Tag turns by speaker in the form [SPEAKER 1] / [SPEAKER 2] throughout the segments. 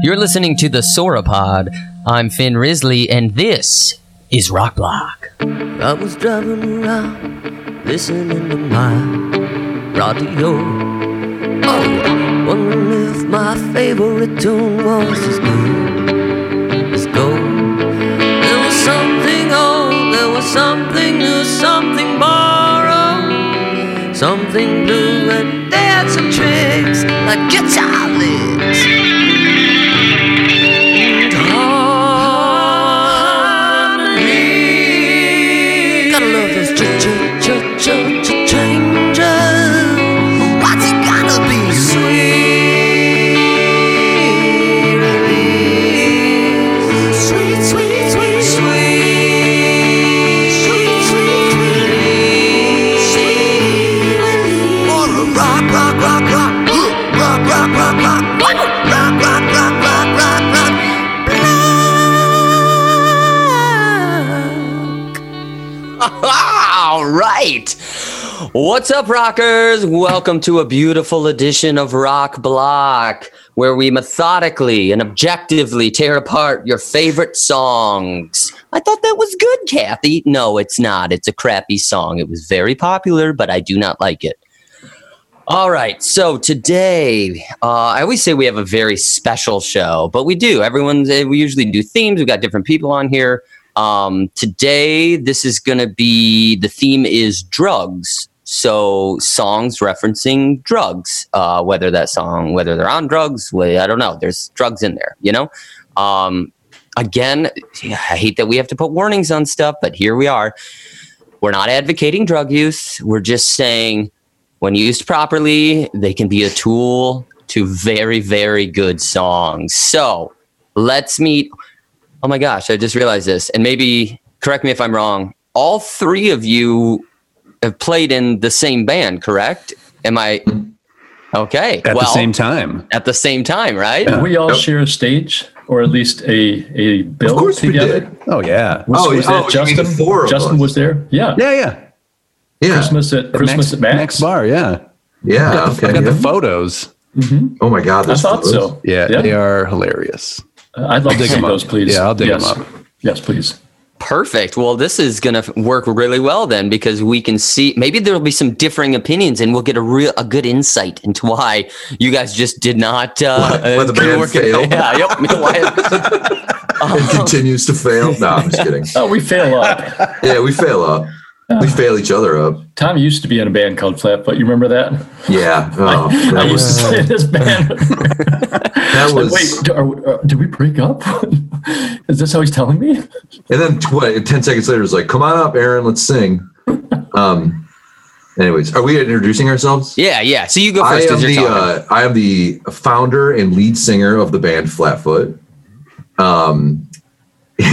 [SPEAKER 1] You're listening to the Sauropod. I'm Finn Risley, and this is Rock Block.
[SPEAKER 2] I was driving around, listening to my radio. Oh, wondering if my favorite tune was as good as gold. There was something old, there was something new, something borrowed, something blue, and they had some tricks like guitar licks. And harmony. Gotta love those ch- ch- ch- ch- ch- changes. What's it gotta be? Sweet release. Sweet, sweet, sweet, sweet. Sweet, sweet, sweet release. Sweet release. Or a rock, rock, rock, rock. Rock, rock, rock, rock. Rock, rock, rock, rock, rock, rock.
[SPEAKER 3] All right. What's up, rockers? Welcome to a beautiful edition of Rock Block, where we methodically and objectively tear apart your favorite songs. I thought that was good, Kathy. No, it's not. It's a crappy song. It was very popular, but I do not like it. All right. So today, uh, I always say we have a very special show, but we do. Everyone's, eh, we usually do themes. We've got different people on here. Um, today, this is going to be the theme is drugs. So songs referencing drugs, uh, whether that song, whether they're on drugs, wh- I don't know. There's drugs in there, you know. Um, again, I hate that we have to put warnings on stuff, but here we are. We're not advocating drug use. We're just saying when used properly, they can be a tool to very, very good songs. So let's meet Oh my gosh, I just realized this. And maybe correct me if I'm wrong. All three of you have played in the same band, correct? Am I okay?
[SPEAKER 4] at
[SPEAKER 3] well,
[SPEAKER 4] the same time.
[SPEAKER 3] at the same time, right?
[SPEAKER 5] Did we all
[SPEAKER 4] Yep.
[SPEAKER 5] share a stage or at least a a bill
[SPEAKER 4] Of course we
[SPEAKER 5] together?
[SPEAKER 4] did. Oh yeah,
[SPEAKER 5] Was,
[SPEAKER 6] Oh,
[SPEAKER 5] was
[SPEAKER 6] oh,
[SPEAKER 5] that
[SPEAKER 6] you mean
[SPEAKER 5] Justin?
[SPEAKER 6] the four of
[SPEAKER 5] Justin
[SPEAKER 6] us.
[SPEAKER 5] was there. Yeah.
[SPEAKER 4] yeah, yeah.
[SPEAKER 6] Yeah.
[SPEAKER 5] Christmas at Christmas
[SPEAKER 4] Max,
[SPEAKER 5] at Max.
[SPEAKER 4] Max Bar. Yeah,
[SPEAKER 6] Yeah. okay.
[SPEAKER 4] I got
[SPEAKER 6] yeah.
[SPEAKER 4] the photos.
[SPEAKER 6] oh my God.
[SPEAKER 5] I
[SPEAKER 6] those
[SPEAKER 5] thought
[SPEAKER 6] photos.
[SPEAKER 5] so.
[SPEAKER 4] Yeah,
[SPEAKER 5] Yeah.
[SPEAKER 4] they are hilarious.
[SPEAKER 5] I'd like to
[SPEAKER 4] dig
[SPEAKER 5] see
[SPEAKER 4] 'em up.
[SPEAKER 5] those, please.
[SPEAKER 4] Yeah, I'll dig 'em
[SPEAKER 5] yes.
[SPEAKER 4] up.
[SPEAKER 5] Yes, please.
[SPEAKER 3] Perfect. Well, this is going to work really well then because we can see maybe there'll be some differing opinions and we'll get a real a good insight into why you guys just did not uh
[SPEAKER 6] Why- why the
[SPEAKER 3] uh, couldn't
[SPEAKER 6] band
[SPEAKER 3] it.
[SPEAKER 6] failed.
[SPEAKER 3] Yeah, yep. Why-
[SPEAKER 6] It continues to fail. No, I'm just kidding.
[SPEAKER 5] Oh, we fail up.
[SPEAKER 6] Yeah, we fail up. We fail each other up.
[SPEAKER 5] Tom used to be in a band called Flatfoot. You remember that?
[SPEAKER 6] Yeah. Oh,
[SPEAKER 5] I
[SPEAKER 6] that
[SPEAKER 5] used to
[SPEAKER 6] was,
[SPEAKER 5] say this band.
[SPEAKER 6] that was
[SPEAKER 5] Wait, do- are, are, did we break up? Is this how he's telling me?
[SPEAKER 6] and then t- what, 10 seconds later, it was like, come on up, Aaron, let's sing. Um, anyways, are we introducing ourselves?
[SPEAKER 3] yeah, yeah. So you go
[SPEAKER 6] I
[SPEAKER 3] first
[SPEAKER 6] am
[SPEAKER 3] because you're
[SPEAKER 6] the
[SPEAKER 3] talking.
[SPEAKER 6] uh, I am the founder and lead singer of the band Flatfoot. Um,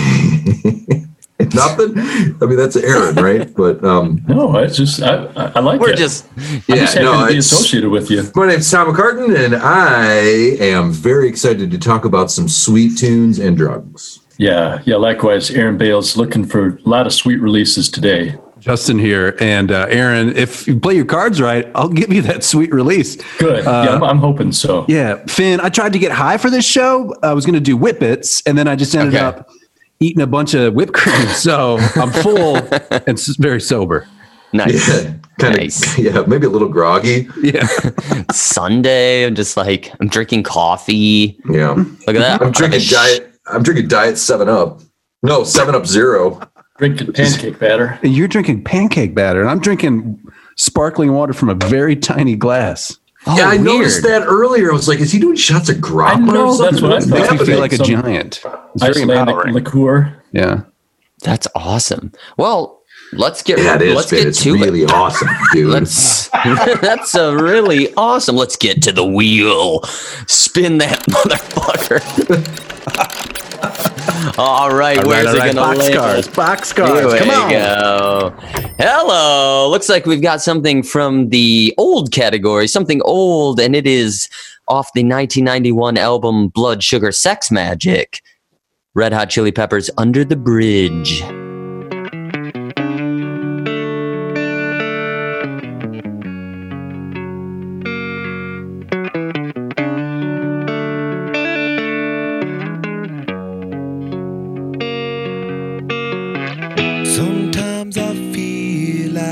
[SPEAKER 6] nothing. I mean, that's Aaron, right? But um,
[SPEAKER 5] No, it's just I, I, I like
[SPEAKER 3] We're
[SPEAKER 5] it.
[SPEAKER 3] just
[SPEAKER 5] I'm
[SPEAKER 6] yeah,
[SPEAKER 5] just happy
[SPEAKER 6] no,
[SPEAKER 5] to be
[SPEAKER 6] it's-
[SPEAKER 5] associated with you.
[SPEAKER 6] My name's Tom McCartan, and I am very excited to talk about some sweet tunes and drugs.
[SPEAKER 5] Yeah, yeah. Likewise, Aaron Bale's looking for a lot of sweet releases today.
[SPEAKER 4] Justin here and uh, Aaron. If you play your cards right, I'll give you that sweet release.
[SPEAKER 5] Good.
[SPEAKER 6] Uh,
[SPEAKER 5] yeah, I'm, I'm hoping so.
[SPEAKER 4] Yeah, Finn. I tried to get high for this show. I was going to do whippets, and then I just ended
[SPEAKER 3] Okay.
[SPEAKER 4] up eating a bunch of whipped cream. So I'm full and s- very sober.
[SPEAKER 3] nice
[SPEAKER 6] Yeah, kind
[SPEAKER 3] Nice.
[SPEAKER 6] of. Yeah, maybe a little groggy.
[SPEAKER 4] Yeah,
[SPEAKER 3] Sunday. I'm just like I'm drinking coffee.
[SPEAKER 6] Yeah,
[SPEAKER 3] Look at that. Oh,
[SPEAKER 6] I'm drinking
[SPEAKER 3] Sh-
[SPEAKER 6] diet. I'm drinking diet Seven Up. No, Seven Up Zero.
[SPEAKER 5] Drinking pancake batter.
[SPEAKER 4] and you're drinking pancake batter, and I'm drinking sparkling water from a very tiny glass.
[SPEAKER 3] Oh,
[SPEAKER 6] yeah, I
[SPEAKER 3] weird.
[SPEAKER 6] noticed that earlier. I was like, is he doing shots of grog?
[SPEAKER 5] I know,
[SPEAKER 6] or something?
[SPEAKER 5] that's what I
[SPEAKER 6] What's
[SPEAKER 5] thought.
[SPEAKER 4] Makes me
[SPEAKER 6] happening?
[SPEAKER 4] feel like a
[SPEAKER 5] Some
[SPEAKER 4] giant. It's very
[SPEAKER 5] Icelandic
[SPEAKER 4] empowering.
[SPEAKER 5] liqueur.
[SPEAKER 4] yeah.
[SPEAKER 3] That's awesome. Well, let's get
[SPEAKER 6] Yeah, it is.
[SPEAKER 3] let's
[SPEAKER 6] man.
[SPEAKER 3] get
[SPEAKER 6] it's
[SPEAKER 3] to it.
[SPEAKER 6] really awesome, dude.
[SPEAKER 3] Let's. that's a really awesome. Let's get to the wheel. Spin that motherfucker. all right, where's it gonna
[SPEAKER 4] boxcars,
[SPEAKER 3] land?
[SPEAKER 4] boxcars.
[SPEAKER 3] There
[SPEAKER 4] Come
[SPEAKER 3] we
[SPEAKER 4] on.
[SPEAKER 3] go. Hello. Looks like we've got something from the old category, something old, and it is off the 1991 album Blood Sugar Sex Magic. Red Hot Chili Peppers Under the Bridge.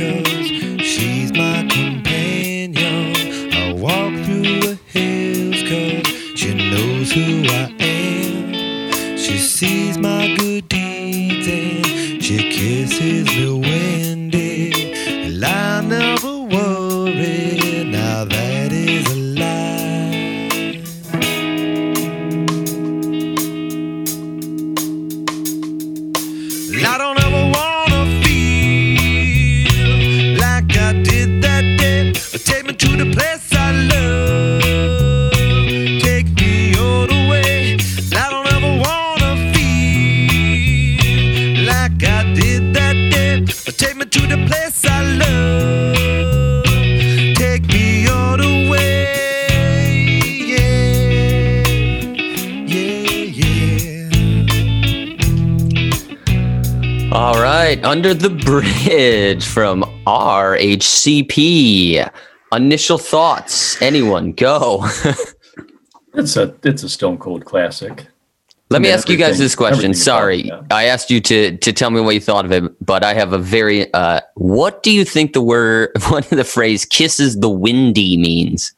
[SPEAKER 7] cause she's my companion. I walk through the hills cause she knows who I am. She sees my good deeds and she kisses me when they- And I never worry, now that is a lie. And I don't ever wanna feel like I did that day. Take me to the place I love. Take me all the way. And I don't ever wanna feel like I did that day. Take me to the place I love. Take me all the way. Yeah, yeah, yeah.
[SPEAKER 3] All right, Under the Bridge from RHCP. Initial thoughts. Anyone go.
[SPEAKER 5] It's a it's a stone cold classic.
[SPEAKER 3] Let me
[SPEAKER 5] Yeah,
[SPEAKER 3] ask you guys
[SPEAKER 5] everything-
[SPEAKER 3] this question.
[SPEAKER 5] everything you're
[SPEAKER 3] Sorry,
[SPEAKER 5] talking about.
[SPEAKER 3] I asked you to to tell me what you thought of it, but I have a very uh, what do you think the word what the phrase kisses the windy means?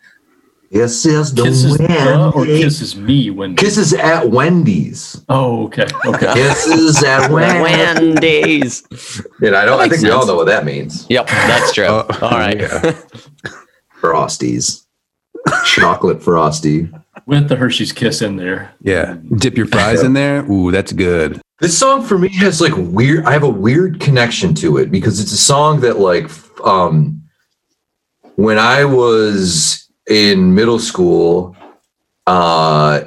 [SPEAKER 6] Yes, yes, the
[SPEAKER 5] Kisses the or
[SPEAKER 6] Wendy.
[SPEAKER 5] kisses me when
[SPEAKER 6] Kisses at Wendy's.
[SPEAKER 5] Oh, okay, okay.
[SPEAKER 6] Kisses at Wendy's.
[SPEAKER 3] Wendy's.
[SPEAKER 6] Yeah, I don't.
[SPEAKER 3] That
[SPEAKER 6] I
[SPEAKER 3] makes
[SPEAKER 6] think we all
[SPEAKER 3] sense.
[SPEAKER 6] know what that means.
[SPEAKER 3] Yep, that's true.
[SPEAKER 4] Uh,
[SPEAKER 3] All right.
[SPEAKER 6] Frosties, chocolate frosty.
[SPEAKER 5] With the Hershey's kiss in there.
[SPEAKER 4] Yeah. Dip your fries in there. Ooh, that's good.
[SPEAKER 6] This song for me has like weird. I have a weird connection to it because it's a song that like f- um when I was in middle school, uh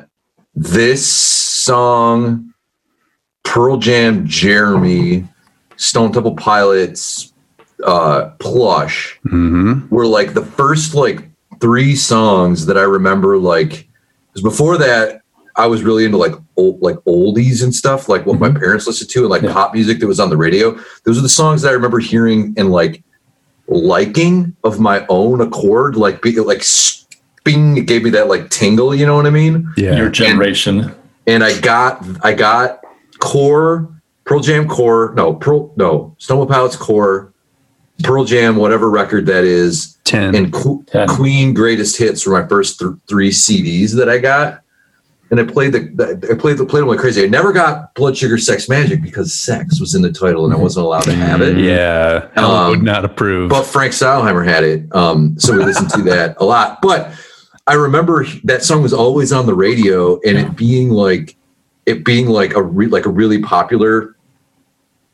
[SPEAKER 6] this song, Pearl Jam, Jeremy, Stone Temple Pilots, uh, Plush
[SPEAKER 4] Mm-hmm.
[SPEAKER 6] were like the first like three songs that I remember like because before that I was really into like old like oldies and stuff like what my parents listened to and like
[SPEAKER 5] Yeah.
[SPEAKER 6] pop music that was on the radio. Those are the songs that I remember hearing and like liking of my own accord. Like be, like s- bing, it gave me that like tingle. You know what I mean?
[SPEAKER 4] Yeah.
[SPEAKER 5] Your generation.
[SPEAKER 6] and I got I got core Pearl Jam core no Pearl no Snowball Pilots core Pearl Jam whatever record that is
[SPEAKER 4] Ten.
[SPEAKER 6] and Qu-
[SPEAKER 5] Ten.
[SPEAKER 6] Queen greatest hits were my first th- three CDs that I got and I played the, the I played the played them like crazy I never got Blood Sugar Sex Magic because sex was in the title and I wasn't allowed to have it
[SPEAKER 4] yeah. Helen would
[SPEAKER 6] Um,
[SPEAKER 4] not approve.
[SPEAKER 6] but Frank Salheimer had it. Um, so we listened to that a lot. But I remember he- that song was always on the radio, and it being like, it being like a re- like a really popular,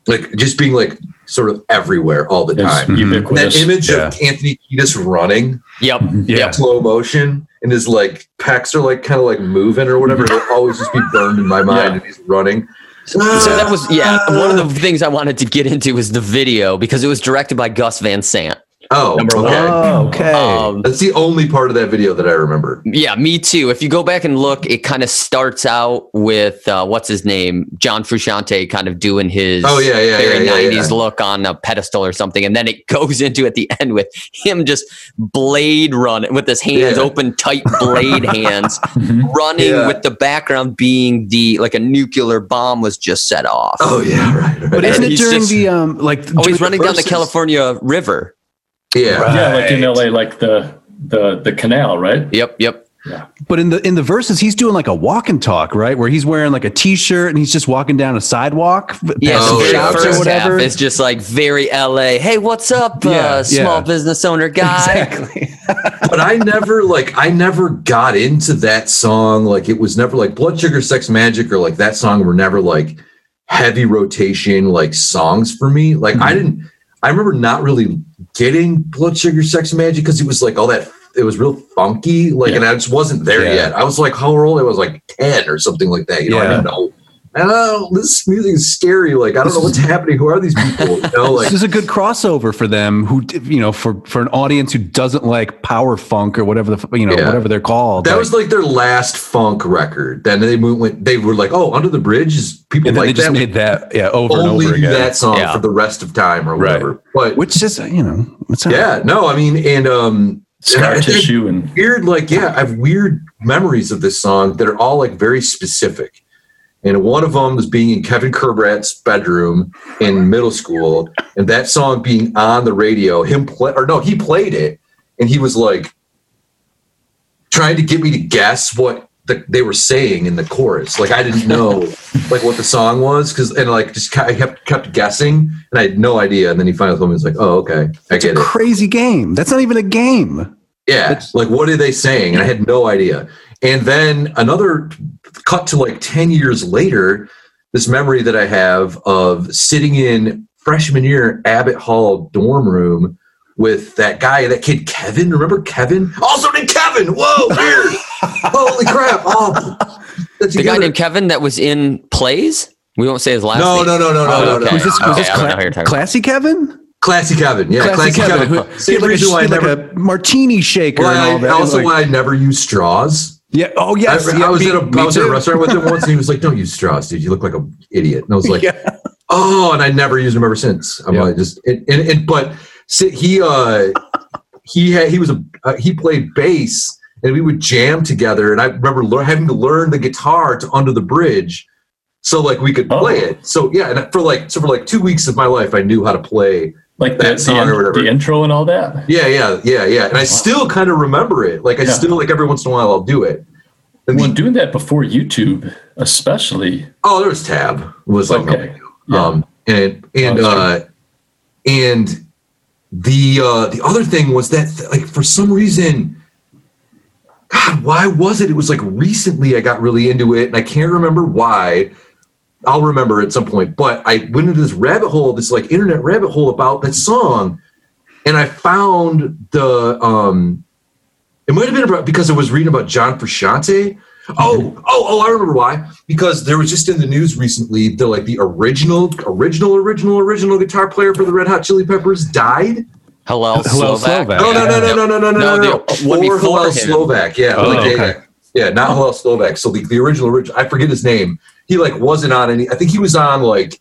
[SPEAKER 6] like just being like sort of everywhere all the
[SPEAKER 5] It's
[SPEAKER 6] time. Mm-hmm. That
[SPEAKER 5] ubiquitous.
[SPEAKER 6] image of Anthony Kiedis running
[SPEAKER 3] Yep.
[SPEAKER 4] yeah.
[SPEAKER 6] slow motion and his like pecs are like kind of like moving or whatever. It'll always just be burned in my mind,
[SPEAKER 5] Yeah.
[SPEAKER 6] and he's running.
[SPEAKER 3] So that was yeah, one of the things I wanted to get into was the video because it was directed by Gus Van Sant.
[SPEAKER 6] Oh,
[SPEAKER 3] Number one.
[SPEAKER 6] okay.
[SPEAKER 4] Oh, okay.
[SPEAKER 3] Um,
[SPEAKER 6] That's the only part of that video that I remember.
[SPEAKER 3] Yeah, me too. If you go back and look, it kind of starts out with uh, what's his name, John Frusciante, kind of doing his
[SPEAKER 6] Oh, yeah, yeah,
[SPEAKER 3] very
[SPEAKER 6] yeah, yeah, yeah.
[SPEAKER 3] 90s look on a pedestal or something, and then it goes into at the end with him just blade running with his hands
[SPEAKER 6] Yeah.
[SPEAKER 3] open, tight blade hands,
[SPEAKER 5] Mhm.
[SPEAKER 3] running
[SPEAKER 6] Yeah.
[SPEAKER 3] with the background being the like a nuclear bomb was just set off.
[SPEAKER 6] Oh yeah, right. right
[SPEAKER 4] but isn't it
[SPEAKER 3] he's
[SPEAKER 4] during
[SPEAKER 3] just-
[SPEAKER 4] the um like?
[SPEAKER 3] Oh,
[SPEAKER 4] during
[SPEAKER 3] he's running down the
[SPEAKER 4] verses?
[SPEAKER 3] California River.
[SPEAKER 6] yeah.
[SPEAKER 5] Yeah, like in
[SPEAKER 4] Right.
[SPEAKER 5] LA, like the the the canal, right?
[SPEAKER 3] Yep, yep.
[SPEAKER 4] But in the in the verses, he's doing like a walk and talk, right? Where he's wearing like a t-shirt and he's just walking down a sidewalk, f-
[SPEAKER 3] Yeah,
[SPEAKER 4] past
[SPEAKER 3] so
[SPEAKER 6] Oh,
[SPEAKER 4] some
[SPEAKER 3] very
[SPEAKER 6] yeah,
[SPEAKER 4] shops
[SPEAKER 6] okay.
[SPEAKER 4] or
[SPEAKER 3] first half
[SPEAKER 4] whatever.
[SPEAKER 3] is just like very LA. Hey, what's up,
[SPEAKER 4] Yeah,
[SPEAKER 3] uh,
[SPEAKER 4] yeah.
[SPEAKER 3] small business owner guy?
[SPEAKER 4] exactly.
[SPEAKER 6] but I never like I never got into that song. Like it was never like Blood Sugar Sex Magic or like that song were never like heavy rotation like songs for me. Like
[SPEAKER 4] Mm-hmm.
[SPEAKER 6] I didn't I remember not really getting Blood Sugar Sex Magic because it was like all that it was real funky. Like and I just wasn't there
[SPEAKER 4] Yeah.
[SPEAKER 6] yet. I was like how old? I was like 10 or something like that. You know, I
[SPEAKER 4] Yeah.
[SPEAKER 6] didn't know oh, this music is scary. Like, I don't know what's happening. Who are these people? You know, like,
[SPEAKER 4] this is a good crossover for them who you know for for an audience who doesn't like power funk or whatever the f- you know
[SPEAKER 6] Yeah.
[SPEAKER 4] whatever they're called
[SPEAKER 6] that
[SPEAKER 4] Like,
[SPEAKER 6] was like their last funk record. Then they went, went they were like, oh, Under the Bridge is people
[SPEAKER 4] and then
[SPEAKER 6] like
[SPEAKER 4] they just
[SPEAKER 6] that.
[SPEAKER 4] made that yeah over and
[SPEAKER 6] only
[SPEAKER 4] over again
[SPEAKER 6] that song
[SPEAKER 4] Yeah.
[SPEAKER 6] for the rest of time or
[SPEAKER 4] Right.
[SPEAKER 6] whatever. But
[SPEAKER 4] which is you know it's not-
[SPEAKER 6] yeah, no, I mean, and um,
[SPEAKER 5] Scar
[SPEAKER 6] Yeah.
[SPEAKER 5] tissue and
[SPEAKER 6] weird, like, yeah, I have weird memories of this song that are all like very specific. And one of them was being in Kevin Kerbrat's bedroom in middle school, and that song being on the radio. Him play, or no, he played it, and he was like trying to get me to guess what the, they were saying in the chorus. Like I didn't know like what the song was because, and like just ki- I kept kept guessing, and I had no idea. And then he finally told me, "He's like, oh okay, I
[SPEAKER 4] it's a
[SPEAKER 6] get it."
[SPEAKER 4] crazy game that's not even a game
[SPEAKER 6] Yeah. like, what are they saying? And I had no idea. And then another cut to like 10 years later, this memory that I have of sitting in freshman year Abbott Hall dorm room with that guy, that kid Kevin. Remember Kevin? Also named Kevin. Whoa, weird. Holy crap. Oh, that's
[SPEAKER 3] The guy named Kevin that was in plays. We won't say his last
[SPEAKER 6] No,
[SPEAKER 3] name.
[SPEAKER 6] no, no, no, no, no, no.
[SPEAKER 3] Okay.
[SPEAKER 4] was this, was
[SPEAKER 3] Okay,
[SPEAKER 4] this
[SPEAKER 3] Oh, I don't know who you're
[SPEAKER 4] cla-
[SPEAKER 3] talking
[SPEAKER 4] classy Kevin
[SPEAKER 6] Classy Kevin. Yeah, Classy, Kevin.
[SPEAKER 4] who- he
[SPEAKER 6] Same
[SPEAKER 4] had like, a,
[SPEAKER 6] reason
[SPEAKER 4] he
[SPEAKER 6] why I
[SPEAKER 4] had like
[SPEAKER 6] never.
[SPEAKER 4] a martini shaker
[SPEAKER 6] why
[SPEAKER 4] and
[SPEAKER 6] I-
[SPEAKER 4] all that
[SPEAKER 6] also,
[SPEAKER 4] Like,
[SPEAKER 6] why I never use straws.
[SPEAKER 4] yeah oh
[SPEAKER 6] I,
[SPEAKER 4] yes
[SPEAKER 6] I
[SPEAKER 4] yeah,
[SPEAKER 6] was
[SPEAKER 4] me-
[SPEAKER 6] at a,
[SPEAKER 4] me
[SPEAKER 6] I was at a
[SPEAKER 4] too.
[SPEAKER 6] restaurant with him once, and he was like, "Don't use straws, dude. You look like an idiot." And I was like,
[SPEAKER 4] yeah.
[SPEAKER 6] "Oh," and I never used them ever since. I'm
[SPEAKER 4] Yeah.
[SPEAKER 6] like, just and, and, and but si- he uh he had he was a uh, he played bass, and we would jam together. And I remember lear- having to learn the guitar to Under the Bridge, so like we could
[SPEAKER 5] Oh.
[SPEAKER 6] play it. So yeah, and for like so for like two weeks of my life, I knew how to play.
[SPEAKER 5] like
[SPEAKER 6] That
[SPEAKER 5] that the,
[SPEAKER 6] song or
[SPEAKER 5] in-
[SPEAKER 6] whatever.
[SPEAKER 5] the intro and all that.
[SPEAKER 6] Yeah, yeah, yeah, yeah. And I still kind of remember it. Like I
[SPEAKER 5] Yeah.
[SPEAKER 6] still like every once in a while I'll do it. And
[SPEAKER 5] Well,
[SPEAKER 6] the-
[SPEAKER 5] doing that before YouTube, especially.
[SPEAKER 6] oh, there was Tab was like my
[SPEAKER 5] Okay. Yeah.
[SPEAKER 6] Um, and and
[SPEAKER 5] Oh,
[SPEAKER 6] uh,
[SPEAKER 5] that's
[SPEAKER 6] and the uh, the other thing was that like for some reason, God, why was it? It was like recently I got really into it, and I can't remember why. I'll remember at some point, but I went into this rabbit hole, this like internet rabbit hole about that song, and I found the um, it might have been about because I was reading about John Frusciante. Oh, oh, oh! I remember why. Because there was just in the news recently the like the original, original, original, original guitar player for the Red Hot Chili Peppers died.
[SPEAKER 3] Hello,
[SPEAKER 4] Hello,
[SPEAKER 3] Slovak.
[SPEAKER 4] Slovak.
[SPEAKER 6] No, no, no, no, no, no, no, no,
[SPEAKER 3] No,
[SPEAKER 6] no. no.
[SPEAKER 3] the- one
[SPEAKER 6] Or
[SPEAKER 3] before
[SPEAKER 6] Hillel
[SPEAKER 3] him.
[SPEAKER 6] Slovak. Yeah,
[SPEAKER 4] Oh,
[SPEAKER 6] like, yeah,
[SPEAKER 4] okay.
[SPEAKER 6] yeah, yeah. Not Hillel Slovak. So the, the original, original. I forget his name. He like wasn't on any. I think he was on like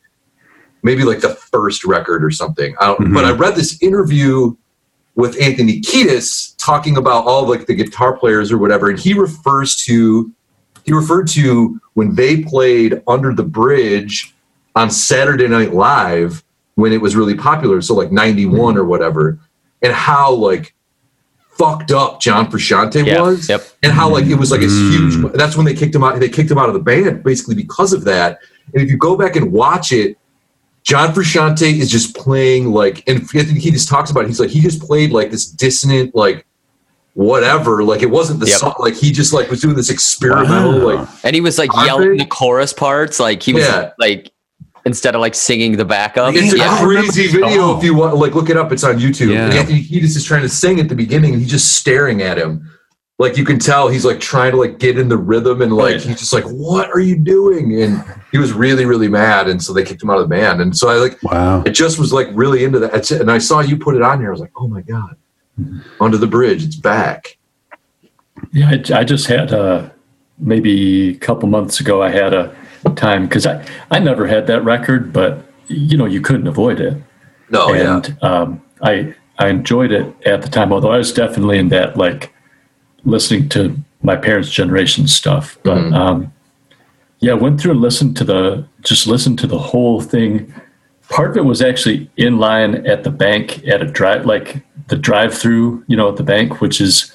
[SPEAKER 6] maybe like the first record or something. I don't.
[SPEAKER 3] Mm-hmm.
[SPEAKER 4] Mhm.
[SPEAKER 6] But I read this interview with Anthony Kiedis talking about all like the guitar players or whatever, and he refers to he referred to when they played Under the Bridge on Saturday Night Live when it was really popular, so like '91 or whatever, and how like fucked up John Frusciante
[SPEAKER 3] Yeah,
[SPEAKER 6] was,
[SPEAKER 3] yep.
[SPEAKER 6] and how like it was like a
[SPEAKER 4] Mm.
[SPEAKER 6] huge. That's when they kicked him out. They kicked him out of the band basically because of that. And if you go back and watch it, John Frusciante is just playing like, and Anthony Kiedis talks about. It, he's like he just played like this dissonant like whatever. Like it wasn't the
[SPEAKER 3] Yep.
[SPEAKER 6] song. Like he just like was doing this experimental
[SPEAKER 4] Wow.
[SPEAKER 6] like
[SPEAKER 3] And he was like
[SPEAKER 6] Aren't
[SPEAKER 3] yelling
[SPEAKER 6] they?
[SPEAKER 3] the chorus parts. Like he was
[SPEAKER 6] Yeah.
[SPEAKER 3] like instead of like singing the backup.
[SPEAKER 6] It's a
[SPEAKER 4] Yeah. I remember
[SPEAKER 6] crazy
[SPEAKER 4] the
[SPEAKER 6] video
[SPEAKER 4] song.
[SPEAKER 6] if you want. Like, look it up. It's on YouTube.
[SPEAKER 4] Yeah.
[SPEAKER 6] Anthony Kiedis is trying to sing at the beginning, and he's just staring at him. Like you can tell, he's like trying to like get in the rhythm, and like
[SPEAKER 5] Right.
[SPEAKER 6] he's just like, "What are you doing?" And he was really, really mad, and so they kicked him out of the band. And so I like,
[SPEAKER 4] wow
[SPEAKER 6] I just was like really into that, That's it. and I saw you put it on here. I was like, "Oh my god, under the bridge, it's back."
[SPEAKER 5] Yeah, I, I just had uh, maybe a couple months ago. I had a time because I I never had that record, but you know you couldn't avoid it,
[SPEAKER 6] No, Oh, yeah,
[SPEAKER 5] and um, I I enjoyed it at the time. Although I was definitely in that like listening to my parents' generation stuff, but
[SPEAKER 6] Mhm.
[SPEAKER 5] um, yeah, I went through and listened to the just listened to the whole thing. Part of it was actually in line at the bank at a drive like the drive through, you know, at the bank, which is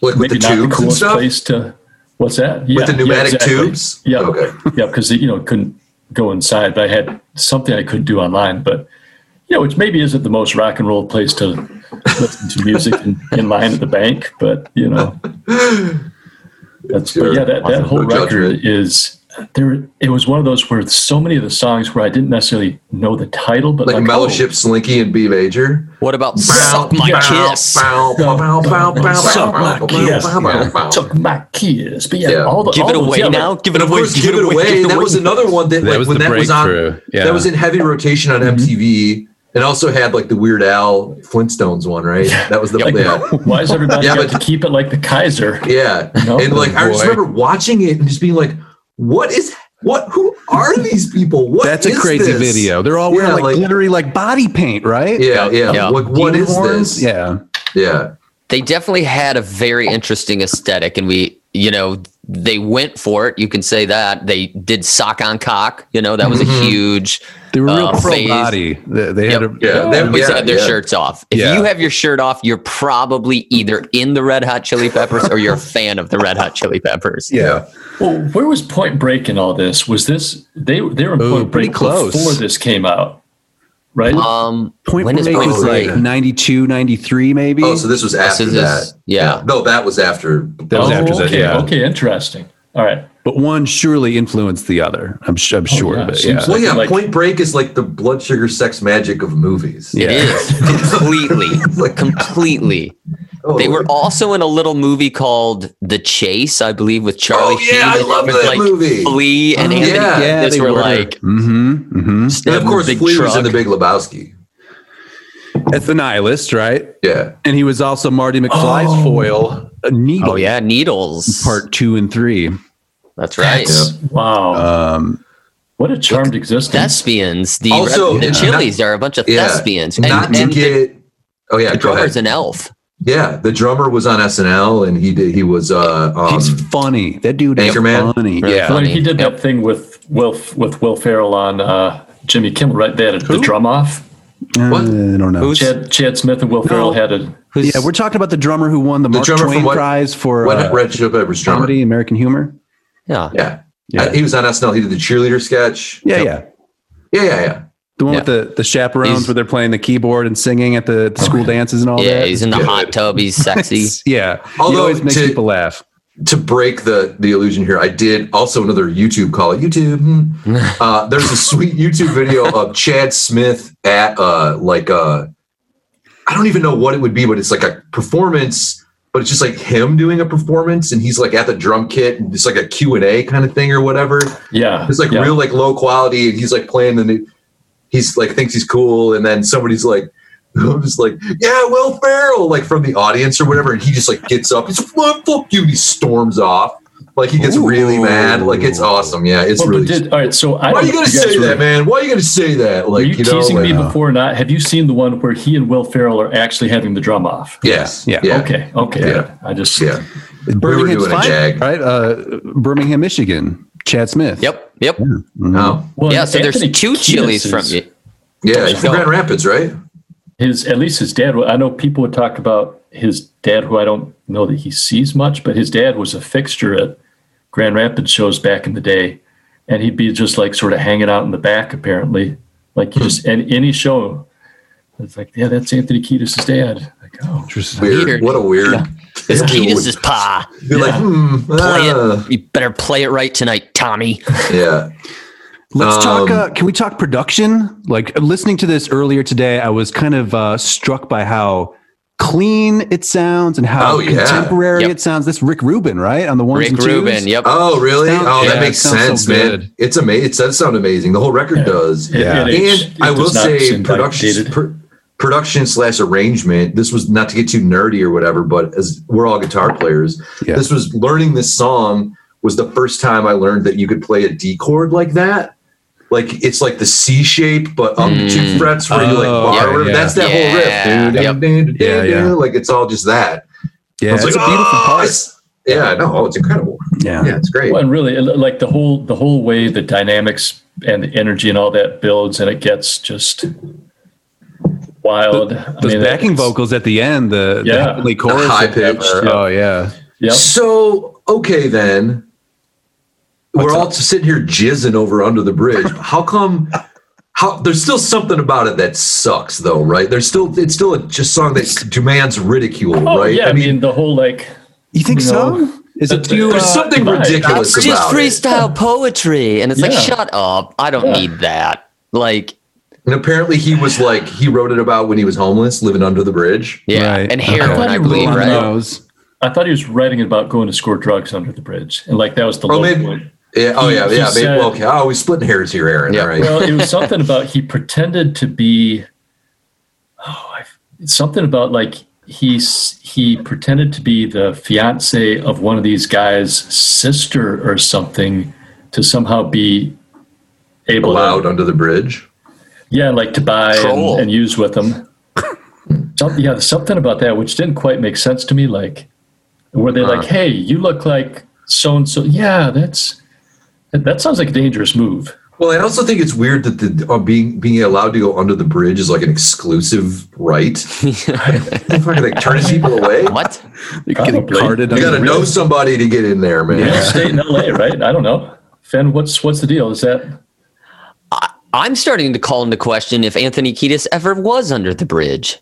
[SPEAKER 6] like with
[SPEAKER 5] maybe
[SPEAKER 6] the
[SPEAKER 5] not the
[SPEAKER 6] tubes and
[SPEAKER 5] coolest
[SPEAKER 6] stuff,
[SPEAKER 5] place to. What's that? Yeah,
[SPEAKER 6] with the
[SPEAKER 5] yeah,
[SPEAKER 6] pneumatic
[SPEAKER 5] exactly.
[SPEAKER 6] tubes.
[SPEAKER 5] Yeah,
[SPEAKER 6] okay,
[SPEAKER 5] yeah, because you know couldn't go inside, but I had something I could do online. But you know, which maybe isn't the most rock and roll place to listen to music in, in line at the bank, but you know, that's
[SPEAKER 6] Sure.
[SPEAKER 5] but yeah, that, that
[SPEAKER 6] Awesome.
[SPEAKER 5] whole
[SPEAKER 6] No judgment.
[SPEAKER 5] record is there it was one of those where so many of the songs where I didn't necessarily know the title, but
[SPEAKER 6] Like
[SPEAKER 5] like,
[SPEAKER 6] Mellowship, Slinky, and B major.
[SPEAKER 3] What about Suck My Kiss?
[SPEAKER 5] Suck my kiss. oh,
[SPEAKER 6] And
[SPEAKER 5] took my kiss. But yeah,
[SPEAKER 6] Yeah.
[SPEAKER 5] all the
[SPEAKER 3] Give
[SPEAKER 5] all
[SPEAKER 3] it
[SPEAKER 5] those-
[SPEAKER 3] away
[SPEAKER 5] yeah, like-
[SPEAKER 3] now. Give it
[SPEAKER 6] of
[SPEAKER 3] away.
[SPEAKER 6] course, give it away. That was another one that,
[SPEAKER 8] That
[SPEAKER 6] like,
[SPEAKER 8] was
[SPEAKER 6] when
[SPEAKER 8] the
[SPEAKER 6] that was on,
[SPEAKER 8] breakthrough, yeah.
[SPEAKER 6] that was in heavy rotation on MTV, and also had like the Weird Al Flintstones one, right? That was the
[SPEAKER 5] Like,
[SPEAKER 6] yeah.
[SPEAKER 5] Why is everybody
[SPEAKER 6] Yeah,
[SPEAKER 5] got
[SPEAKER 6] but-
[SPEAKER 5] to keep it like the Kaiser?
[SPEAKER 6] Yeah.
[SPEAKER 5] No,
[SPEAKER 6] and like I just
[SPEAKER 8] boy.
[SPEAKER 6] remember watching it and just being like, what is what who are these people? What
[SPEAKER 4] That's a
[SPEAKER 6] is
[SPEAKER 4] crazy
[SPEAKER 6] this?
[SPEAKER 4] video. They're all wearing
[SPEAKER 6] Yeah,
[SPEAKER 4] like,
[SPEAKER 6] like-
[SPEAKER 4] glittery like body paint, right?
[SPEAKER 6] Yeah, yeah.
[SPEAKER 3] Yeah.
[SPEAKER 6] Like what
[SPEAKER 4] Demon
[SPEAKER 6] is
[SPEAKER 4] horns?
[SPEAKER 6] this?
[SPEAKER 4] Yeah.
[SPEAKER 6] Yeah.
[SPEAKER 3] They definitely had a very interesting aesthetic, and we, you know, they went for it. You can say that they did sock on cock. You know, that was a huge.
[SPEAKER 4] They were real
[SPEAKER 3] uh,
[SPEAKER 4] pro
[SPEAKER 3] phase.
[SPEAKER 4] body. They, they had a
[SPEAKER 6] Yeah. They-
[SPEAKER 3] always
[SPEAKER 6] yeah,
[SPEAKER 3] had their
[SPEAKER 6] yeah.
[SPEAKER 3] shirts off. If
[SPEAKER 4] Yeah.
[SPEAKER 3] you have your shirt off, you're probably either in the Red Hot Chili Peppers or you're a fan of the Red Hot Chili Peppers.
[SPEAKER 4] yeah.
[SPEAKER 5] Well, where was Point Break in all this? Was this they they were in
[SPEAKER 4] Ooh,
[SPEAKER 5] Point
[SPEAKER 4] pretty
[SPEAKER 5] Break
[SPEAKER 4] close.
[SPEAKER 5] before this came out, right?
[SPEAKER 6] Uh,
[SPEAKER 3] Um,
[SPEAKER 4] Point
[SPEAKER 3] When is
[SPEAKER 4] Break
[SPEAKER 3] Point
[SPEAKER 4] was
[SPEAKER 6] Break?
[SPEAKER 4] like 92, 93 maybe.
[SPEAKER 6] Oh, so this was after
[SPEAKER 3] this is-
[SPEAKER 6] that.
[SPEAKER 3] yeah.
[SPEAKER 6] No, that was after
[SPEAKER 4] That was after
[SPEAKER 5] Oh, okay,
[SPEAKER 4] that, yeah.
[SPEAKER 5] okay, interesting. All right,
[SPEAKER 4] but one surely influenced the other. I'm, sh-
[SPEAKER 3] Oh,
[SPEAKER 4] I'm sure.
[SPEAKER 5] yeah,
[SPEAKER 4] But
[SPEAKER 5] seems
[SPEAKER 4] yeah.
[SPEAKER 6] Well yeah,
[SPEAKER 5] Like-
[SPEAKER 6] Point Break is like the blood sugar sex magic of movies.
[SPEAKER 4] Yeah.
[SPEAKER 3] It is completely,
[SPEAKER 6] Like-
[SPEAKER 3] completely.
[SPEAKER 6] Oh,
[SPEAKER 3] They were
[SPEAKER 6] like-
[SPEAKER 3] also in a little movie called The Chase, I believe, with Charlie
[SPEAKER 6] Oh, yeah, I
[SPEAKER 3] Sheen.
[SPEAKER 6] love
[SPEAKER 3] With,
[SPEAKER 6] that
[SPEAKER 3] like
[SPEAKER 6] movie.
[SPEAKER 3] Flea and
[SPEAKER 6] Oh,
[SPEAKER 3] Anthony
[SPEAKER 6] yeah.
[SPEAKER 3] Kiedis
[SPEAKER 6] Yeah,
[SPEAKER 4] they
[SPEAKER 3] were,
[SPEAKER 4] were.
[SPEAKER 3] like,
[SPEAKER 4] Mm-hmm. Mm-hmm.
[SPEAKER 6] and of course
[SPEAKER 3] big
[SPEAKER 6] Flea was in
[SPEAKER 3] truck.
[SPEAKER 6] the Big Lebowski.
[SPEAKER 4] That's the nihilist, right?
[SPEAKER 6] Yeah.
[SPEAKER 4] And he was also Marty McFly's foil, a needle.
[SPEAKER 3] Oh yeah, Needles.
[SPEAKER 4] Part two and three.
[SPEAKER 3] That's right.
[SPEAKER 6] Yeah.
[SPEAKER 5] wow,
[SPEAKER 6] Uh,
[SPEAKER 4] Um,
[SPEAKER 5] what a charmed existence.
[SPEAKER 3] Thespians. The
[SPEAKER 6] Also,
[SPEAKER 3] the
[SPEAKER 6] it's
[SPEAKER 3] Chili's are a bunch of
[SPEAKER 6] Yeah.
[SPEAKER 3] thespians.
[SPEAKER 6] Not
[SPEAKER 3] and
[SPEAKER 6] to
[SPEAKER 3] and the,
[SPEAKER 6] get
[SPEAKER 3] the
[SPEAKER 6] Oh yeah, go ahead.
[SPEAKER 3] drummer's an elf.
[SPEAKER 6] Yeah, the drummer was on SNL, and he did. He was uh, um,
[SPEAKER 4] he's funny. That dude is
[SPEAKER 6] Anchorman?
[SPEAKER 4] funny.
[SPEAKER 3] Really
[SPEAKER 4] yeah.
[SPEAKER 5] Well,
[SPEAKER 3] funny.
[SPEAKER 5] he did that thing with Will with Will Ferrell on uh, Jimmy Kimmel, right? They had a, the drum off.
[SPEAKER 4] Uh,
[SPEAKER 6] What?
[SPEAKER 4] I don't know.
[SPEAKER 5] Chad Chad Smith and Will Ferrell had a
[SPEAKER 4] yeah, we're talking about the drummer who won the, Mark
[SPEAKER 6] drummer from
[SPEAKER 4] Twain
[SPEAKER 6] What-
[SPEAKER 4] Prize for
[SPEAKER 6] Wet
[SPEAKER 4] uh,
[SPEAKER 6] Hot Red Chili Peppers drummer.
[SPEAKER 4] comedy, American humor.
[SPEAKER 3] Yeah.
[SPEAKER 6] Yeah,
[SPEAKER 4] Yeah.
[SPEAKER 6] Uh, he was on SNL. He did the cheerleader sketch.
[SPEAKER 4] Yeah, yeah.
[SPEAKER 6] yeah, yeah, yeah.
[SPEAKER 4] The one
[SPEAKER 3] Yeah.
[SPEAKER 4] with the, the chaperones
[SPEAKER 3] He's-
[SPEAKER 4] where they're playing the keyboard and singing at the, the school dances and all
[SPEAKER 3] Yeah,
[SPEAKER 4] that.
[SPEAKER 3] he's in the hot tub. He's sexy.
[SPEAKER 4] It's- yeah.
[SPEAKER 6] Although
[SPEAKER 4] he always makes
[SPEAKER 6] to-
[SPEAKER 4] people laugh.
[SPEAKER 6] To break the the illusion here, I did also another YouTube call. YouTube. hmm. Uh, there's a sweet YouTube video of Chad Smith at uh, like uh, I don't even know what it would be, but it's like a performance. But it's just like him doing a performance, and he's like at the drum kit, and it's like a Q and A kind of thing or whatever.
[SPEAKER 5] yeah.
[SPEAKER 6] It's like
[SPEAKER 5] yeah.
[SPEAKER 6] real like low quality, and he's like playing the new. He's like thinks he's cool, and then somebody's like, who's like, yeah, Will Ferrell, like from the audience or whatever, and he just like gets up, he's fuck, fuck you, and he storms off. Like he gets really mad. Like it's awesome. Yeah, it's
[SPEAKER 5] Well, but
[SPEAKER 6] really.
[SPEAKER 5] did- all right, so I
[SPEAKER 6] Why are
[SPEAKER 5] don't
[SPEAKER 6] you
[SPEAKER 5] know
[SPEAKER 6] gonna
[SPEAKER 5] if guys
[SPEAKER 6] say
[SPEAKER 5] were-
[SPEAKER 6] that, man? Why are you gonna say that?
[SPEAKER 5] Were
[SPEAKER 6] Like
[SPEAKER 5] you,
[SPEAKER 6] you, know, uh,
[SPEAKER 5] teasing
[SPEAKER 6] like,
[SPEAKER 5] me before or not? Have you seen the one where he and Will Ferrell are actually having the drum off?
[SPEAKER 6] yes,
[SPEAKER 4] Yeah.
[SPEAKER 6] yeah,
[SPEAKER 5] Okay. Okay.
[SPEAKER 6] Yeah.
[SPEAKER 5] I just
[SPEAKER 6] yeah.
[SPEAKER 4] Birmingham's
[SPEAKER 6] doing a
[SPEAKER 4] finest,
[SPEAKER 6] jag.
[SPEAKER 4] right? Uh, Birmingham, Michigan. Chad Smith.
[SPEAKER 3] Yep. Yep.
[SPEAKER 4] Mhm.
[SPEAKER 6] Oh,
[SPEAKER 5] Well,
[SPEAKER 3] yeah. So
[SPEAKER 5] Anthony
[SPEAKER 3] there's two
[SPEAKER 5] Kiedis
[SPEAKER 3] Chili's from
[SPEAKER 5] is-
[SPEAKER 3] you.
[SPEAKER 6] yeah, he's from Grand Rapids, right?
[SPEAKER 5] His at least his dad. I know people would talk about his dad, who I don't know that he sees much, but his dad was a fixture at Grand Rapids shows back in the day, and he'd be just like sort of hanging out in the back, apparently, like you
[SPEAKER 6] Hmm.
[SPEAKER 5] just and any show. It's like, yeah, that's Anthony Kiedis' dad. Like, oh,
[SPEAKER 4] Interesting.
[SPEAKER 6] Weird.
[SPEAKER 3] Peter.
[SPEAKER 6] What a weird.
[SPEAKER 3] This
[SPEAKER 6] Yeah.
[SPEAKER 3] Kiedis is pa.
[SPEAKER 6] You're like, hmm,
[SPEAKER 3] Play
[SPEAKER 6] ah.
[SPEAKER 3] it. You better play it right tonight, Tommy.
[SPEAKER 6] yeah.
[SPEAKER 4] Let's talk.
[SPEAKER 6] Um,
[SPEAKER 4] Uh, can we talk production? Like listening to this earlier today, I was kind of uh, struck by how clean it sounds and how
[SPEAKER 6] Oh, yeah.
[SPEAKER 4] contemporary
[SPEAKER 3] Yep.
[SPEAKER 4] it sounds. This Rick Rubin, right, on the ones
[SPEAKER 3] Rick
[SPEAKER 4] and twos.
[SPEAKER 3] Rubin. Yep.
[SPEAKER 6] Oh, really?
[SPEAKER 4] Sounds-
[SPEAKER 6] oh,
[SPEAKER 4] yeah,
[SPEAKER 6] that makes
[SPEAKER 4] it sounds so
[SPEAKER 6] sense,
[SPEAKER 4] good.
[SPEAKER 6] man. It's amazing. It does sound amazing. The whole record does.
[SPEAKER 5] It-
[SPEAKER 4] Yeah.
[SPEAKER 5] it is-
[SPEAKER 6] And
[SPEAKER 5] it
[SPEAKER 6] I
[SPEAKER 5] does
[SPEAKER 6] will
[SPEAKER 5] not
[SPEAKER 6] say,
[SPEAKER 5] seem
[SPEAKER 6] production
[SPEAKER 5] outdated.
[SPEAKER 6] pr- production slash arrangement. This was not to get too nerdy or whatever, but as we're all guitar players,
[SPEAKER 4] Yeah.
[SPEAKER 6] this was learning this song was the first time I learned that you could play a D chord like that. Like it's like the C shape, but up two
[SPEAKER 3] Mm.
[SPEAKER 6] frets where you like
[SPEAKER 4] Oh,
[SPEAKER 6] bar
[SPEAKER 4] yeah,
[SPEAKER 6] riff.
[SPEAKER 4] yeah.
[SPEAKER 6] That's that
[SPEAKER 3] Yeah.
[SPEAKER 6] whole riff,
[SPEAKER 3] Yep.
[SPEAKER 6] dude. Dun, dun,
[SPEAKER 4] Yeah,
[SPEAKER 6] dun,
[SPEAKER 4] yeah.
[SPEAKER 6] dun. Like it's all just that.
[SPEAKER 4] Yeah,
[SPEAKER 6] I was
[SPEAKER 4] it's
[SPEAKER 6] like,
[SPEAKER 4] a beautiful
[SPEAKER 6] "Oh,
[SPEAKER 4] part.
[SPEAKER 6] it's- Yeah, no, oh, it's incredible.
[SPEAKER 4] Yeah.
[SPEAKER 6] Yeah, it's great.
[SPEAKER 5] Well, and really, uh, like the whole the whole way the dynamics and the energy and all that builds, and it gets just wild. I
[SPEAKER 4] Those
[SPEAKER 5] mean,
[SPEAKER 4] backing
[SPEAKER 5] it's-
[SPEAKER 4] vocals at the end, the, the
[SPEAKER 5] Yeah.
[SPEAKER 4] heavenly chorus,
[SPEAKER 6] high
[SPEAKER 4] or whatever.
[SPEAKER 6] pitch,
[SPEAKER 5] yeah.
[SPEAKER 4] Oh yeah,
[SPEAKER 5] Yep.
[SPEAKER 6] So okay then, we're all sitting here jizzing over under the bridge. How come? How there's still something about it that sucks though, right? There's still it's still a just song that demands ridicule,
[SPEAKER 5] Oh
[SPEAKER 6] right?
[SPEAKER 5] yeah, I mean, the whole like
[SPEAKER 4] you think
[SPEAKER 5] No.
[SPEAKER 4] so? Is it too?
[SPEAKER 6] There's
[SPEAKER 4] Uh,
[SPEAKER 6] something
[SPEAKER 5] right.
[SPEAKER 6] ridiculous
[SPEAKER 3] It's just
[SPEAKER 6] about it.
[SPEAKER 3] freestyle poetry, and it's like,
[SPEAKER 5] Yeah.
[SPEAKER 3] shut up! I don't
[SPEAKER 5] Yeah.
[SPEAKER 3] need that. Like,
[SPEAKER 6] And apparently, he was like he wrote it about when he was homeless, living under the bridge.
[SPEAKER 3] yeah,
[SPEAKER 4] Right.
[SPEAKER 3] and heroin,
[SPEAKER 5] Okay.
[SPEAKER 3] I believe,
[SPEAKER 4] on
[SPEAKER 3] right?
[SPEAKER 5] No.
[SPEAKER 4] those?
[SPEAKER 5] I thought he was writing about going to score drugs under the bridge, and like that was the
[SPEAKER 6] Oh,
[SPEAKER 5] low
[SPEAKER 6] maybe-
[SPEAKER 5] point.
[SPEAKER 6] Yeah. Oh
[SPEAKER 5] He-
[SPEAKER 6] yeah.
[SPEAKER 5] he
[SPEAKER 6] Yeah. Maybe,
[SPEAKER 5] said-
[SPEAKER 6] well, okay. Oh, we splitting hairs here, Aaron.
[SPEAKER 3] Yeah.
[SPEAKER 6] All right.
[SPEAKER 5] Well, it was something about he pretended to be. Oh, I, something about like he's he pretended to be the fiance of one of these guys' sister or something to somehow be able
[SPEAKER 6] Allowed
[SPEAKER 5] to
[SPEAKER 6] under the bridge.
[SPEAKER 5] yeah like to buy and,
[SPEAKER 3] Troll.
[SPEAKER 5] and use with them. Some- yeah, something about that which didn't quite make sense to me. Like, were they like, "Hey, you look like so and so"? Yeah, that's that, that sounds like a dangerous move.
[SPEAKER 6] Well, I also think it's weird that the uh, being being allowed to go under the bridge is like an exclusive right. Fucking like turning people away.
[SPEAKER 3] What?
[SPEAKER 4] You're Getting
[SPEAKER 5] Probably.
[SPEAKER 4] carded.
[SPEAKER 6] You
[SPEAKER 4] under
[SPEAKER 6] got to
[SPEAKER 4] the
[SPEAKER 6] know
[SPEAKER 4] wheel.
[SPEAKER 6] somebody to get in there, man.
[SPEAKER 5] Yeah, stay in LA, right? I don't know. Finn, what's what's the deal? Is that
[SPEAKER 3] I'm starting to call into question if Anthony Kiedis ever was under the bridge.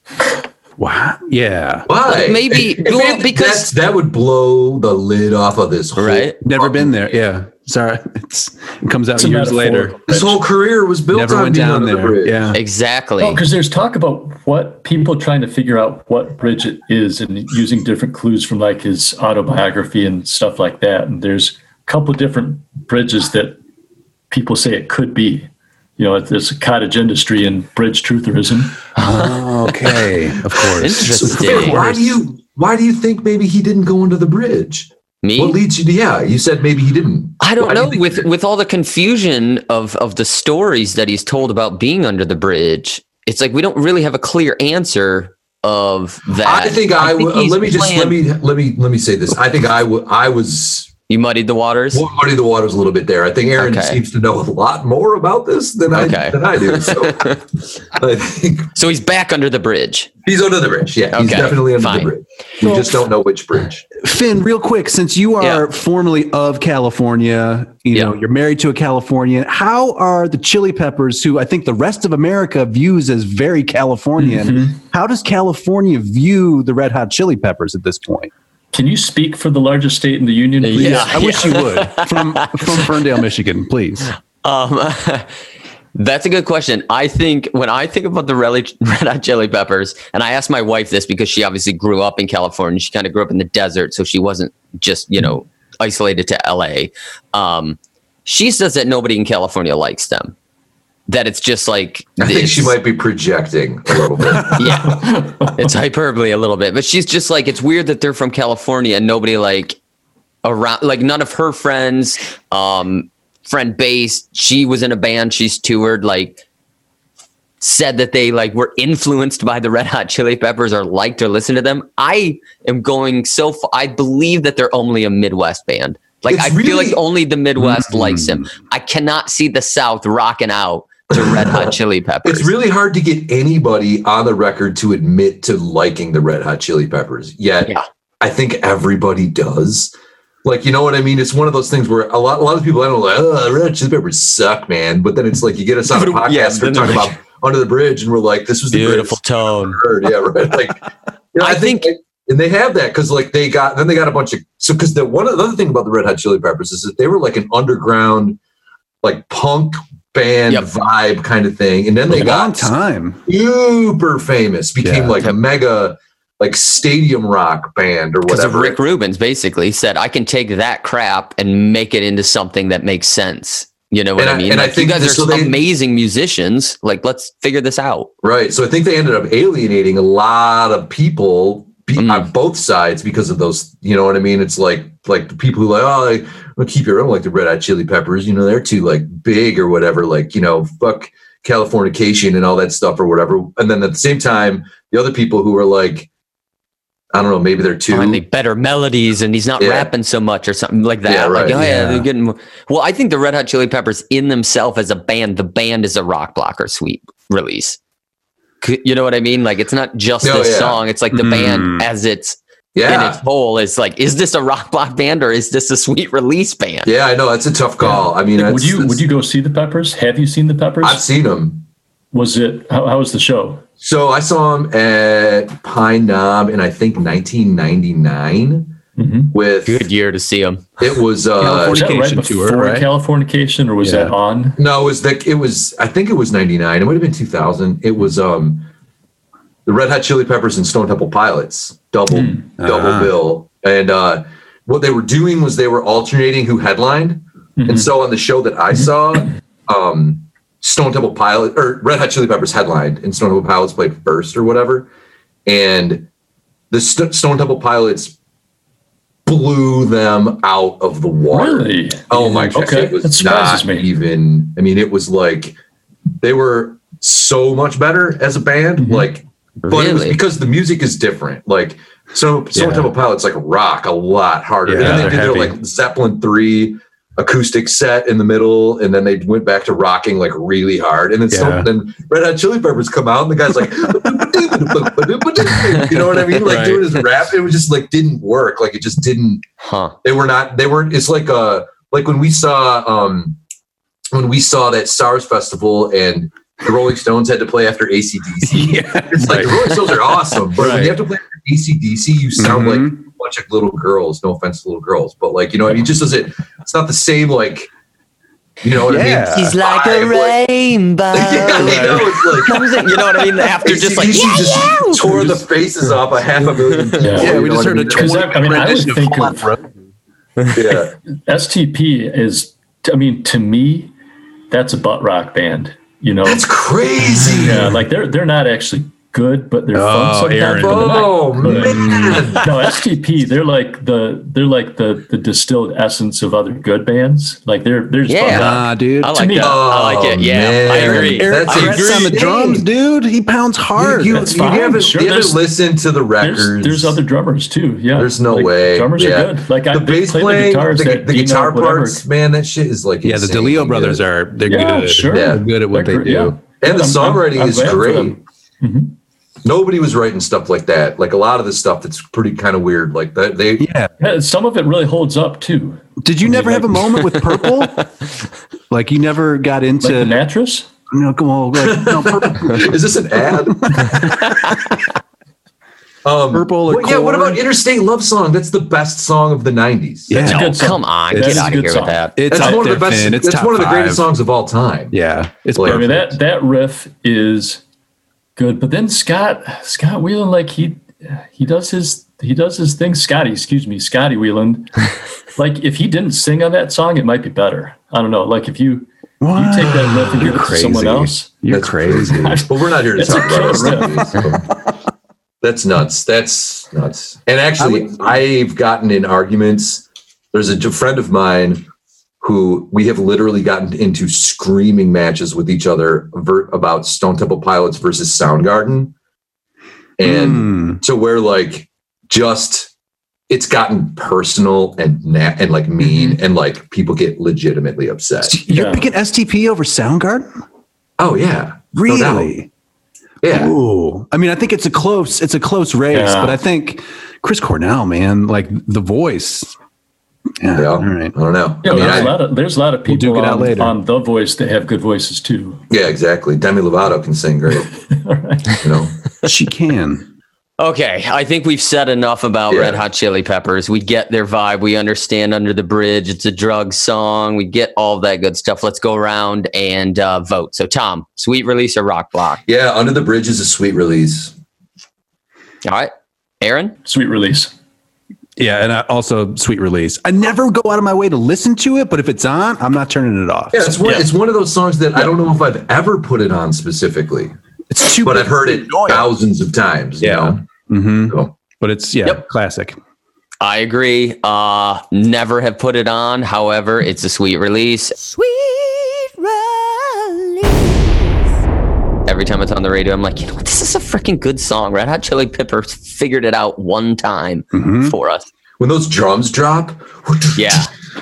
[SPEAKER 4] Wow. Yeah.
[SPEAKER 6] Why?
[SPEAKER 3] Maybe-
[SPEAKER 6] If- if
[SPEAKER 3] well,
[SPEAKER 6] it-
[SPEAKER 3] because-
[SPEAKER 6] that's- that would blow the lid off of this whole,
[SPEAKER 3] Right.
[SPEAKER 4] Never been there. Yeah. Sorry. It's, it comes out
[SPEAKER 5] a
[SPEAKER 4] years later.
[SPEAKER 5] metaphorical
[SPEAKER 6] This
[SPEAKER 5] bridge?
[SPEAKER 6] whole career was built
[SPEAKER 4] Never
[SPEAKER 6] on
[SPEAKER 4] went
[SPEAKER 6] being
[SPEAKER 4] down
[SPEAKER 6] under the
[SPEAKER 4] there.
[SPEAKER 6] bridge.
[SPEAKER 4] Yeah.
[SPEAKER 3] Exactly.
[SPEAKER 5] Oh, because there's talk about what people trying to figure out what bridge it is and using different clues from like his autobiography and stuff like that. And there's a couple different bridges that people say it could be. You know, there's a cottage industry and bridge trutherism.
[SPEAKER 4] Oh, Okay. Of course.
[SPEAKER 6] So,
[SPEAKER 3] Interesting.
[SPEAKER 6] why do you why do you think maybe he didn't go under the bridge? What
[SPEAKER 3] Me?
[SPEAKER 6] leads you to yeah? You said maybe he didn't.
[SPEAKER 3] I
[SPEAKER 6] Why
[SPEAKER 3] don't
[SPEAKER 6] do you
[SPEAKER 3] know.
[SPEAKER 6] think he
[SPEAKER 3] With
[SPEAKER 6] didn't?
[SPEAKER 3] with all the confusion of of the stories that he's told about being under the bridge, it's like we don't really have a clear answer of that.
[SPEAKER 6] I think I, would.
[SPEAKER 3] he's
[SPEAKER 6] Let me just let
[SPEAKER 3] playing-
[SPEAKER 6] me let me let me say this. I think I would. I was
[SPEAKER 3] You muddied the waters.
[SPEAKER 6] muddy the waters a little bit there. I think Aaron
[SPEAKER 3] Okay.
[SPEAKER 6] seems to know a lot more about this than
[SPEAKER 3] Okay.
[SPEAKER 6] I than I do. So I think
[SPEAKER 3] So he's back under the bridge.
[SPEAKER 6] he's under the bridge. Yeah, he's
[SPEAKER 3] Okay,
[SPEAKER 6] definitely under
[SPEAKER 3] fine.
[SPEAKER 6] the bridge. We just don't know which bridge.
[SPEAKER 4] Finn, real quick, since you are
[SPEAKER 3] Yeah.
[SPEAKER 4] formerly of California, you
[SPEAKER 3] Yeah.
[SPEAKER 4] know, you're married to a Californian, how are the Chili Peppers, who I think the rest of America views as very Californian, how does California view the Red Hot Chili Peppers at this point?
[SPEAKER 5] Can you speak for the largest state in the union, please?
[SPEAKER 3] Yeah.
[SPEAKER 4] I wish you would. From from Ferndale, Michigan, please.
[SPEAKER 3] Um, that's a good question. I think when I think about the Rel- Red Hot Chili Peppers, and I asked my wife this because she obviously grew up in California. She kind of grew up in the desert, so she wasn't just you know isolated to LA. Um, she says that nobody in California likes them. That it's just like
[SPEAKER 6] I think she
[SPEAKER 3] it's-
[SPEAKER 6] might be projecting a little bit.
[SPEAKER 3] yeah, it's hyperbole a little bit, but she's just like, it's weird that they're from California and nobody like around, like none of her friends, um, friend base. She was in a band. She's toured like said that they like were influenced by the Red Hot Chili Peppers or liked or listened to them. I am going so far. I believe that they're only a Midwest band. Like
[SPEAKER 6] It's
[SPEAKER 3] I feel like
[SPEAKER 6] really- Mm.
[SPEAKER 3] only the Midwest likes them. I cannot see the South rocking out to Red Hot Chili Peppers.
[SPEAKER 6] It's really hard to get anybody on the record to admit to liking the Red Hot Chili Peppers. Yet,
[SPEAKER 3] Yeah.
[SPEAKER 6] I think everybody does. Like, you know what I mean? It's one of those things where a lot, a lot of people I don't know, like, oh, Red Hot Chili Peppers suck, man. But then it's like you get us on a podcast,
[SPEAKER 3] Yeah,
[SPEAKER 6] we're
[SPEAKER 3] then they're
[SPEAKER 6] talking
[SPEAKER 3] like-
[SPEAKER 6] about under the bridge, and we're like, this was the
[SPEAKER 3] beautiful
[SPEAKER 6] greatest
[SPEAKER 3] tone.
[SPEAKER 6] Heard. Yeah, right. Like, you know,
[SPEAKER 3] I
[SPEAKER 6] I, think,
[SPEAKER 3] think-
[SPEAKER 6] and they have that because like they got then they got a bunch of so because the one other thing about the Red Hot Chili Peppers is that they were like an underground, like punk band
[SPEAKER 3] Yep.
[SPEAKER 6] vibe kind of thing, and then they
[SPEAKER 4] a long
[SPEAKER 6] got
[SPEAKER 4] time.
[SPEAKER 6] super famous, became
[SPEAKER 4] Yeah.
[SPEAKER 6] like a mega like stadium rock band or
[SPEAKER 3] Because of
[SPEAKER 6] whatever.
[SPEAKER 3] Rick Rubens basically said, I can take that crap and make it into something that makes sense. You know what
[SPEAKER 6] And
[SPEAKER 3] I
[SPEAKER 6] I-
[SPEAKER 3] mean?
[SPEAKER 6] and I
[SPEAKER 3] like,
[SPEAKER 6] think
[SPEAKER 3] you guys are
[SPEAKER 6] this- so they-
[SPEAKER 3] amazing musicians. Like, let's figure this out.
[SPEAKER 6] Right. So I think they ended up alienating a lot of people be,
[SPEAKER 3] Mm.
[SPEAKER 6] on both sides because of those. You know what I mean? It's like like the people who like oh like, well, keep your own like the Red Hot Chili Peppers. You know they're too like big or whatever. Like you know fuck Californication and all that stuff or whatever. And then at the same time, the other people who are like I don't know maybe they're
[SPEAKER 5] Oh,
[SPEAKER 6] too
[SPEAKER 3] Finally, better melodies, and he's not
[SPEAKER 6] Yeah.
[SPEAKER 3] rapping so much or something like that.
[SPEAKER 6] Yeah,
[SPEAKER 3] Like,
[SPEAKER 6] right.
[SPEAKER 3] oh, yeah,
[SPEAKER 4] Yeah.
[SPEAKER 3] they're getting more. Well, I think the Red Hot Chili Peppers in themselves as a band, the band is a rock blocker sweep release. C- You know what I mean? Like, it's not just
[SPEAKER 6] Oh,
[SPEAKER 3] this
[SPEAKER 6] yeah.
[SPEAKER 3] song, it's like the
[SPEAKER 4] Mm.
[SPEAKER 3] band as it's in its
[SPEAKER 6] yeah.
[SPEAKER 3] whole is like, is this a rock block band or is this a sweet release band?
[SPEAKER 6] Yeah, I know that's a tough call. I mean,
[SPEAKER 5] Like,
[SPEAKER 6] that's,
[SPEAKER 5] would you
[SPEAKER 6] that's-
[SPEAKER 5] would you go see the Peppers? Have you seen the Peppers?
[SPEAKER 6] I've seen them.
[SPEAKER 5] was it how, how was the show?
[SPEAKER 6] So I saw him at Pine Knob in I think 1999, with
[SPEAKER 3] Good year to see him.
[SPEAKER 6] it was uh
[SPEAKER 5] Was that right
[SPEAKER 4] Californication tour,
[SPEAKER 5] before
[SPEAKER 4] right?
[SPEAKER 5] Californication, or was
[SPEAKER 4] Yeah.
[SPEAKER 5] that on?
[SPEAKER 6] no it was the it was I think it was 99 it would have been 2000 it was um the Red Hot Chili Peppers and Stone Temple Pilots double double
[SPEAKER 4] Ah.
[SPEAKER 6] bill and uh what they were doing was they were alternating who headlined and so on the show that I saw um Stone Temple Pilots or Red Hot Chili Peppers headlined and Stone Temple Pilots played first or whatever and the St- Stone Temple Pilots blew them out of the water.
[SPEAKER 5] Really?
[SPEAKER 6] Oh my gosh,
[SPEAKER 5] Okay, that
[SPEAKER 6] it was
[SPEAKER 5] surprises
[SPEAKER 6] not
[SPEAKER 5] me.
[SPEAKER 6] even. I mean, it was like they were so much better as a band.
[SPEAKER 5] Mm-hmm.
[SPEAKER 6] Like, but it was
[SPEAKER 3] Really?
[SPEAKER 6] because the music is different. Like, so so
[SPEAKER 4] Yeah.
[SPEAKER 6] Temple Pilots like rock a lot harder.
[SPEAKER 4] Yeah,
[SPEAKER 6] and then they
[SPEAKER 5] they're
[SPEAKER 6] did their
[SPEAKER 5] heavy.
[SPEAKER 6] like Zeppelin three acoustic set in the middle, and then they went back to rocking like really hard. And then
[SPEAKER 4] Yeah.
[SPEAKER 6] so, then Red Hot Chili Peppers come out, and the guy's like, you know what I mean? Like
[SPEAKER 4] Right.
[SPEAKER 6] doing his rap, it was just like didn't work. Like it just didn't
[SPEAKER 3] Huh.
[SPEAKER 6] they were not they weren't it's like uh like when we saw um when we saw that SARS festival and the Rolling Stones had to play after ACDC.
[SPEAKER 4] yeah,
[SPEAKER 6] It's like the Rolling Stones are awesome, but when
[SPEAKER 4] Right.
[SPEAKER 6] you have to play after ACDC, you sound
[SPEAKER 4] Mhm.
[SPEAKER 6] like a bunch of little girls. No offense to little girls, but like, you know, what I mean? it just doesn't, it's not the same, like, you know what
[SPEAKER 4] Yeah.
[SPEAKER 6] I mean?
[SPEAKER 3] He's like a
[SPEAKER 6] Vibe, like-
[SPEAKER 3] rainbow.
[SPEAKER 6] yeah, you know, it's like,
[SPEAKER 3] Comes in- you know what I mean? After just like,
[SPEAKER 6] AC/DC
[SPEAKER 3] yeah,
[SPEAKER 6] just
[SPEAKER 3] yeah.
[SPEAKER 6] tore the faces off a half a million people.
[SPEAKER 5] Yeah,
[SPEAKER 6] you
[SPEAKER 4] we
[SPEAKER 6] know
[SPEAKER 4] just
[SPEAKER 6] what
[SPEAKER 4] heard a
[SPEAKER 6] I mean?
[SPEAKER 5] 'Cause I- I mean, I would
[SPEAKER 4] rendition of
[SPEAKER 5] think
[SPEAKER 4] Hot
[SPEAKER 5] of-
[SPEAKER 4] Rod.
[SPEAKER 6] Yeah.
[SPEAKER 5] STP is, I mean, to me, that's a butt rock band. You know,
[SPEAKER 6] That's crazy.
[SPEAKER 5] yeah, like they're they're not actually good, but they're
[SPEAKER 4] Oh,
[SPEAKER 5] fun
[SPEAKER 4] Aaron.
[SPEAKER 5] sometimes. but they're not
[SPEAKER 6] Oh man.
[SPEAKER 5] no STP. They're like the they're like the the distilled essence of other good bands. Like they're they're just
[SPEAKER 3] Yeah.
[SPEAKER 4] Nah, dude.
[SPEAKER 3] I
[SPEAKER 5] To
[SPEAKER 3] like
[SPEAKER 5] me- Oh,
[SPEAKER 3] that. I like it. Yeah, I
[SPEAKER 6] man.
[SPEAKER 3] agree.
[SPEAKER 6] Eric
[SPEAKER 3] I
[SPEAKER 6] Brett's
[SPEAKER 4] Brett's on the
[SPEAKER 6] Dude.
[SPEAKER 4] drums, dude. He pounds hard.
[SPEAKER 6] You, you,
[SPEAKER 5] That's
[SPEAKER 6] you
[SPEAKER 5] fine,
[SPEAKER 6] haven't,
[SPEAKER 5] sure,
[SPEAKER 6] you haven't
[SPEAKER 5] there's-
[SPEAKER 6] listened to the records.
[SPEAKER 5] There's, there's other drummers too. Yeah,
[SPEAKER 6] There's no
[SPEAKER 5] Like,
[SPEAKER 6] way.
[SPEAKER 5] drummers
[SPEAKER 6] Yeah.
[SPEAKER 5] are good. Like I
[SPEAKER 6] the bass
[SPEAKER 5] play the
[SPEAKER 6] playing,
[SPEAKER 5] guitars,
[SPEAKER 6] the,
[SPEAKER 5] at
[SPEAKER 6] the
[SPEAKER 5] Dino,
[SPEAKER 6] guitar
[SPEAKER 5] whatever.
[SPEAKER 6] parts, man, that shit is like
[SPEAKER 4] yeah, the
[SPEAKER 6] insane
[SPEAKER 4] DeLeo
[SPEAKER 6] good.
[SPEAKER 4] brothers are they're
[SPEAKER 5] Yeah,
[SPEAKER 4] good.
[SPEAKER 5] sure.
[SPEAKER 4] They're good at what they
[SPEAKER 5] They're-
[SPEAKER 4] do.
[SPEAKER 5] yeah.
[SPEAKER 6] and the
[SPEAKER 5] I'm- I'm-
[SPEAKER 6] songwriting
[SPEAKER 5] I'm
[SPEAKER 6] is
[SPEAKER 5] glad for
[SPEAKER 6] great.
[SPEAKER 5] them. Mm-hmm.
[SPEAKER 6] Nobody was writing stuff like that. Like a lot of the stuff that's pretty kind of weird. Like that they
[SPEAKER 4] Yeah.
[SPEAKER 5] Yeah, Some of it really holds up too.
[SPEAKER 4] Did you never have a moment with purple? like you never got into
[SPEAKER 5] Like the mattress.
[SPEAKER 4] no, come on, like, no, purple,
[SPEAKER 6] is this an ad? um
[SPEAKER 4] Purple or
[SPEAKER 6] well, yeah, what
[SPEAKER 4] Core?
[SPEAKER 6] about Interstate Love Song? That's the best song of the 90s.
[SPEAKER 4] Yeah.
[SPEAKER 5] That's a
[SPEAKER 3] No,
[SPEAKER 5] good song.
[SPEAKER 3] come on,
[SPEAKER 5] That
[SPEAKER 3] get
[SPEAKER 5] is a
[SPEAKER 3] out of
[SPEAKER 5] good
[SPEAKER 3] here
[SPEAKER 5] song.
[SPEAKER 3] with that.
[SPEAKER 4] it's
[SPEAKER 6] That's
[SPEAKER 4] up
[SPEAKER 6] one of
[SPEAKER 4] there,
[SPEAKER 6] the best
[SPEAKER 4] Finn. It's
[SPEAKER 6] that's
[SPEAKER 4] top
[SPEAKER 6] one of the greatest
[SPEAKER 4] five.
[SPEAKER 6] songs of all time.
[SPEAKER 4] Yeah, it's
[SPEAKER 6] Like-
[SPEAKER 5] I mean
[SPEAKER 4] perfect.
[SPEAKER 5] that that riff is good, but then Scott Scott Whelan like he he does his he does his thing. Scotty, excuse me, Scotty Whelan. like if he didn't sing on that song, it might be better. I don't know. Like if you you
[SPEAKER 4] What?
[SPEAKER 5] take that riff and give it to someone else.
[SPEAKER 4] You're
[SPEAKER 6] That's
[SPEAKER 4] crazy.
[SPEAKER 6] But we're not here to
[SPEAKER 5] That's
[SPEAKER 6] talk
[SPEAKER 5] a killer
[SPEAKER 6] about it. That's nuts. That's nuts. And actually, I've gotten in arguments. There's a j- friend of mine who we have literally gotten into screaming matches with each other ver- about Stone Temple Pilots versus Soundgarden. And
[SPEAKER 4] Mm.
[SPEAKER 6] to where like just it's gotten personal and na- and like mean
[SPEAKER 4] Mm-hmm.
[SPEAKER 6] and like people get legitimately upset.
[SPEAKER 4] You're
[SPEAKER 5] Yeah.
[SPEAKER 4] picking STP over Soundgarden?
[SPEAKER 6] Oh yeah. No doubt.
[SPEAKER 4] Really?
[SPEAKER 6] yeah.
[SPEAKER 4] Ooh. I mean, I think it's a close, it's a close race,
[SPEAKER 5] Yeah.
[SPEAKER 4] but I think Chris Cornell, man, like the voice. Yeah.
[SPEAKER 6] Yeah.
[SPEAKER 4] All right.
[SPEAKER 6] I don't know.
[SPEAKER 5] Yeah,
[SPEAKER 6] I mean,
[SPEAKER 5] there's,
[SPEAKER 6] I-
[SPEAKER 5] a lot of, there's a lot of
[SPEAKER 4] We'll
[SPEAKER 5] people
[SPEAKER 4] duke it out
[SPEAKER 5] on,
[SPEAKER 4] later.
[SPEAKER 5] on The Voice that have good voices too.
[SPEAKER 6] Yeah, exactly. Demi Lovato can sing great. You know,
[SPEAKER 4] She can.
[SPEAKER 3] Okay, I think we've said enough about
[SPEAKER 6] Yeah.
[SPEAKER 3] Red Hot Chili Peppers. We get their vibe. We understand Under the Bridge. It's a drug song. We get all that good stuff. Let's go around and uh, vote. So, Tom, sweet release or rock block?
[SPEAKER 6] yeah, Under the Bridge is a sweet release.
[SPEAKER 3] All right, Aaron.
[SPEAKER 5] Sweet release.
[SPEAKER 4] Yeah. And I, also, sweet release. I never go out of my way to listen to it, but if it's on, I'm not turning it off.
[SPEAKER 6] Yeah, it's one.
[SPEAKER 5] Yeah.
[SPEAKER 6] It's one of those songs that I don't know if I've ever put it on specifically,
[SPEAKER 4] It's too
[SPEAKER 6] but I've heard it thousands of times. you
[SPEAKER 4] Yeah.
[SPEAKER 6] know?
[SPEAKER 4] hmm
[SPEAKER 6] So,
[SPEAKER 4] But it's, yeah,
[SPEAKER 3] Yep.
[SPEAKER 4] classic.
[SPEAKER 3] I agree. Uh, never have put it on. However, it's a sweet release.
[SPEAKER 8] Sweet release.
[SPEAKER 3] Every time it's on the radio, I'm like, you know what? This is a freaking good song. Red Hot Chili Peppers figured it out one time
[SPEAKER 4] Mhm.
[SPEAKER 3] for us.
[SPEAKER 6] when those drums drop,
[SPEAKER 3] Yeah.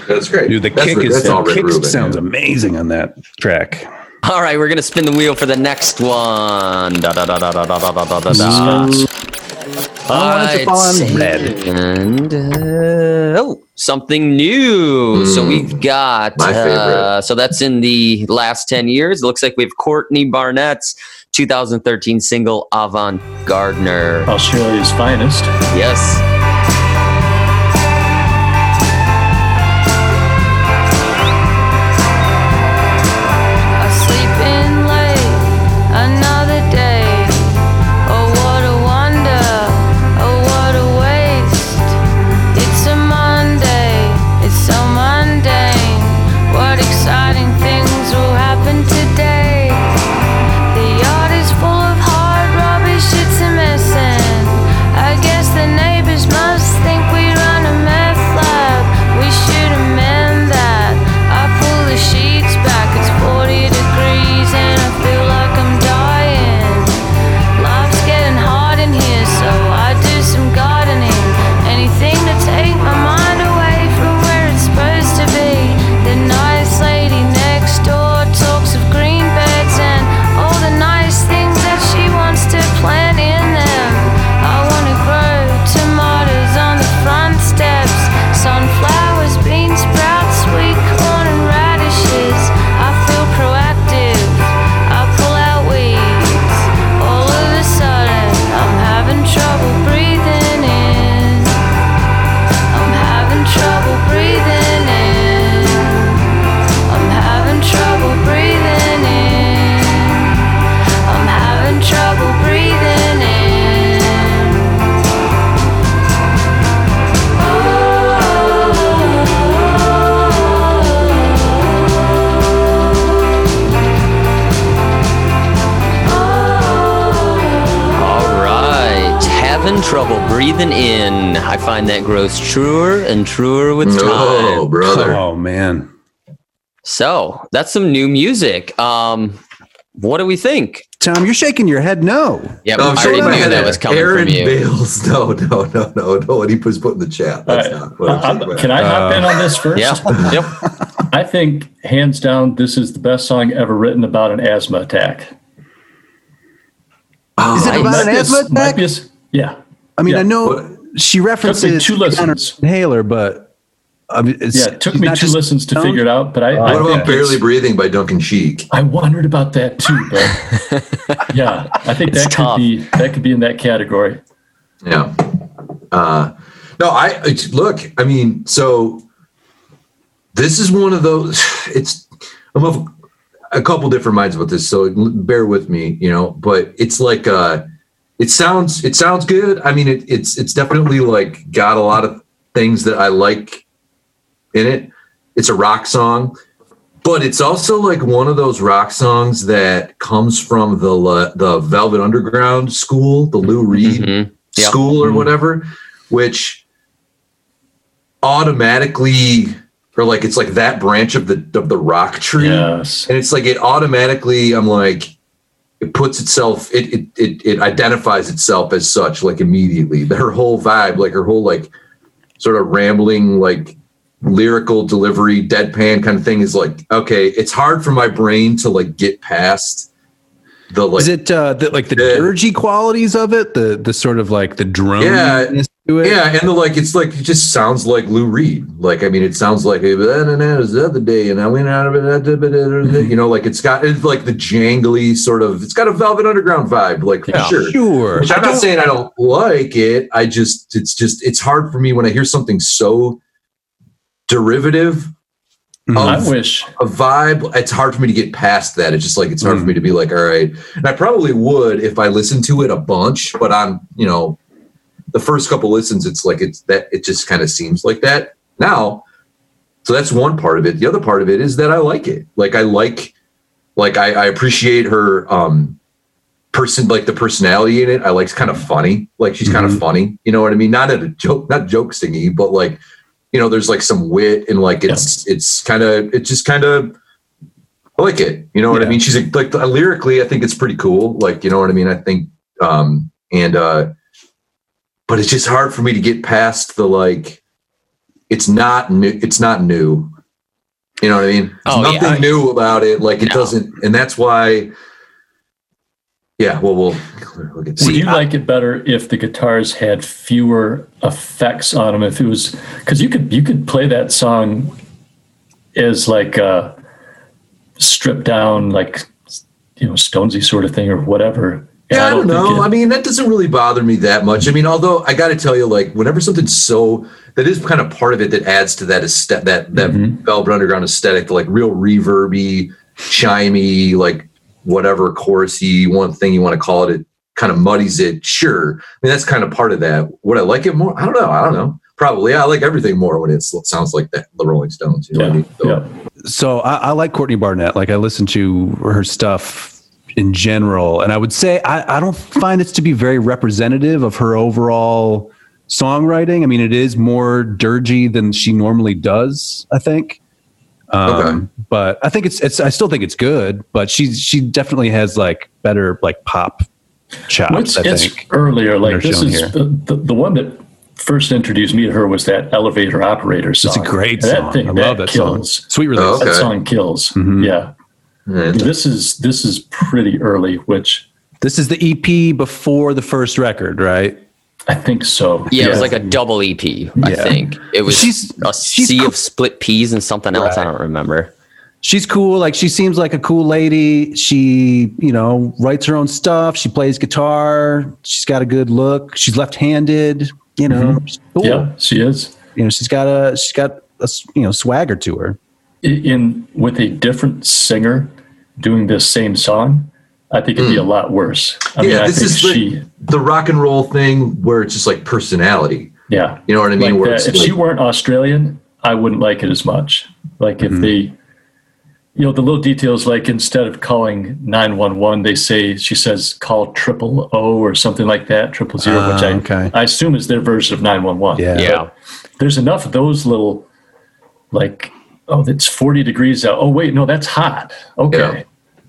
[SPEAKER 6] that's great.
[SPEAKER 4] Dude, the
[SPEAKER 6] that's,
[SPEAKER 4] kick is
[SPEAKER 6] all
[SPEAKER 4] the
[SPEAKER 6] Rick
[SPEAKER 4] kick
[SPEAKER 6] Rubin,
[SPEAKER 4] sounds
[SPEAKER 6] yeah.
[SPEAKER 4] amazing on that track.
[SPEAKER 3] All right, we're gonna spin the wheel for the next one. Da, da, da, da, da, da, da, da, da, da, da.
[SPEAKER 4] Um, I want it to
[SPEAKER 3] Alright,
[SPEAKER 4] fall on red.
[SPEAKER 3] And uh, oh, something new. So
[SPEAKER 6] Mm,
[SPEAKER 3] we've got.
[SPEAKER 6] my favorite.
[SPEAKER 3] Uh, so that's in the last ten years. It looks like we have Courtney Barnett's 2013 single
[SPEAKER 4] Oh.
[SPEAKER 3] "Avant Gardner."
[SPEAKER 5] Australia's finest.
[SPEAKER 3] Yes. breathing in. I find that grows truer and truer with time.
[SPEAKER 6] Oh, brother.
[SPEAKER 4] Oh man.
[SPEAKER 3] So that's some new music. Um, what do we think?
[SPEAKER 4] Tom, you're shaking your head no.
[SPEAKER 3] Yeah,
[SPEAKER 6] No, I'm
[SPEAKER 3] I
[SPEAKER 6] Oh, sure
[SPEAKER 3] already
[SPEAKER 6] not
[SPEAKER 3] knew that
[SPEAKER 6] gonna-
[SPEAKER 3] was coming
[SPEAKER 6] Aaron
[SPEAKER 3] from you.
[SPEAKER 6] Bales. No, no, no, no, no. What he was put in the chat. That's
[SPEAKER 5] All right.
[SPEAKER 6] not what I'm
[SPEAKER 5] I'm-
[SPEAKER 6] talking about.
[SPEAKER 5] can I hop in on this
[SPEAKER 4] Uh,
[SPEAKER 5] first?
[SPEAKER 3] Yeah. yep.
[SPEAKER 5] I think hands down, this is the best song ever written about an asthma attack.
[SPEAKER 6] Oh,
[SPEAKER 4] Is it
[SPEAKER 6] I-
[SPEAKER 4] about
[SPEAKER 5] Might
[SPEAKER 4] an
[SPEAKER 5] be a-
[SPEAKER 4] asthma
[SPEAKER 5] might
[SPEAKER 4] attack?
[SPEAKER 5] be a s- yeah.
[SPEAKER 4] I mean,
[SPEAKER 5] Yeah.
[SPEAKER 4] I know
[SPEAKER 6] What-
[SPEAKER 4] she
[SPEAKER 5] Took me
[SPEAKER 4] references
[SPEAKER 5] two listens.
[SPEAKER 4] inhaler, but I mean, it's,
[SPEAKER 5] Yeah, it took me two listens to figure it out, but I, I
[SPEAKER 6] What
[SPEAKER 5] think
[SPEAKER 6] about Barely
[SPEAKER 5] it's-
[SPEAKER 6] Breathing by Duncan Sheik?
[SPEAKER 5] I wondered about that too, but yeah, I think that could
[SPEAKER 3] tough.
[SPEAKER 5] be that could be in that category.
[SPEAKER 6] Yeah. Uh, no, I it's- look. I mean, so this is one of those. It's I'm of a couple different minds about this, so bear with me, you know. But it's like uh, it sounds it sounds good. I mean, it, it's it's definitely like got a lot of things that I like in it. It's a rock song, but it's also like one of those rock songs that comes from the le- the Velvet Underground school, the Lou Reed
[SPEAKER 3] Mhm. Yep.
[SPEAKER 6] school
[SPEAKER 4] Mm-hmm.
[SPEAKER 6] or whatever, which automatically or like it's like that branch of the of the rock tree.
[SPEAKER 5] Yes.
[SPEAKER 6] And it's like it automatically I'm like it puts itself it it it, it identifies itself as such like immediately. Her whole vibe, like her whole like sort of rambling like lyrical delivery deadpan kind of thing is like okay it's hard for my brain to like get past the like
[SPEAKER 4] Is it uh, the, like the
[SPEAKER 6] Yeah.
[SPEAKER 4] dirgy qualities of it? The the sort of like the drone
[SPEAKER 6] Yeah.
[SPEAKER 4] to it.
[SPEAKER 6] Yeah, and the, like it's like it just sounds like Lou Reed. Like I mean, it sounds like "Hey, but then it was the other day, and I went out of it. uh, da, da, da, da," You know, like it's got it's like the jangly sort of. It's got a Velvet Underground vibe, like for
[SPEAKER 5] Yeah.
[SPEAKER 6] sure.
[SPEAKER 4] Sure.
[SPEAKER 6] Which I'm not saying I don't like it. I just it's just it's hard for me when I hear something so derivative
[SPEAKER 5] I
[SPEAKER 4] Mm-hmm.
[SPEAKER 6] of
[SPEAKER 5] wish
[SPEAKER 6] a vibe. It's hard for me to get past that. It's just like it's hard for me to be like, all right. And I probably would if I listened to it a bunch, but on you know, the first couple listens, it's like it's that it just kind of seems like that now. So that's one part of it. The other part of it is that I like it. Like I like, like I, I appreciate her um person, like the personality in it. I like it's kind of funny. Like she's kind of funny. You know what I mean? Not at a joke, not joke singing, but like you know, there's like some wit and like it's it's kind of it's just kind of I like it. You know what I
[SPEAKER 5] Yeah.
[SPEAKER 6] mean? She's like, like lyrically, I think it's pretty cool. Like you know what I mean? I think um and uh but it's just hard for me to get past the like it's not new it's not new. You know what I mean? There's
[SPEAKER 3] Oh, yeah.
[SPEAKER 6] nothing new about it. Like it
[SPEAKER 3] No.
[SPEAKER 6] doesn't and that's why yeah, well we'll we'll get
[SPEAKER 5] Would
[SPEAKER 6] see.
[SPEAKER 5] you like it better if the guitars had fewer effects on them? If it was because you could you could play that song as like a stripped down, like you know, Stonesy sort of thing or whatever. And
[SPEAKER 6] Yeah, I don't,
[SPEAKER 5] think
[SPEAKER 6] know.
[SPEAKER 5] it-
[SPEAKER 6] I mean, that doesn't really bother me that much. I mean, although I got to tell you, like, whenever something's so that is kind of part of it that adds to that aesthetic, that that
[SPEAKER 5] Mm-hmm.
[SPEAKER 6] Velvet Underground aesthetic, like real reverby, chimey, like whatever chorusy one thing you want to call it, it kind of muddies it. Sure, I mean that's kind of part of that. Would I like it more? I don't know. I don't know. Probably, I like everything more when it's, it sounds like that. The Rolling Stones, you know what I
[SPEAKER 5] yeah,
[SPEAKER 6] mean? So,
[SPEAKER 5] yeah.
[SPEAKER 4] So I, I like Courtney Barnett. Like I listen to her stuff in general, and I would say I, I don't find this to be very representative of her overall songwriting. I mean, it is more dirgy than she normally does. I think. Um,
[SPEAKER 6] Okay.
[SPEAKER 4] But I think it's it's I still think it's good. But she she definitely has like better like pop chops.
[SPEAKER 5] Well, it's,
[SPEAKER 4] I
[SPEAKER 5] it's
[SPEAKER 4] think.
[SPEAKER 5] earlier. Like
[SPEAKER 4] They're
[SPEAKER 5] this
[SPEAKER 4] shown here.
[SPEAKER 5] is the, the, the one that first introduced me to her was that elevator operator song.
[SPEAKER 4] It's a great
[SPEAKER 5] And
[SPEAKER 4] song. I love that
[SPEAKER 5] kills.
[SPEAKER 4] song. Sweet release.
[SPEAKER 6] Oh,
[SPEAKER 5] That
[SPEAKER 6] Okay.
[SPEAKER 5] song kills.
[SPEAKER 4] Mhm.
[SPEAKER 5] Yeah.
[SPEAKER 6] Yeah.
[SPEAKER 5] This is this is pretty early, which
[SPEAKER 4] This is the EP before the first record, right?
[SPEAKER 5] I think so.
[SPEAKER 3] Yeah, it was like a double EP, I
[SPEAKER 4] Yeah.
[SPEAKER 3] think. It was
[SPEAKER 4] She's-
[SPEAKER 3] a
[SPEAKER 4] she's
[SPEAKER 3] sea
[SPEAKER 4] cool.
[SPEAKER 3] of split peas and something else. I don't remember.
[SPEAKER 4] she's cool. Like she seems like a cool lady. She, you know, writes her own stuff. She plays guitar. She's got a good look. She's left-handed. You know, she's cool.
[SPEAKER 5] Mm-hmm. yeah, she is.
[SPEAKER 4] You know, she's got a she's got a s- you know swagger to her.
[SPEAKER 5] in with a different singer doing this same song, I think it'd be a lot worse. I mean,
[SPEAKER 6] Hmm. yeah,
[SPEAKER 5] I
[SPEAKER 6] this
[SPEAKER 5] think
[SPEAKER 6] is
[SPEAKER 5] she,
[SPEAKER 6] the, the rock and roll thing where it's just like personality.
[SPEAKER 5] yeah.
[SPEAKER 6] You know what I mean?
[SPEAKER 5] Like uh,
[SPEAKER 6] Where
[SPEAKER 5] that,
[SPEAKER 6] it's
[SPEAKER 5] if
[SPEAKER 6] like- Hmm.
[SPEAKER 5] she weren't Australian, I wouldn't like it as much. Like if they, you know the little details like instead of calling 911 they say she says call triple o or something like that triple zero which
[SPEAKER 6] Ah,
[SPEAKER 5] I,
[SPEAKER 4] okay.
[SPEAKER 5] I assume is their version of 911
[SPEAKER 4] Yeah.
[SPEAKER 3] Yeah.
[SPEAKER 5] there's enough of those little like oh it's 40 degrees out oh wait no that's hot okay
[SPEAKER 6] Yeah.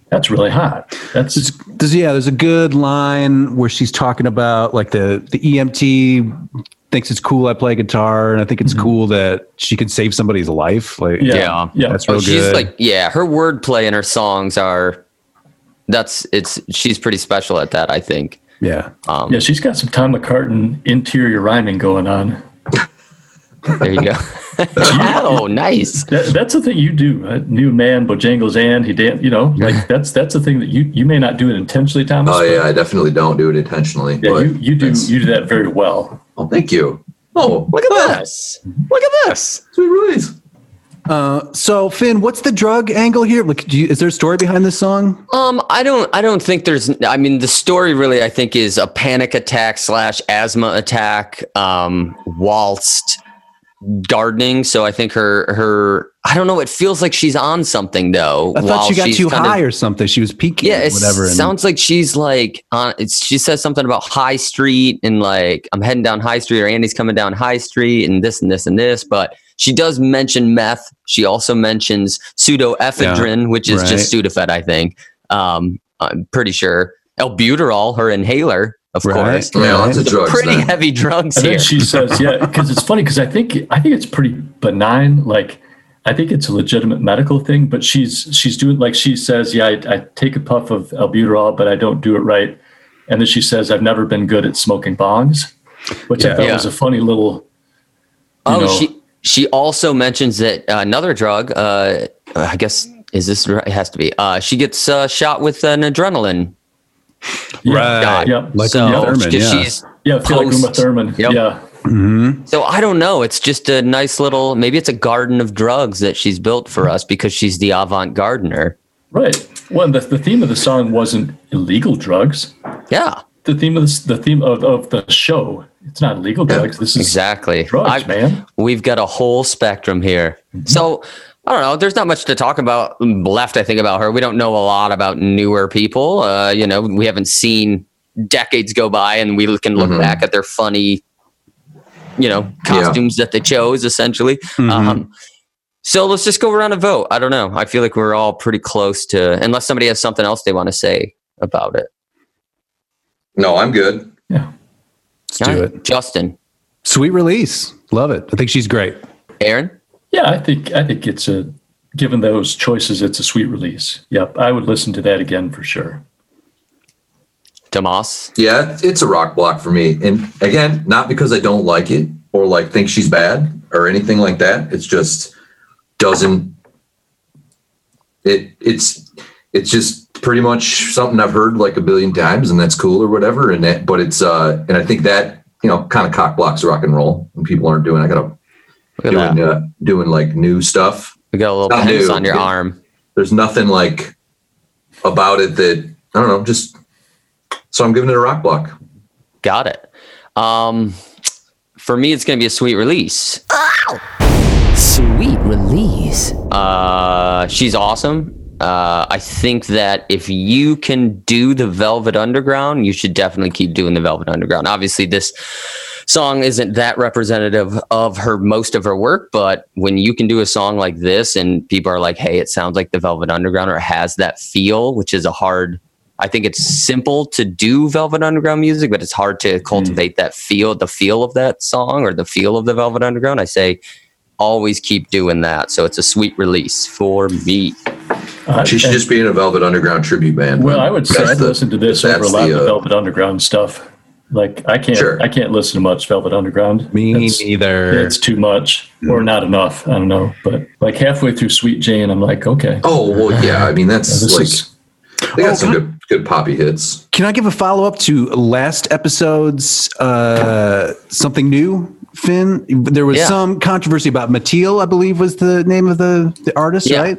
[SPEAKER 5] that's really hot that's
[SPEAKER 4] It's, there's, yeah, there's a good line where she's talking about like the the EMT thinks it's cool I play guitar, and I think it's cool that she can save somebody's life. Like,
[SPEAKER 5] Mm-hmm. yeah
[SPEAKER 3] Yeah.
[SPEAKER 5] yeah,
[SPEAKER 4] that's
[SPEAKER 3] Oh,
[SPEAKER 4] real
[SPEAKER 3] she's
[SPEAKER 4] good.
[SPEAKER 3] like, yeah, her wordplay and her songs are. That's it's. She's pretty special at that, I think. Um,
[SPEAKER 4] yeah,
[SPEAKER 5] yeah she's got some tom mccartan interior rhyming going on
[SPEAKER 3] There you go. oh, nice.
[SPEAKER 5] That, that's the thing you do. A new man, Bojangles, and he dan You know, like that's that's the thing that you you may not do it intentionally, Thomas.
[SPEAKER 6] Oh
[SPEAKER 5] but-
[SPEAKER 6] yeah, I definitely don't do it intentionally.
[SPEAKER 5] yeah.
[SPEAKER 6] but
[SPEAKER 5] You you do
[SPEAKER 6] thanks.
[SPEAKER 5] you do that very well.
[SPEAKER 6] Oh, thank you. Oh, look at that.
[SPEAKER 3] Yes.
[SPEAKER 6] Look at this. Sweet release.
[SPEAKER 4] So Finn, what's the drug angle here? Like, do you, is there a story behind this song?
[SPEAKER 3] Um, I don't. I don't think there's. I mean, the story really, I think, is a panic attack slash asthma attack, um, whilst gardening. So I think her her. I don't know. It feels like she's on something though.
[SPEAKER 4] I thought
[SPEAKER 3] while
[SPEAKER 4] she got
[SPEAKER 3] she's
[SPEAKER 4] too
[SPEAKER 3] kind of-
[SPEAKER 4] high or something. She was peaking,
[SPEAKER 3] yeah,
[SPEAKER 4] yeah,
[SPEAKER 3] it
[SPEAKER 4] whatever. and-
[SPEAKER 3] sounds like she's like on. It's, she says something about High Street and like I'm heading down High Street or Andy's coming down High Street and this and this and this. But she does mention meth. She also mentions pseudoephedrine, which is just Sudafed, I think. Um, I'm pretty sure albuterol, her inhaler, of
[SPEAKER 4] Right.
[SPEAKER 3] course.
[SPEAKER 6] Yeah,
[SPEAKER 4] Right.
[SPEAKER 6] lots of drugs.
[SPEAKER 3] Pretty
[SPEAKER 6] then.
[SPEAKER 3] heavy drugs
[SPEAKER 5] And
[SPEAKER 3] here.
[SPEAKER 5] then she says, yeah, because it's funny because I think I think it's pretty benign. Like I think it's a legitimate medical thing, but she's she's doing like she says, yeah, I, I take a puff of albuterol, but I don't do it right. And then she says, I've never been good at smoking bongs, which I
[SPEAKER 4] Yeah.
[SPEAKER 5] thought
[SPEAKER 3] Yeah.
[SPEAKER 5] was a funny little. you
[SPEAKER 3] Oh,
[SPEAKER 5] know,
[SPEAKER 3] she she also mentions that another drug. Uh, I guess is this right? It has to be. Uh, she gets uh, shot with an adrenaline.
[SPEAKER 5] yeah,
[SPEAKER 4] Right.
[SPEAKER 5] Yep.
[SPEAKER 4] Uh, Like
[SPEAKER 3] so
[SPEAKER 4] Uma Thurman,
[SPEAKER 3] because
[SPEAKER 4] yeah.
[SPEAKER 3] she's
[SPEAKER 5] Yeah, I feel like Uma
[SPEAKER 3] post-
[SPEAKER 5] Thurman.
[SPEAKER 3] Yep.
[SPEAKER 5] Yeah,
[SPEAKER 3] so I don't know. It's just a nice little. Maybe it's a garden of drugs that she's built for us because she's the avant gardener.
[SPEAKER 5] right. Well, the, the theme of the song wasn't illegal drugs.
[SPEAKER 3] Yeah,
[SPEAKER 5] The theme of the, the theme of, of the show. It's not illegal drugs. This is
[SPEAKER 3] exactly.
[SPEAKER 5] drugs,
[SPEAKER 3] I-
[SPEAKER 5] man.
[SPEAKER 3] We've got a whole spectrum here.
[SPEAKER 4] Mm-hmm.
[SPEAKER 3] So I don't know. There's not much to talk about left. I think about her. We don't know a lot about newer people. Uh, you know, we haven't seen decades go by, and we can look
[SPEAKER 4] Mm-hmm.
[SPEAKER 3] back at their funny, you know,
[SPEAKER 6] Yeah.
[SPEAKER 3] costumes that they chose. Essentially,
[SPEAKER 4] Mm-hmm.
[SPEAKER 3] um, so let's just go around and vote. I don't know. I feel like we're all pretty close to, unless somebody has something else they want to say about it.
[SPEAKER 6] No, I'm good.
[SPEAKER 4] Let's do it.
[SPEAKER 3] Justin,
[SPEAKER 4] Sweet release. Love it. I think she's great.
[SPEAKER 3] Aaron.
[SPEAKER 5] Yeah, I think I think it's a given those choices, it's a sweet release. Yep, I would listen to that again for sure.
[SPEAKER 3] Tomas,
[SPEAKER 6] Yeah, it's- it's a rock block for me. And again, not because I don't like it or like think she's bad or anything like that. It's just doesn't it it's it's just pretty much something I've heard like a billion times and that's cool or whatever. And that but it's uh and I think that, you know, kind of cock blocks rock and roll and people aren't doing I gotta
[SPEAKER 3] look at that.
[SPEAKER 6] doing uh, doing like new stuff.
[SPEAKER 3] We got a little
[SPEAKER 6] Not
[SPEAKER 3] pens
[SPEAKER 6] new.
[SPEAKER 3] on your
[SPEAKER 6] Yeah.
[SPEAKER 3] arm.
[SPEAKER 6] There's nothing like about it that I don't know, just so I'm giving it a rock block.
[SPEAKER 3] Got it. Um, for me, it's going to be a sweet release.
[SPEAKER 2] Sweet release.
[SPEAKER 3] Uh, she's awesome. Uh, I think that if you can do the Velvet Underground, you should definitely keep doing the Velvet Underground. Obviously, this song isn't that representative of her most of her work, but when you can do a song like this and people are like, "Hey, it sounds like the Velvet Underground," or it has that feel, which is a hard. I think it's simple to do Velvet Underground music, but it's hard to cultivate that feel, the feel of that song or the feel of the Velvet Underground. I say always keep doing that. So it's a sweet release for me.
[SPEAKER 5] Uh,
[SPEAKER 6] She should
[SPEAKER 5] and-
[SPEAKER 6] just be in a Velvet Underground tribute band.
[SPEAKER 5] well, I would say
[SPEAKER 6] That's
[SPEAKER 5] I'd
[SPEAKER 6] the-
[SPEAKER 5] listen to this
[SPEAKER 6] that's
[SPEAKER 5] over a lot
[SPEAKER 6] the,
[SPEAKER 5] of
[SPEAKER 6] uh,
[SPEAKER 5] the Velvet Underground stuff. Like I can't
[SPEAKER 6] Sure.
[SPEAKER 5] I can't listen to much Velvet Underground.
[SPEAKER 4] Me
[SPEAKER 5] That's-
[SPEAKER 4] neither.
[SPEAKER 5] It's too much
[SPEAKER 6] Mm.
[SPEAKER 5] or not enough. I don't know. But like halfway through Sweet Jane, I'm like, okay.
[SPEAKER 6] Oh well, yeah. I mean, that's
[SPEAKER 5] this
[SPEAKER 6] like
[SPEAKER 5] is
[SPEAKER 6] they got
[SPEAKER 4] Oh,
[SPEAKER 6] some
[SPEAKER 4] can I-
[SPEAKER 6] good good poppy hits.
[SPEAKER 4] Can I give a follow up to last episode's uh, something new, Finn? There was
[SPEAKER 3] Yeah.
[SPEAKER 4] some controversy about Matil, I believe was the name of the, the artist,
[SPEAKER 3] Yeah.
[SPEAKER 4] right?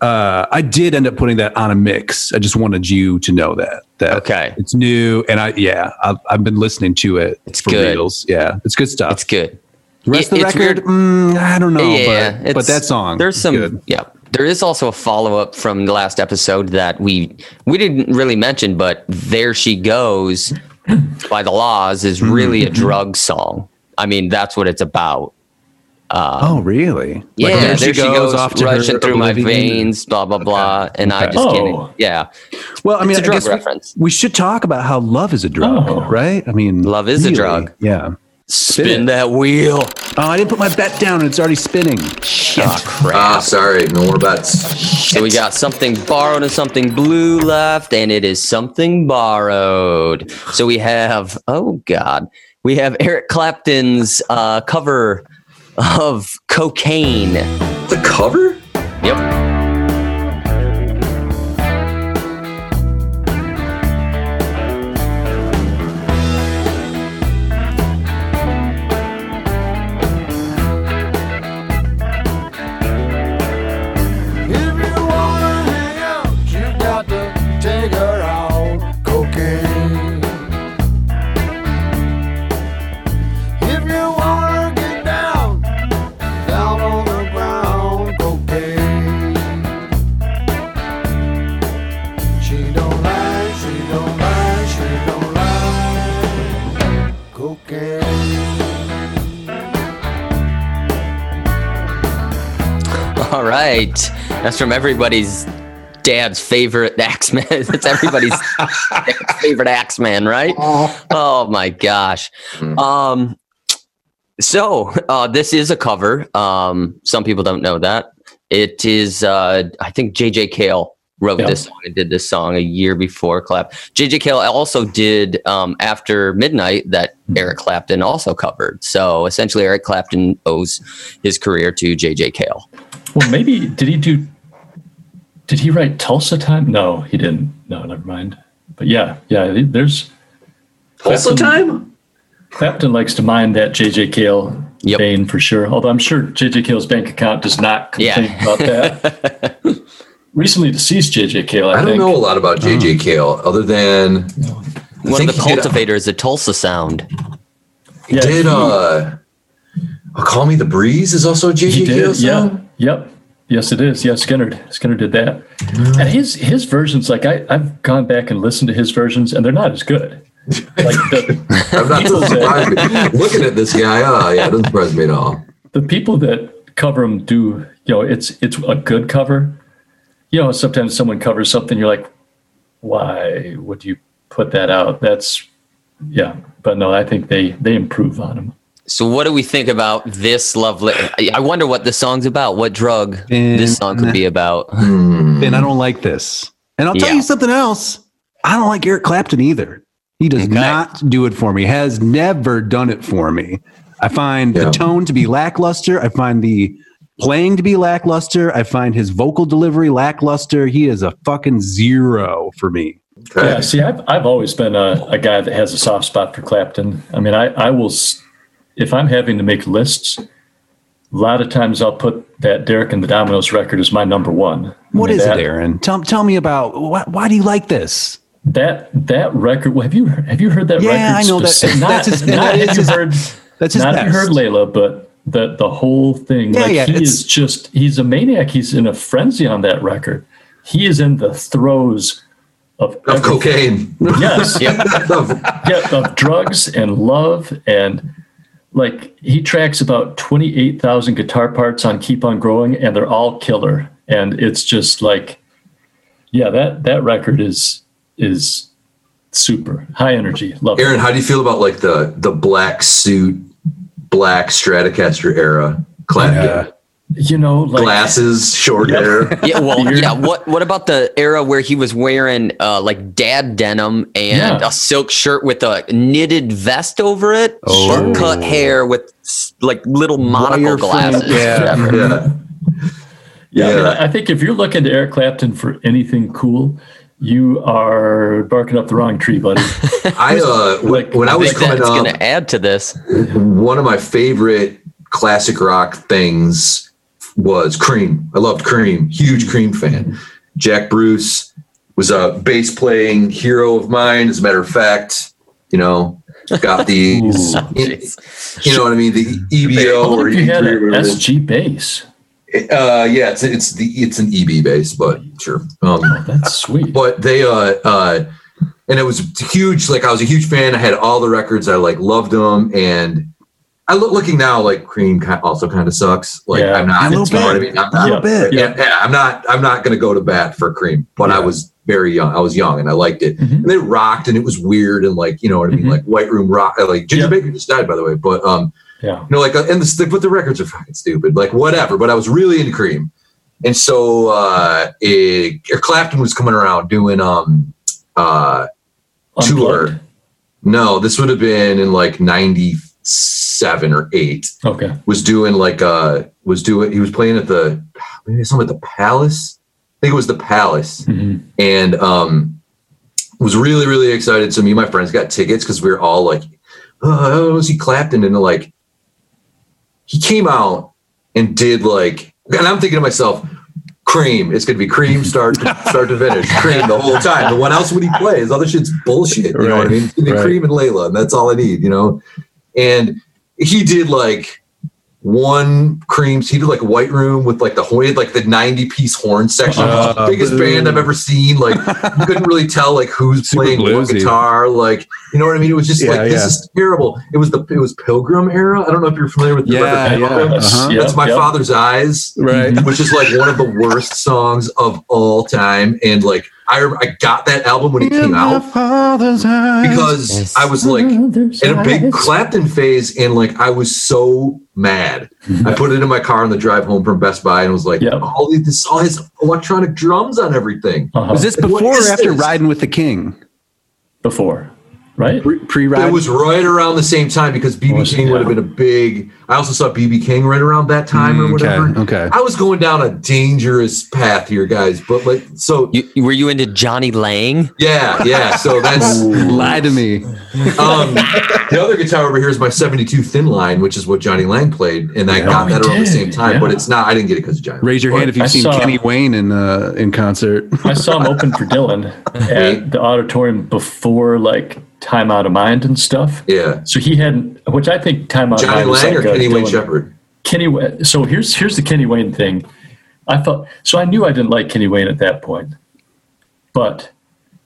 [SPEAKER 4] Uh, I did end up putting that on a mix. I just wanted you to know that that
[SPEAKER 3] Okay.
[SPEAKER 4] it's new, and I yeah, I've, I've been listening to it.
[SPEAKER 3] It's good.
[SPEAKER 4] reals. Yeah, it's good stuff.
[SPEAKER 3] It's good.
[SPEAKER 4] Rest of the
[SPEAKER 3] it's weird.
[SPEAKER 4] record, mm, I don't know,
[SPEAKER 3] yeah,
[SPEAKER 4] but, but
[SPEAKER 3] it's-
[SPEAKER 4] that song
[SPEAKER 3] There's
[SPEAKER 4] is
[SPEAKER 3] some.
[SPEAKER 4] good.
[SPEAKER 3] Yeah, There is also a follow up from the last episode that we we didn't really mention, but "There She Goes" by the Laws
[SPEAKER 4] Mm-hmm.
[SPEAKER 3] is really a drug song. I mean, that's what it's about.
[SPEAKER 4] oh, really?
[SPEAKER 3] uh, Yeah,
[SPEAKER 4] Like,
[SPEAKER 3] there, she goes, rushing
[SPEAKER 4] her
[SPEAKER 3] through my
[SPEAKER 4] living in-
[SPEAKER 3] veins, blah blah blah, and I just
[SPEAKER 5] Oh.
[SPEAKER 3] can't. Yeah,
[SPEAKER 4] Well, I mean,
[SPEAKER 3] It's a
[SPEAKER 4] I
[SPEAKER 3] drug
[SPEAKER 4] guess we-
[SPEAKER 3] reference.
[SPEAKER 4] We, should talk about how love is a drug,
[SPEAKER 5] Oh.
[SPEAKER 4] right? I mean,
[SPEAKER 3] Love is a drug.
[SPEAKER 4] Yeah.
[SPEAKER 3] spin,
[SPEAKER 4] it.
[SPEAKER 3] that wheel.
[SPEAKER 4] Oh, I didn't put my bet down. and It's already spinning. Shit.
[SPEAKER 3] Ah, crap.
[SPEAKER 6] Ah, sorry, no more bets.
[SPEAKER 3] So we got something borrowed and something blue left, and it is something borrowed. So we have, oh God, we have Eric Clapton's uh, cover of Cocaine.
[SPEAKER 6] The cover?
[SPEAKER 3] Yep.
[SPEAKER 7] If you wanna hang out, you got to take her out cocaine. If you wanna get down, down on the ground cocaine. She don't lie, she don't lie, she don't lie. Cocaine.
[SPEAKER 3] All right. That's from everybody's dad's favorite Axeman. That's everybody's dad's favorite Axeman, right? Oh my gosh. Um, so uh, this is a cover. Um, some people don't know that. It is, uh, I think JJ Cale wrote
[SPEAKER 5] Yeah.
[SPEAKER 3] this song and did this song a year before Clap. JJ Cale also did um, After Midnight that Eric Clapton also covered. So essentially, Eric Clapton owes his career to JJ Cale.
[SPEAKER 5] Well, maybe did he do? Did he write Tulsa Time? No, he didn't. No, never mind. But yeah, yeah. There's
[SPEAKER 6] Tulsa
[SPEAKER 5] Clapton-
[SPEAKER 6] time?
[SPEAKER 5] Clapton likes to mine that JJ Cale
[SPEAKER 3] Yep.
[SPEAKER 5] vein for sure. Although I'm sure JJ Cale's bank account does not complain
[SPEAKER 3] Yeah.
[SPEAKER 5] about that. Recently deceased JJ Cale, I,
[SPEAKER 6] I don't
[SPEAKER 5] think. Oh.
[SPEAKER 6] know a lot about JJ Cale other than
[SPEAKER 3] One of
[SPEAKER 6] think
[SPEAKER 3] the
[SPEAKER 6] he did a-
[SPEAKER 3] cultivators of Tulsa Sound.
[SPEAKER 6] he
[SPEAKER 5] Yeah,
[SPEAKER 6] did
[SPEAKER 5] he-
[SPEAKER 6] uh Call Me the Breeze is also a
[SPEAKER 5] He
[SPEAKER 6] JJ Cale
[SPEAKER 5] did. Yeah.
[SPEAKER 6] song.
[SPEAKER 5] Yep. Yes, it is. Yeah, Skinner. Skinner did that. And his his versions, like I, I've gone back and listened to his versions, and they're not as good. Like the,
[SPEAKER 6] I'm not so
[SPEAKER 5] People say-
[SPEAKER 6] surprised. Looking at this guy, ah, yeah, it doesn't surprise me at all.
[SPEAKER 5] the people that cover them do, you know, it's it's a good cover. You know, sometimes someone covers something, you're like, why would you put that out? That's yeah. But no, I think they they improve on them.
[SPEAKER 3] So, what do we think about this lovely? I- I wonder what this song's about. What drug this song could be about?
[SPEAKER 4] And I don't like this. And I'll tell
[SPEAKER 3] Yeah.
[SPEAKER 4] you something else. I don't like Eric Clapton either. He does not do it for me. Has never done it for me. I find
[SPEAKER 6] Yeah.
[SPEAKER 4] the tone to be lackluster. I find the playing to be lackluster. I find his vocal delivery lackluster. He is a fucking zero for me.
[SPEAKER 6] Okay.
[SPEAKER 5] Yeah, see, I've, I've always been a, a guy that has a soft spot for Clapton. I mean, I, I will, s- if I'm having to make lists, a lot of times I'll put that Derek and the Dominoes record as my number one.
[SPEAKER 4] What is
[SPEAKER 5] that,
[SPEAKER 4] it, Aaron? Tell, tell me about why, why do you like this?
[SPEAKER 5] That that record. Well, have you have you heard that
[SPEAKER 4] Yeah,
[SPEAKER 5] record?
[SPEAKER 4] I know that-
[SPEAKER 5] speci- Not,
[SPEAKER 4] that's his-
[SPEAKER 5] not
[SPEAKER 4] that
[SPEAKER 5] have
[SPEAKER 4] is
[SPEAKER 5] you
[SPEAKER 4] his-
[SPEAKER 5] heard.
[SPEAKER 4] That's his
[SPEAKER 5] not have you
[SPEAKER 4] best.
[SPEAKER 5] heard Layla, but the the whole thing.
[SPEAKER 4] Yeah,
[SPEAKER 5] like
[SPEAKER 4] yeah,
[SPEAKER 5] he
[SPEAKER 4] it's-
[SPEAKER 5] is just he's a maniac. He's in a frenzy on that record. He is in the throes of,
[SPEAKER 6] Of
[SPEAKER 5] everything.
[SPEAKER 6] cocaine.
[SPEAKER 5] Yes.
[SPEAKER 6] Of-
[SPEAKER 5] yeah, of drugs and love and like he tracks about 28,000 guitar parts on Keep on Growing and they're all killer and it's just like yeah, that that record is is super high energy. Love it.
[SPEAKER 6] Aaron, how do you feel about like the the black suit, black Stratocaster era? Clapton?
[SPEAKER 5] You know, like
[SPEAKER 6] Glasses, short hair.
[SPEAKER 3] Yeah, well, yeah. What What about the era where he was wearing uh, like dad denim and
[SPEAKER 5] Yeah.
[SPEAKER 3] a silk shirt with a knitted vest over it,
[SPEAKER 4] Oh.
[SPEAKER 3] short cut hair with s- like little monocle
[SPEAKER 4] Wireframe,
[SPEAKER 3] glasses?
[SPEAKER 4] yeah.
[SPEAKER 3] whatever.
[SPEAKER 6] Yeah.
[SPEAKER 5] Yeah, I, mean,
[SPEAKER 6] Yeah.
[SPEAKER 5] I think if you're looking to Eric Clapton for anything cool, you are barking up the wrong tree, buddy.
[SPEAKER 6] I uh when, when I
[SPEAKER 3] I
[SPEAKER 6] was
[SPEAKER 3] think that's
[SPEAKER 6] coming
[SPEAKER 3] going
[SPEAKER 6] up,
[SPEAKER 3] to add to this.
[SPEAKER 6] one of my favorite classic rock things was Cream. I loved Cream. Huge Cream fan. Jack Bruce was a bass playing hero of mine. As a matter of fact, you know, got these. you know what I mean? The EBO
[SPEAKER 5] What
[SPEAKER 6] or
[SPEAKER 5] if you
[SPEAKER 6] E3
[SPEAKER 5] had
[SPEAKER 6] or
[SPEAKER 5] an
[SPEAKER 6] whatever it is.
[SPEAKER 5] SG bass.
[SPEAKER 6] Uh, yeah, it's it's the it's an EB bass, but sure. Um,
[SPEAKER 5] That's sweet.
[SPEAKER 6] but they uh uh and it was huge like i was a huge fan i had all the records i like loved them and i look looking now like cream ki- also kind of sucks like
[SPEAKER 5] Yeah.
[SPEAKER 6] i'm not
[SPEAKER 4] A little
[SPEAKER 6] you know what I mean? I'm not-
[SPEAKER 4] little bit.
[SPEAKER 5] Yeah.
[SPEAKER 6] yeah, yeah, i'm not i'm not gonna go to bat for cream but i
[SPEAKER 5] Yeah.
[SPEAKER 6] was very young i was young and i liked it
[SPEAKER 5] Mhm.
[SPEAKER 6] and they rocked and it was weird and like you know what i mean
[SPEAKER 5] Mhm.
[SPEAKER 6] like white room rock like ginger
[SPEAKER 5] Yeah.
[SPEAKER 6] baker just died by the way but um
[SPEAKER 5] Yeah.
[SPEAKER 6] you know, like, uh, and the, but the records are fucking stupid, like whatever. But I was really into Cream, and so uh, it, Clapton was coming around doing um uh
[SPEAKER 5] Unplugged?
[SPEAKER 6] no, this would have been in like '97 or eight.
[SPEAKER 5] Okay.
[SPEAKER 6] Was doing like uh was doing he was playing at the maybe something at the Palace. I think it was the Palace
[SPEAKER 5] Mhm.
[SPEAKER 6] and um was really really excited so me and my friends got tickets because we were all like oh I wanna see clapton and like he came out and did like and i'm thinking to myself cream it's gonna be cream start start to finish cream the whole time the one else would he play his other shit's bullshit you know what i
[SPEAKER 4] Right,
[SPEAKER 6] mean It's gonna be
[SPEAKER 4] right.
[SPEAKER 6] cream and layla and that's all i need you know and he did like one creams he did like a white room with like the ho- he had, like the 90 piece horn section
[SPEAKER 4] Uh,
[SPEAKER 6] biggest
[SPEAKER 4] boo.
[SPEAKER 6] band i've ever seen like you couldn't really tell like who's
[SPEAKER 4] Super
[SPEAKER 6] playing what
[SPEAKER 4] bluesy.
[SPEAKER 6] guitar like you know what i mean it was just
[SPEAKER 4] Yeah,
[SPEAKER 6] like this
[SPEAKER 4] yeah.
[SPEAKER 6] is terrible it was the it was pilgrim era i don't know if you're familiar with the
[SPEAKER 4] Yeah,
[SPEAKER 6] record
[SPEAKER 4] yeah.
[SPEAKER 6] Pilgrim.
[SPEAKER 4] Uh-huh.
[SPEAKER 5] Yep,
[SPEAKER 6] that's my
[SPEAKER 5] yep.
[SPEAKER 6] father's eyes
[SPEAKER 4] Right.
[SPEAKER 5] Mm-hmm.
[SPEAKER 6] which is like one of the worst songs of all time and like i rem- i got that album when it came out because
[SPEAKER 1] Yes.
[SPEAKER 6] i was like
[SPEAKER 5] There's
[SPEAKER 6] in a big
[SPEAKER 5] eyes.
[SPEAKER 6] Clapton phase, and like I was so mad. I put it in my car on the drive home from Best Buy, and was like,
[SPEAKER 5] Mm-hmm. Yeah.
[SPEAKER 6] all these, this, all his electronic drums on everything.
[SPEAKER 5] Uh-huh.
[SPEAKER 4] Was this
[SPEAKER 6] What
[SPEAKER 4] before
[SPEAKER 6] is
[SPEAKER 4] or after
[SPEAKER 6] this?
[SPEAKER 4] Riding with the King?
[SPEAKER 5] before? Right?
[SPEAKER 4] Pre
[SPEAKER 6] It
[SPEAKER 4] ride.
[SPEAKER 6] was right around the same time because BB
[SPEAKER 5] Was it?
[SPEAKER 6] King would have been a big. I also saw BB King right around that time
[SPEAKER 5] Mm,
[SPEAKER 6] or
[SPEAKER 4] okay.
[SPEAKER 6] whatever.
[SPEAKER 4] Okay.
[SPEAKER 6] I was going down a dangerous path here, guys. But like, so
[SPEAKER 3] You-
[SPEAKER 1] Were you into Johnny Lang?
[SPEAKER 6] yeah, yeah. So that's
[SPEAKER 4] Lie to me.
[SPEAKER 6] um, the other guitar over here is my 72 thin line, which is what Johnny Lang played, and I
[SPEAKER 5] Yeah.
[SPEAKER 6] got
[SPEAKER 5] Oh,
[SPEAKER 6] that
[SPEAKER 5] he
[SPEAKER 6] around the
[SPEAKER 5] did.
[SPEAKER 6] same time. But
[SPEAKER 5] Yeah.
[SPEAKER 6] it's not. I didn't get it because of Johnny.
[SPEAKER 4] Raise your
[SPEAKER 6] But-
[SPEAKER 4] hand if you've
[SPEAKER 5] I
[SPEAKER 4] seen
[SPEAKER 5] saw-
[SPEAKER 4] Kenny Wayne in uh, in concert.
[SPEAKER 5] I saw him open for Dylan at the auditorium before like Time Out of Mind and stuff.
[SPEAKER 6] Yeah.
[SPEAKER 5] So he hadn't, which I think Time Out
[SPEAKER 6] Johnny
[SPEAKER 5] of Mind was
[SPEAKER 6] Lang or
[SPEAKER 5] like a
[SPEAKER 6] Kenny Wayne
[SPEAKER 5] Dylan-
[SPEAKER 6] Shepherd?
[SPEAKER 5] Kenny. Wa- So here's here's the Kenny Wayne thing. I thought so. I knew I didn't like Kenny Wayne at that point, but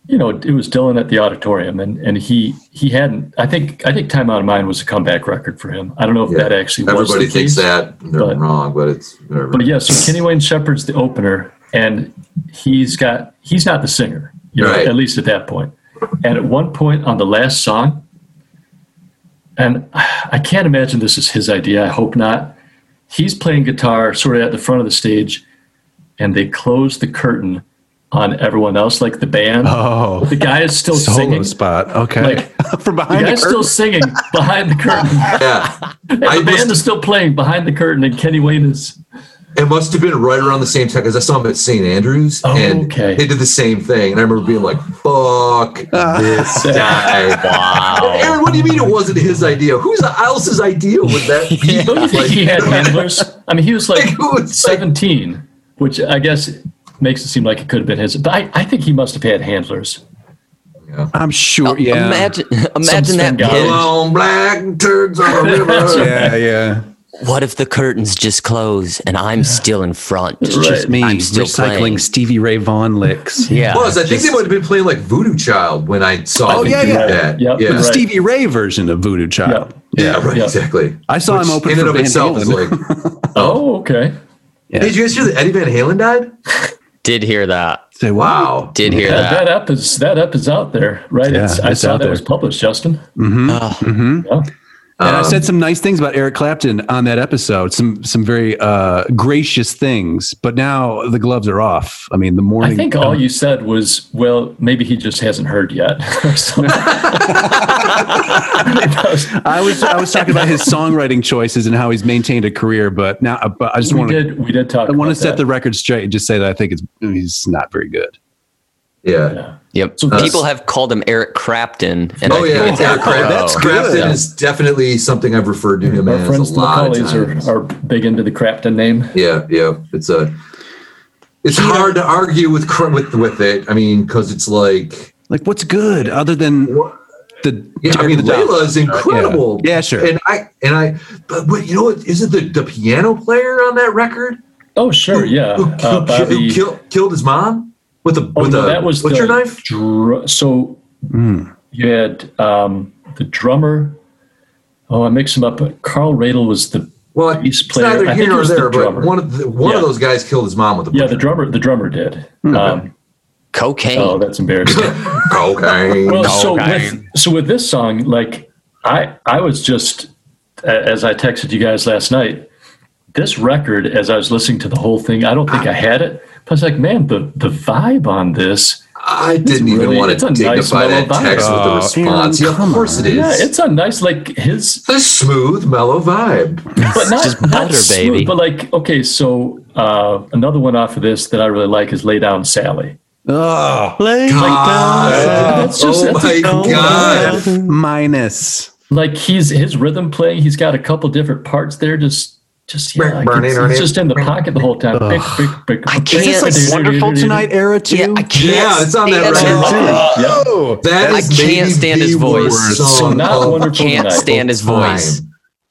[SPEAKER 5] you know it was Dylan at the auditorium, and and he he hadn't. I think I think Time Out of Mind was a comeback record for him. I don't know if that actually was.
[SPEAKER 6] Everybody
[SPEAKER 5] the
[SPEAKER 6] thinks
[SPEAKER 5] case.
[SPEAKER 6] that. They're
[SPEAKER 5] but-
[SPEAKER 6] wrong, but it's whatever.
[SPEAKER 5] But yeah, so Kenny Wayne Shepherd's the opener, and he's got he's not the singer, you know,
[SPEAKER 6] Right.
[SPEAKER 5] at least at that point. And at one point on the last song, and I can't imagine this is his idea. I hope not. He's playing guitar sort of at the front of the stage, and they close the curtain on everyone else, like the band.
[SPEAKER 4] Oh,
[SPEAKER 5] The guy is still
[SPEAKER 4] solo
[SPEAKER 5] singing.
[SPEAKER 4] spot. Okay.
[SPEAKER 5] Like,
[SPEAKER 4] From
[SPEAKER 5] The
[SPEAKER 4] behind the
[SPEAKER 5] guy's still
[SPEAKER 4] curtain.
[SPEAKER 5] singing behind the curtain.
[SPEAKER 6] yeah.
[SPEAKER 5] And the
[SPEAKER 6] I
[SPEAKER 5] band
[SPEAKER 6] must-
[SPEAKER 5] is still playing behind the curtain, and Kenny Wayne is
[SPEAKER 6] It must have been right around the same time because I saw him at St. Andrews
[SPEAKER 5] Oh,
[SPEAKER 6] and
[SPEAKER 5] okay.
[SPEAKER 6] they did the same thing. And I remember being like, fuck
[SPEAKER 4] Uh,
[SPEAKER 6] this guy. Wow. Aaron, what do you mean it wasn't his idea? Whose else's idea would that be?
[SPEAKER 5] Don't you think
[SPEAKER 6] Like,
[SPEAKER 5] he had handlers? I mean, he was like
[SPEAKER 6] Like, who was, like-
[SPEAKER 5] 17, which I guess makes it seem like it could have been his. But I, I think he must have had handlers.
[SPEAKER 4] I'm sure. Yeah.
[SPEAKER 1] Oh, Imagine, imagine that
[SPEAKER 5] Sven Gotch.
[SPEAKER 1] pit.
[SPEAKER 6] Long black turds on a river.
[SPEAKER 4] Yeah. Yeah.
[SPEAKER 1] What if the curtains just close and I'm still in front?
[SPEAKER 4] Just me
[SPEAKER 1] I'm still
[SPEAKER 4] recycling
[SPEAKER 1] playing.
[SPEAKER 4] Stevie Ray Vaughan licks.
[SPEAKER 1] Yeah.
[SPEAKER 6] Plus, I think they might have been playing like Voodoo Child when I saw
[SPEAKER 4] Oh,
[SPEAKER 6] him
[SPEAKER 4] yeah,
[SPEAKER 6] do
[SPEAKER 4] yeah.
[SPEAKER 6] that.
[SPEAKER 5] Yep,
[SPEAKER 6] yeah.
[SPEAKER 4] The
[SPEAKER 5] Right.
[SPEAKER 4] Stevie Ray version of Voodoo Child.
[SPEAKER 6] Yeah, right,
[SPEAKER 5] Yeah.
[SPEAKER 6] exactly.
[SPEAKER 4] I saw him open
[SPEAKER 6] in
[SPEAKER 4] for
[SPEAKER 6] and of
[SPEAKER 4] Van
[SPEAKER 6] itself
[SPEAKER 4] Halen.
[SPEAKER 6] is like,
[SPEAKER 5] Oh, okay.
[SPEAKER 4] Yeah.
[SPEAKER 6] did you guys hear that Eddie Van Halen died?
[SPEAKER 1] Did hear that.
[SPEAKER 4] Say wow.
[SPEAKER 6] Wow.
[SPEAKER 1] Did hear
[SPEAKER 5] That,
[SPEAKER 1] that.
[SPEAKER 5] that up is that up is out there, right?
[SPEAKER 4] Yeah,
[SPEAKER 5] It's- I
[SPEAKER 4] it's out
[SPEAKER 5] saw that
[SPEAKER 4] there. Mm-hmm.
[SPEAKER 5] was published, Justin. Um,
[SPEAKER 4] And I said some nice things about Eric Clapton on that episode. Some some very uh, gracious things. But now the gloves are off. I mean, the morning.
[SPEAKER 5] I think all you said was, well, maybe he just hasn't heard yet. or something. That was-
[SPEAKER 4] I was I was talking about his songwriting choices and how he's maintained a career. But now, but I just
[SPEAKER 5] we
[SPEAKER 4] want to
[SPEAKER 5] did we did talk.
[SPEAKER 4] I want to
[SPEAKER 5] about
[SPEAKER 4] set
[SPEAKER 5] that.
[SPEAKER 4] the record straight and just say that I think it's he's not very good.
[SPEAKER 6] Yeah.
[SPEAKER 1] Yep.
[SPEAKER 5] So
[SPEAKER 1] People have called him Eric Crapton. And
[SPEAKER 6] Oh
[SPEAKER 1] I
[SPEAKER 6] yeah,
[SPEAKER 1] think
[SPEAKER 6] it's Eric Clapton.
[SPEAKER 4] that's good.
[SPEAKER 6] Crafton
[SPEAKER 4] Yeah.
[SPEAKER 6] is definitely something I've referred to him
[SPEAKER 5] our
[SPEAKER 6] as
[SPEAKER 5] friends
[SPEAKER 6] a
[SPEAKER 5] the
[SPEAKER 6] lot of
[SPEAKER 5] Macaulays
[SPEAKER 6] times.
[SPEAKER 5] are, are big into the Crapton name.
[SPEAKER 6] yeah, yeah. It's a. It's hard to argue with cr- with with it. I mean, because it's like
[SPEAKER 4] Like, what's good other than the?
[SPEAKER 6] Yeah, I
[SPEAKER 4] Terry
[SPEAKER 6] mean,
[SPEAKER 4] the Dog?
[SPEAKER 6] Layla is incredible.
[SPEAKER 4] Yeah. Yeah, sure.
[SPEAKER 6] And I and I, but, but you know what? Isn't the the piano player on that record?
[SPEAKER 5] Oh sure, yeah.
[SPEAKER 6] Who, who,
[SPEAKER 5] Uh,
[SPEAKER 6] who
[SPEAKER 5] Bobby.
[SPEAKER 6] kill- killed his mom with a
[SPEAKER 5] Oh
[SPEAKER 6] with
[SPEAKER 5] no,
[SPEAKER 6] a
[SPEAKER 5] that was
[SPEAKER 6] butcher
[SPEAKER 5] the
[SPEAKER 6] knife?
[SPEAKER 5] dru- so you had um, the drummer. Oh, I mixed him up. but Carl Radel was the
[SPEAKER 6] Well,
[SPEAKER 5] bass
[SPEAKER 6] it's
[SPEAKER 5] player.
[SPEAKER 6] neither
[SPEAKER 5] I think
[SPEAKER 6] here
[SPEAKER 5] it
[SPEAKER 6] nor
[SPEAKER 5] was
[SPEAKER 6] there,
[SPEAKER 5] the
[SPEAKER 6] but
[SPEAKER 5] drummer.
[SPEAKER 6] one of the, one of
[SPEAKER 5] Yeah.
[SPEAKER 6] those guys killed his mom with a
[SPEAKER 5] yeah,
[SPEAKER 6] butcher.
[SPEAKER 5] the drummer. The drummer did. Um,
[SPEAKER 1] Cocaine.
[SPEAKER 5] oh, that's embarrassing.
[SPEAKER 6] Cocaine.
[SPEAKER 5] Well, so
[SPEAKER 1] Okay.
[SPEAKER 5] with, so with this song, like I I was just a- as I texted you guys last night. This record, as I was listening to the whole thing, I don't think I had it. But I was like, man, the the vibe on this,
[SPEAKER 6] I didn't
[SPEAKER 5] It's
[SPEAKER 6] even
[SPEAKER 5] really-
[SPEAKER 6] want
[SPEAKER 5] it's
[SPEAKER 6] to
[SPEAKER 5] a
[SPEAKER 6] dignify
[SPEAKER 5] nice mellow
[SPEAKER 6] that
[SPEAKER 5] vibe. Uh,
[SPEAKER 6] text with the
[SPEAKER 4] Oh,
[SPEAKER 6] response.
[SPEAKER 4] Aaron,
[SPEAKER 6] yeah, of
[SPEAKER 4] come
[SPEAKER 6] course it is.
[SPEAKER 5] yeah, it's a nice like his,
[SPEAKER 6] a smooth, mellow vibe.
[SPEAKER 5] but not
[SPEAKER 1] just
[SPEAKER 5] not
[SPEAKER 1] butter,
[SPEAKER 5] smooth,
[SPEAKER 1] baby.
[SPEAKER 5] But like, okay, so uh, another one off of this that I really like is "Lay Down, Sally."
[SPEAKER 4] Oh,
[SPEAKER 7] Lay
[SPEAKER 5] That's just
[SPEAKER 6] oh
[SPEAKER 5] that's
[SPEAKER 6] my
[SPEAKER 5] a-
[SPEAKER 6] god!
[SPEAKER 4] minus.
[SPEAKER 5] like he's his rhythm playing. He's got a couple different parts there. Just just yeah, like
[SPEAKER 6] Burn it,
[SPEAKER 5] it's,
[SPEAKER 6] burn
[SPEAKER 5] it's
[SPEAKER 6] it.
[SPEAKER 5] just in the pocket the whole time. I
[SPEAKER 4] Is this like Wonderful Tonight era too?
[SPEAKER 1] yeah, I can't.
[SPEAKER 6] Yeah, it's on
[SPEAKER 1] stand
[SPEAKER 6] that
[SPEAKER 1] his
[SPEAKER 6] record,
[SPEAKER 1] voice.
[SPEAKER 6] too.
[SPEAKER 4] oh,
[SPEAKER 6] That
[SPEAKER 1] I
[SPEAKER 6] is
[SPEAKER 1] can't
[SPEAKER 6] maybe
[SPEAKER 1] stand his
[SPEAKER 6] the
[SPEAKER 1] voice.
[SPEAKER 6] worst
[SPEAKER 5] So
[SPEAKER 6] song
[SPEAKER 5] not
[SPEAKER 6] of
[SPEAKER 5] Wonderful
[SPEAKER 1] Can't
[SPEAKER 5] Tonight.
[SPEAKER 1] stand his
[SPEAKER 6] all
[SPEAKER 1] voice.
[SPEAKER 6] time.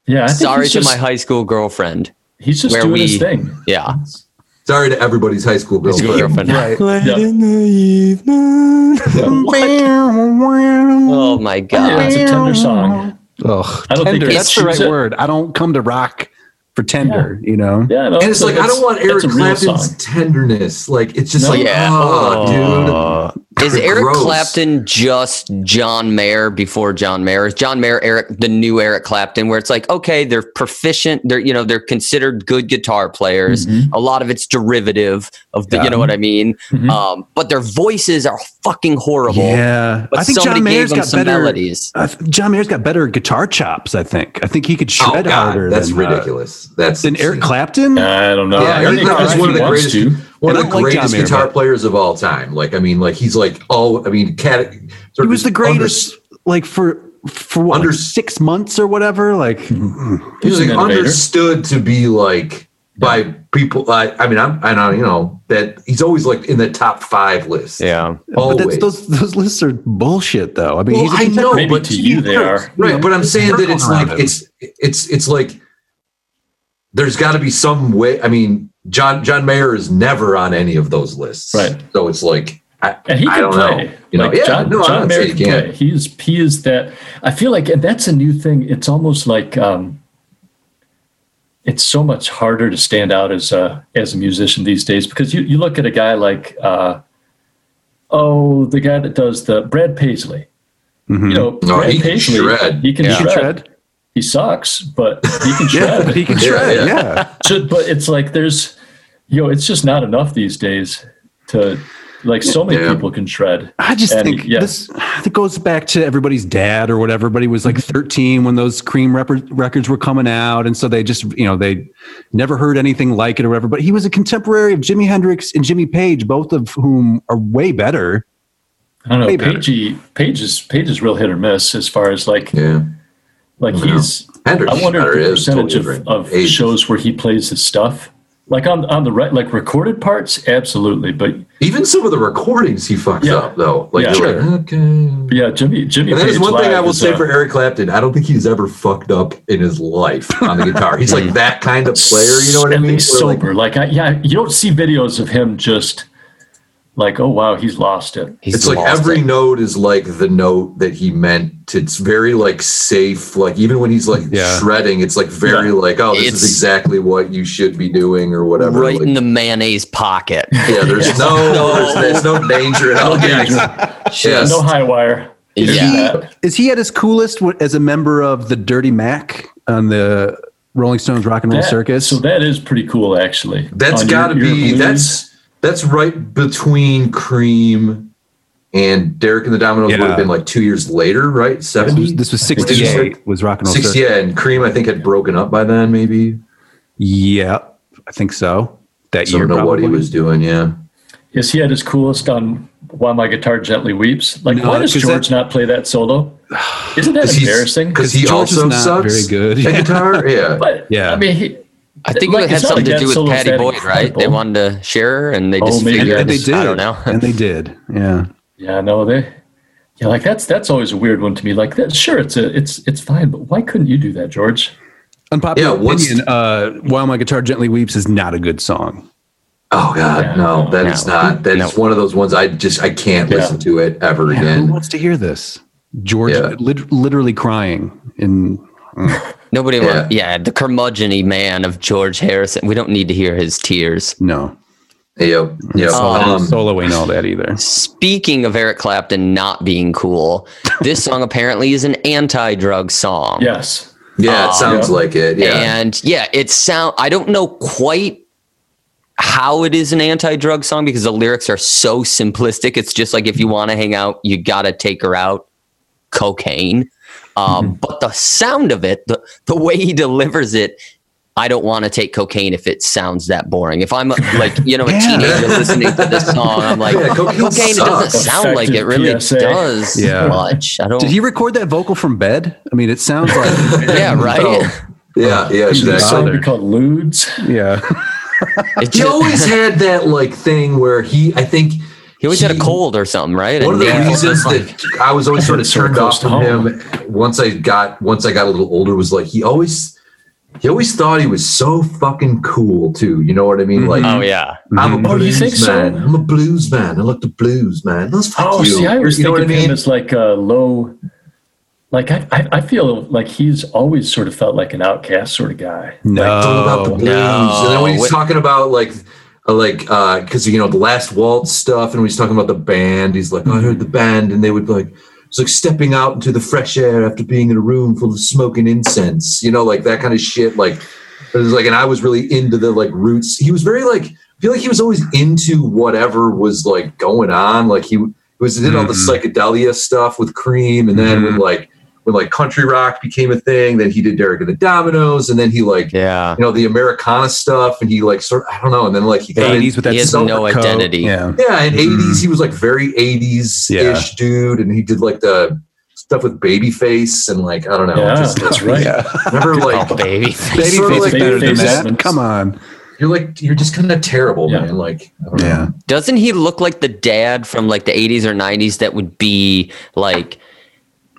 [SPEAKER 5] Yeah, I think
[SPEAKER 3] Sorry
[SPEAKER 5] he's
[SPEAKER 3] to
[SPEAKER 5] just,
[SPEAKER 3] my high school girlfriend.
[SPEAKER 5] He's just
[SPEAKER 3] where
[SPEAKER 5] doing
[SPEAKER 3] we-
[SPEAKER 5] his thing.
[SPEAKER 3] Yeah.
[SPEAKER 6] Sorry to everybody's high school girlfriend.
[SPEAKER 3] girlfriend.
[SPEAKER 6] Right.
[SPEAKER 5] Yeah.
[SPEAKER 7] in the evening.
[SPEAKER 3] Oh my
[SPEAKER 5] Yeah,
[SPEAKER 3] god.
[SPEAKER 5] it's a tender song.
[SPEAKER 4] Ugh,
[SPEAKER 5] I don't think
[SPEAKER 4] tender.
[SPEAKER 5] it's-
[SPEAKER 4] that's the right
[SPEAKER 5] it's a-
[SPEAKER 4] word. I don't come to rock for tender. You know.
[SPEAKER 5] Yeah, no,
[SPEAKER 6] And it's like I don't want
[SPEAKER 5] it's
[SPEAKER 6] Eric
[SPEAKER 5] a real
[SPEAKER 6] Clapton's
[SPEAKER 5] song.
[SPEAKER 6] tenderness. Like it's just
[SPEAKER 5] No.
[SPEAKER 6] like
[SPEAKER 3] Yeah.
[SPEAKER 6] oh,
[SPEAKER 4] Uh,
[SPEAKER 3] Is Eric
[SPEAKER 6] Gross.
[SPEAKER 3] Clapton just John Mayer before John Mayer? Is John Mayer Eric the new Eric Clapton where it's like okay, they're proficient, they're you know, they're considered good guitar players.
[SPEAKER 5] Mm-hmm.
[SPEAKER 3] A lot of it's derivative of the, you know what I mean?
[SPEAKER 5] Mhm.
[SPEAKER 3] Um, but their voices are fucking horrible.
[SPEAKER 4] Yeah,
[SPEAKER 3] But
[SPEAKER 4] I think
[SPEAKER 3] somebody
[SPEAKER 4] John Mayer's
[SPEAKER 3] gave them
[SPEAKER 4] got
[SPEAKER 3] some
[SPEAKER 4] better.
[SPEAKER 3] melodies.
[SPEAKER 4] I th- John Mayer's got better guitar chops. I think. I think he could
[SPEAKER 6] dude. Oh
[SPEAKER 4] shred harder.
[SPEAKER 6] god, that's
[SPEAKER 4] than, uh,
[SPEAKER 6] ridiculous. That's
[SPEAKER 4] than Eric Clapton.
[SPEAKER 5] I don't know.
[SPEAKER 6] Yeah,
[SPEAKER 5] I
[SPEAKER 6] Eric
[SPEAKER 5] think
[SPEAKER 6] Clapton's
[SPEAKER 5] if
[SPEAKER 6] one of
[SPEAKER 5] he
[SPEAKER 6] the
[SPEAKER 5] wants
[SPEAKER 6] greatest.
[SPEAKER 5] to-
[SPEAKER 6] One
[SPEAKER 4] I
[SPEAKER 6] of the
[SPEAKER 4] don't like
[SPEAKER 6] greatest
[SPEAKER 4] John Mayer,
[SPEAKER 6] guitar
[SPEAKER 4] but-
[SPEAKER 6] players of all time. Like I mean, like he's like all. I mean, cat.
[SPEAKER 4] he was the greatest. like for for what,
[SPEAKER 6] Under-
[SPEAKER 4] like six months or whatever. Like
[SPEAKER 6] he was
[SPEAKER 5] He's
[SPEAKER 6] like
[SPEAKER 5] an innovator.
[SPEAKER 6] understood to be like by people. I, I mean, I'm, I know you know that he's always like in the top five list.
[SPEAKER 3] Yeah.
[SPEAKER 6] always.
[SPEAKER 4] But that's, those those lists are bullshit, though. I mean,
[SPEAKER 6] Well,
[SPEAKER 4] he's a
[SPEAKER 6] I
[SPEAKER 4] contemporary-
[SPEAKER 6] know,
[SPEAKER 5] Maybe
[SPEAKER 6] but
[SPEAKER 5] to you they are.
[SPEAKER 6] right, but I'm saying that it's like
[SPEAKER 4] around him.
[SPEAKER 6] it's it's it's like there's got to be some way. I mean, John John Mayer is never on any of those lists,
[SPEAKER 5] Right.
[SPEAKER 6] So it's like I,
[SPEAKER 5] And he
[SPEAKER 6] I
[SPEAKER 5] can
[SPEAKER 6] don't
[SPEAKER 5] play.
[SPEAKER 6] know. You know,
[SPEAKER 5] like
[SPEAKER 6] yeah,
[SPEAKER 5] John,
[SPEAKER 6] no, I'm
[SPEAKER 5] John
[SPEAKER 6] not
[SPEAKER 5] Mayer
[SPEAKER 6] saying
[SPEAKER 5] can
[SPEAKER 6] he can't.
[SPEAKER 5] play. He's he is that. I feel like, and that's a new thing. It's almost like um, it's so much harder to stand out as a as a musician these days because you you look at a guy like uh, oh the guy that does the Brad Paisley. You know,
[SPEAKER 6] Mm-hmm. No,
[SPEAKER 5] Brad
[SPEAKER 6] he can
[SPEAKER 5] Paisley.
[SPEAKER 6] shred.
[SPEAKER 5] He can
[SPEAKER 4] he can
[SPEAKER 5] shred.
[SPEAKER 4] shred.
[SPEAKER 5] He sucks, but he can
[SPEAKER 4] Yeah,
[SPEAKER 5] shred.
[SPEAKER 4] he can
[SPEAKER 6] Yeah,
[SPEAKER 4] shred.
[SPEAKER 6] yeah.
[SPEAKER 4] Yeah,
[SPEAKER 5] So, but it's like there's, you know, it's just not enough these days to, like, so many
[SPEAKER 6] Yeah.
[SPEAKER 5] people can shred.
[SPEAKER 4] I just
[SPEAKER 5] And,
[SPEAKER 4] think
[SPEAKER 5] yeah.
[SPEAKER 4] this that goes back to everybody's dad or whatever. But he was
[SPEAKER 5] Mm-hmm.
[SPEAKER 4] like 13 when those Cream record, records were coming out, and so they just you know they never heard anything like it or whatever. But he was a contemporary of Jimi Hendrix and Jimmy Page, both of whom are way better.
[SPEAKER 5] I don't know.
[SPEAKER 4] Way better.
[SPEAKER 5] Pagey, Page is Page is real hit or miss as far as like
[SPEAKER 6] Yeah,
[SPEAKER 5] like he's.
[SPEAKER 6] Hendrix
[SPEAKER 5] I wonder
[SPEAKER 6] better,
[SPEAKER 5] if
[SPEAKER 6] it
[SPEAKER 5] the
[SPEAKER 6] is totally
[SPEAKER 5] percentage of,
[SPEAKER 6] different.
[SPEAKER 5] of
[SPEAKER 6] Ages.
[SPEAKER 5] shows where he plays his stuff, like on on the right, like recorded parts, absolutely. But
[SPEAKER 6] Even some of the recordings he fucks
[SPEAKER 5] Yeah.
[SPEAKER 6] up though. Like
[SPEAKER 5] Yeah. Sure.
[SPEAKER 6] you're like okay.
[SPEAKER 5] yeah, Jimmy Jimmy.
[SPEAKER 6] And that is
[SPEAKER 5] Page
[SPEAKER 6] one thing
[SPEAKER 5] live
[SPEAKER 6] I will
[SPEAKER 5] is,
[SPEAKER 6] say
[SPEAKER 5] uh,
[SPEAKER 6] for Eric Clapton. I don't think he's ever fucked up in his life on the guitar. He's like that kind of player. You know what I
[SPEAKER 5] and
[SPEAKER 6] mean?
[SPEAKER 5] he's
[SPEAKER 6] Where, like,
[SPEAKER 5] sober. Like, I, yeah, you don't see videos of him just like, oh wow, he's lost it.
[SPEAKER 3] He's
[SPEAKER 6] it's like
[SPEAKER 3] lost
[SPEAKER 6] every
[SPEAKER 3] it.
[SPEAKER 6] note is like the note that he meant. It's very like safe. Like even when he's like
[SPEAKER 4] Yeah.
[SPEAKER 6] shredding, it's like very
[SPEAKER 5] Yeah.
[SPEAKER 6] like oh, this is
[SPEAKER 3] It's-
[SPEAKER 6] exactly what you should be doing or whatever.
[SPEAKER 3] right
[SPEAKER 6] like,
[SPEAKER 3] in the mayonnaise pocket.
[SPEAKER 6] yeah, there's no, there's, there's no danger at all. Yeah, yes.
[SPEAKER 5] No high wire.
[SPEAKER 3] Yeah.
[SPEAKER 5] There's that.
[SPEAKER 4] Is he at his coolest wh- as a member of the Dirty Mac on the Rolling Stones Rock and Roll
[SPEAKER 5] That-
[SPEAKER 4] Circus?
[SPEAKER 5] So that is pretty cool, actually.
[SPEAKER 6] That's
[SPEAKER 5] On
[SPEAKER 6] got to
[SPEAKER 5] your- your
[SPEAKER 6] be
[SPEAKER 5] blues.
[SPEAKER 6] that's that's right between Cream and Derek and the Dominoes would
[SPEAKER 4] Yeah.
[SPEAKER 6] have been like two years later, right? Seventy.
[SPEAKER 4] this was
[SPEAKER 6] think this was
[SPEAKER 4] 68
[SPEAKER 6] like
[SPEAKER 4] was rock and roll
[SPEAKER 6] Six,
[SPEAKER 4] Circus.
[SPEAKER 6] yeah, and Cream I think had broken up by then, maybe.
[SPEAKER 4] yeah i think so that
[SPEAKER 6] So I
[SPEAKER 4] year
[SPEAKER 6] don't know what
[SPEAKER 4] probably
[SPEAKER 6] he was doing. Yeah,
[SPEAKER 5] Is he at his coolest on "Why My Guitar Gently Weeps"? Like,
[SPEAKER 4] No,
[SPEAKER 5] why does
[SPEAKER 4] 'cause
[SPEAKER 5] George
[SPEAKER 4] that-
[SPEAKER 5] not play that solo? Isn't that
[SPEAKER 6] he's-
[SPEAKER 5] embarrassing?
[SPEAKER 6] because he
[SPEAKER 4] George is
[SPEAKER 6] also
[SPEAKER 4] not
[SPEAKER 6] sucks.
[SPEAKER 4] very good.
[SPEAKER 6] at guitar. Yeah,
[SPEAKER 5] But
[SPEAKER 4] Yeah.
[SPEAKER 5] I mean, he,
[SPEAKER 3] I think
[SPEAKER 5] Like,
[SPEAKER 3] it had
[SPEAKER 5] it's not
[SPEAKER 3] something
[SPEAKER 5] like
[SPEAKER 3] to
[SPEAKER 5] that
[SPEAKER 3] do with
[SPEAKER 5] solo's
[SPEAKER 3] Patty
[SPEAKER 5] that
[SPEAKER 3] Boyd, right? They
[SPEAKER 5] incredible.
[SPEAKER 3] wanted to share, and they
[SPEAKER 5] Oh,
[SPEAKER 3] just
[SPEAKER 5] maybe.
[SPEAKER 4] and,
[SPEAKER 5] Yeah,
[SPEAKER 4] and
[SPEAKER 3] figured.
[SPEAKER 4] they did
[SPEAKER 3] I don't know.
[SPEAKER 4] and they did yeah
[SPEAKER 5] yeah, no, they, yeah, like that's that's always a weird one to me. Like, that, sure, it's a it's it's fine, but why couldn't you do that, George?
[SPEAKER 4] Unpopular
[SPEAKER 6] Yeah, what's-
[SPEAKER 4] opinion. Uh, While my guitar gently weeps is not a good song.
[SPEAKER 6] Oh God, no, that is
[SPEAKER 1] No.
[SPEAKER 6] not. That's
[SPEAKER 1] No.
[SPEAKER 6] one of those ones I just I can't
[SPEAKER 5] Yeah.
[SPEAKER 6] listen to it ever
[SPEAKER 4] Man, who
[SPEAKER 6] again.
[SPEAKER 4] wants to hear this? George
[SPEAKER 6] Yeah.
[SPEAKER 4] lit- literally crying in
[SPEAKER 3] Nobody
[SPEAKER 6] Yeah.
[SPEAKER 3] wants. Yeah, the curmudgeony man of George Harrison. We don't need to hear his tears.
[SPEAKER 4] no
[SPEAKER 6] Yep, yep.
[SPEAKER 4] solo,
[SPEAKER 6] Um,
[SPEAKER 4] solo ain't all that either.
[SPEAKER 3] Speaking of Eric Clapton not being cool, this song apparently is an anti-drug song.
[SPEAKER 5] Yes.
[SPEAKER 6] yeah, it sounds
[SPEAKER 5] yeah.
[SPEAKER 6] like it. Yeah,
[SPEAKER 3] And yeah, it sound I don't know quite how it is an anti-drug song because the lyrics are so simplistic. It's just like if you want to hang out, you got to take her out cocaine.
[SPEAKER 6] Mm-hmm.
[SPEAKER 3] Um, but the sound of it, the, the way he delivers it, I don't want to take cocaine if it sounds that boring. If I'm like, you know, a
[SPEAKER 4] Yeah.
[SPEAKER 3] teenager listening to this song, I'm like,
[SPEAKER 6] Yeah, cocaine
[SPEAKER 3] cocaine it doesn't
[SPEAKER 6] sucks.
[SPEAKER 3] sound like it
[SPEAKER 5] Effective
[SPEAKER 3] really
[SPEAKER 5] PSA.
[SPEAKER 3] does
[SPEAKER 4] Yeah.
[SPEAKER 3] much. I don't.
[SPEAKER 4] Did he record that vocal from bed? I mean, it sounds like
[SPEAKER 3] yeah, right.
[SPEAKER 6] Oh. yeah, yeah.
[SPEAKER 5] There's a
[SPEAKER 6] Exactly.
[SPEAKER 5] song called Ludes.
[SPEAKER 4] yeah.
[SPEAKER 3] It
[SPEAKER 6] He
[SPEAKER 3] just-
[SPEAKER 6] always had that like thing where he, I think,
[SPEAKER 3] He always had a
[SPEAKER 6] He-
[SPEAKER 3] cold or something, right?
[SPEAKER 6] one of
[SPEAKER 3] And
[SPEAKER 6] the
[SPEAKER 3] yeah,
[SPEAKER 6] reasons that I was always sort of
[SPEAKER 5] So
[SPEAKER 6] turned
[SPEAKER 5] close
[SPEAKER 6] off
[SPEAKER 5] to
[SPEAKER 6] from him once I got once I got a little older was like he always he always thought he was so fucking cool too. You know what I mean? Like
[SPEAKER 3] Oh yeah.
[SPEAKER 6] I'm a
[SPEAKER 5] Oh, you
[SPEAKER 6] blues
[SPEAKER 5] think so?
[SPEAKER 6] man. I'm a blues man. I like the blues man. That's fuck
[SPEAKER 5] Oh,
[SPEAKER 6] you.
[SPEAKER 5] see, I was
[SPEAKER 6] you know what I
[SPEAKER 5] thinking of
[SPEAKER 6] mean?
[SPEAKER 5] him as like a low, like I, I, I feel like he's always sort of felt like an outcast sort of guy.
[SPEAKER 6] Like, it's all about the
[SPEAKER 4] No.
[SPEAKER 6] blues. and then when he's
[SPEAKER 3] What-
[SPEAKER 6] talking about like uh, like uh because you know the last waltz stuff and when he's talking about the band, he's like, I heard the band, and they would like it's like stepping out into the fresh air after being in a room full of smoke and incense, you know, like that kind of shit. Like it was like and I was really into the like roots. He was very like I feel like he was always into whatever was like going on. Like he was he did all the psychedelia stuff with cream and then when like when like country rock became a thing, then he did Derek and the Dominoes, and then he like
[SPEAKER 3] Yeah.
[SPEAKER 6] you know the Americana stuff, and he like sort of, I don't know, and then like he got
[SPEAKER 4] Eighties with that
[SPEAKER 3] He has
[SPEAKER 4] silver
[SPEAKER 3] no
[SPEAKER 4] coat.
[SPEAKER 3] identity.
[SPEAKER 4] Yeah.
[SPEAKER 6] yeah, in 80s he was like very 80s ish
[SPEAKER 4] Yeah.
[SPEAKER 6] dude, and he did like the stuff with Babyface and like I don't know,
[SPEAKER 5] yeah,
[SPEAKER 6] just
[SPEAKER 5] that's right.
[SPEAKER 6] never like
[SPEAKER 3] baby.
[SPEAKER 6] it's
[SPEAKER 4] Babyface
[SPEAKER 6] sort of
[SPEAKER 4] is
[SPEAKER 6] like
[SPEAKER 4] better than
[SPEAKER 5] Babyface
[SPEAKER 4] that.
[SPEAKER 5] Evans.
[SPEAKER 4] Come on.
[SPEAKER 6] you're like you're just kind of terrible,
[SPEAKER 5] Yeah.
[SPEAKER 6] man. Like I don't
[SPEAKER 4] Yeah.
[SPEAKER 3] Doesn't he look like the dad from like the 80s or 90s that would be like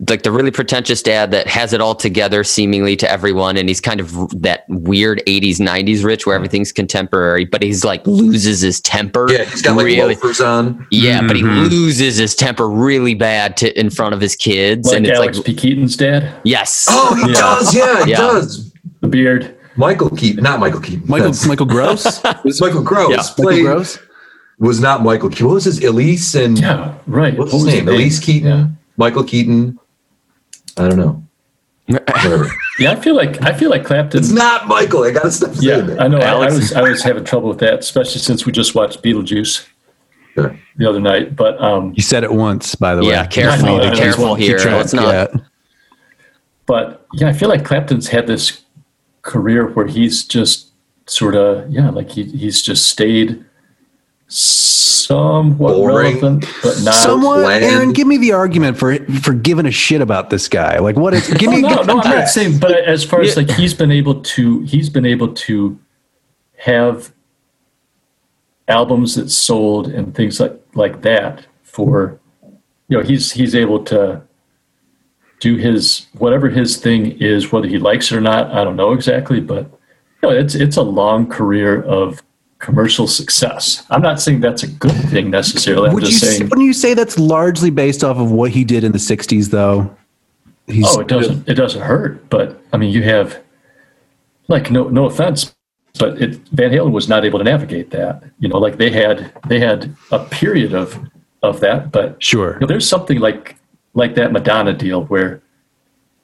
[SPEAKER 3] like the really pretentious dad that has it all together seemingly to everyone and he's kind of that weird 80s 90s rich where everything's contemporary but he's like loses his temper
[SPEAKER 6] know. yeah, he's got like Mm-hmm.
[SPEAKER 3] really
[SPEAKER 6] loafers on.
[SPEAKER 3] yeah but he
[SPEAKER 4] Mhm.
[SPEAKER 3] loses his temper really bad to in front of his kids
[SPEAKER 5] Like
[SPEAKER 3] and it's
[SPEAKER 5] Alex
[SPEAKER 3] like
[SPEAKER 5] P. Keaton's dad,
[SPEAKER 3] yes
[SPEAKER 6] Oh, he
[SPEAKER 5] Yeah.
[SPEAKER 6] does, yeah, he
[SPEAKER 3] Yeah.
[SPEAKER 6] does.
[SPEAKER 5] the beard.
[SPEAKER 6] Michael Keaton, not Michael Keaton.
[SPEAKER 4] Michael
[SPEAKER 6] that's-
[SPEAKER 4] Michael Gross.
[SPEAKER 6] was Michael Gross
[SPEAKER 4] Michael
[SPEAKER 6] played-
[SPEAKER 4] Gross.
[SPEAKER 6] was not Michael Keaton. What was his Elise and
[SPEAKER 5] Yeah, right.
[SPEAKER 6] What's
[SPEAKER 5] What
[SPEAKER 6] his
[SPEAKER 5] was
[SPEAKER 6] name? Elise Keaton,
[SPEAKER 5] Yeah.
[SPEAKER 6] Michael Keaton. I don't know. Whatever.
[SPEAKER 5] Yeah, I feel like I feel like Clapton.
[SPEAKER 6] it's not Michael. I gotta stop saying
[SPEAKER 5] yeah,
[SPEAKER 6] that.
[SPEAKER 5] I know. I, I
[SPEAKER 3] Alex.
[SPEAKER 5] was I was having trouble with that, especially since we just watched Beetlejuice
[SPEAKER 6] Sure.
[SPEAKER 5] the other night. But um,
[SPEAKER 4] You said it once, by the way.
[SPEAKER 3] yeah careful
[SPEAKER 5] I know, I just
[SPEAKER 3] careful
[SPEAKER 5] wanna keep
[SPEAKER 3] here let's not
[SPEAKER 5] but yeah, I feel like Clapton's had this career where he's just sort of yeah, like he he's just stayed somewhat
[SPEAKER 6] Boring.
[SPEAKER 5] relevant, but not.
[SPEAKER 4] Someone,
[SPEAKER 6] Bland.
[SPEAKER 4] Aaron, give me the argument for for giving a shit about this guy. Like, what is? Give me.
[SPEAKER 5] Oh, no, no, I'm
[SPEAKER 4] Yeah.
[SPEAKER 5] not saying. But as far as like he's been able to, he's been able to have albums that sold and things like like that for, you know, he's he's able to do his whatever his thing is, whether he likes it or not. I don't know exactly, but you know, it's it's a long career of commercial success. I'm not saying that's a good thing necessarily. I'm
[SPEAKER 4] Would you?
[SPEAKER 5] just
[SPEAKER 4] say
[SPEAKER 5] saying.
[SPEAKER 4] Wouldn't you say that's largely based off of what he did in the '60s, though? He's,
[SPEAKER 5] Oh, it doesn't. It doesn't hurt, but I mean, you have like no no offense, but it, Van Halen was not able to navigate that. You know, like they had they had a period of of that, but
[SPEAKER 4] Sure.
[SPEAKER 5] you know, there's something like like that Madonna deal where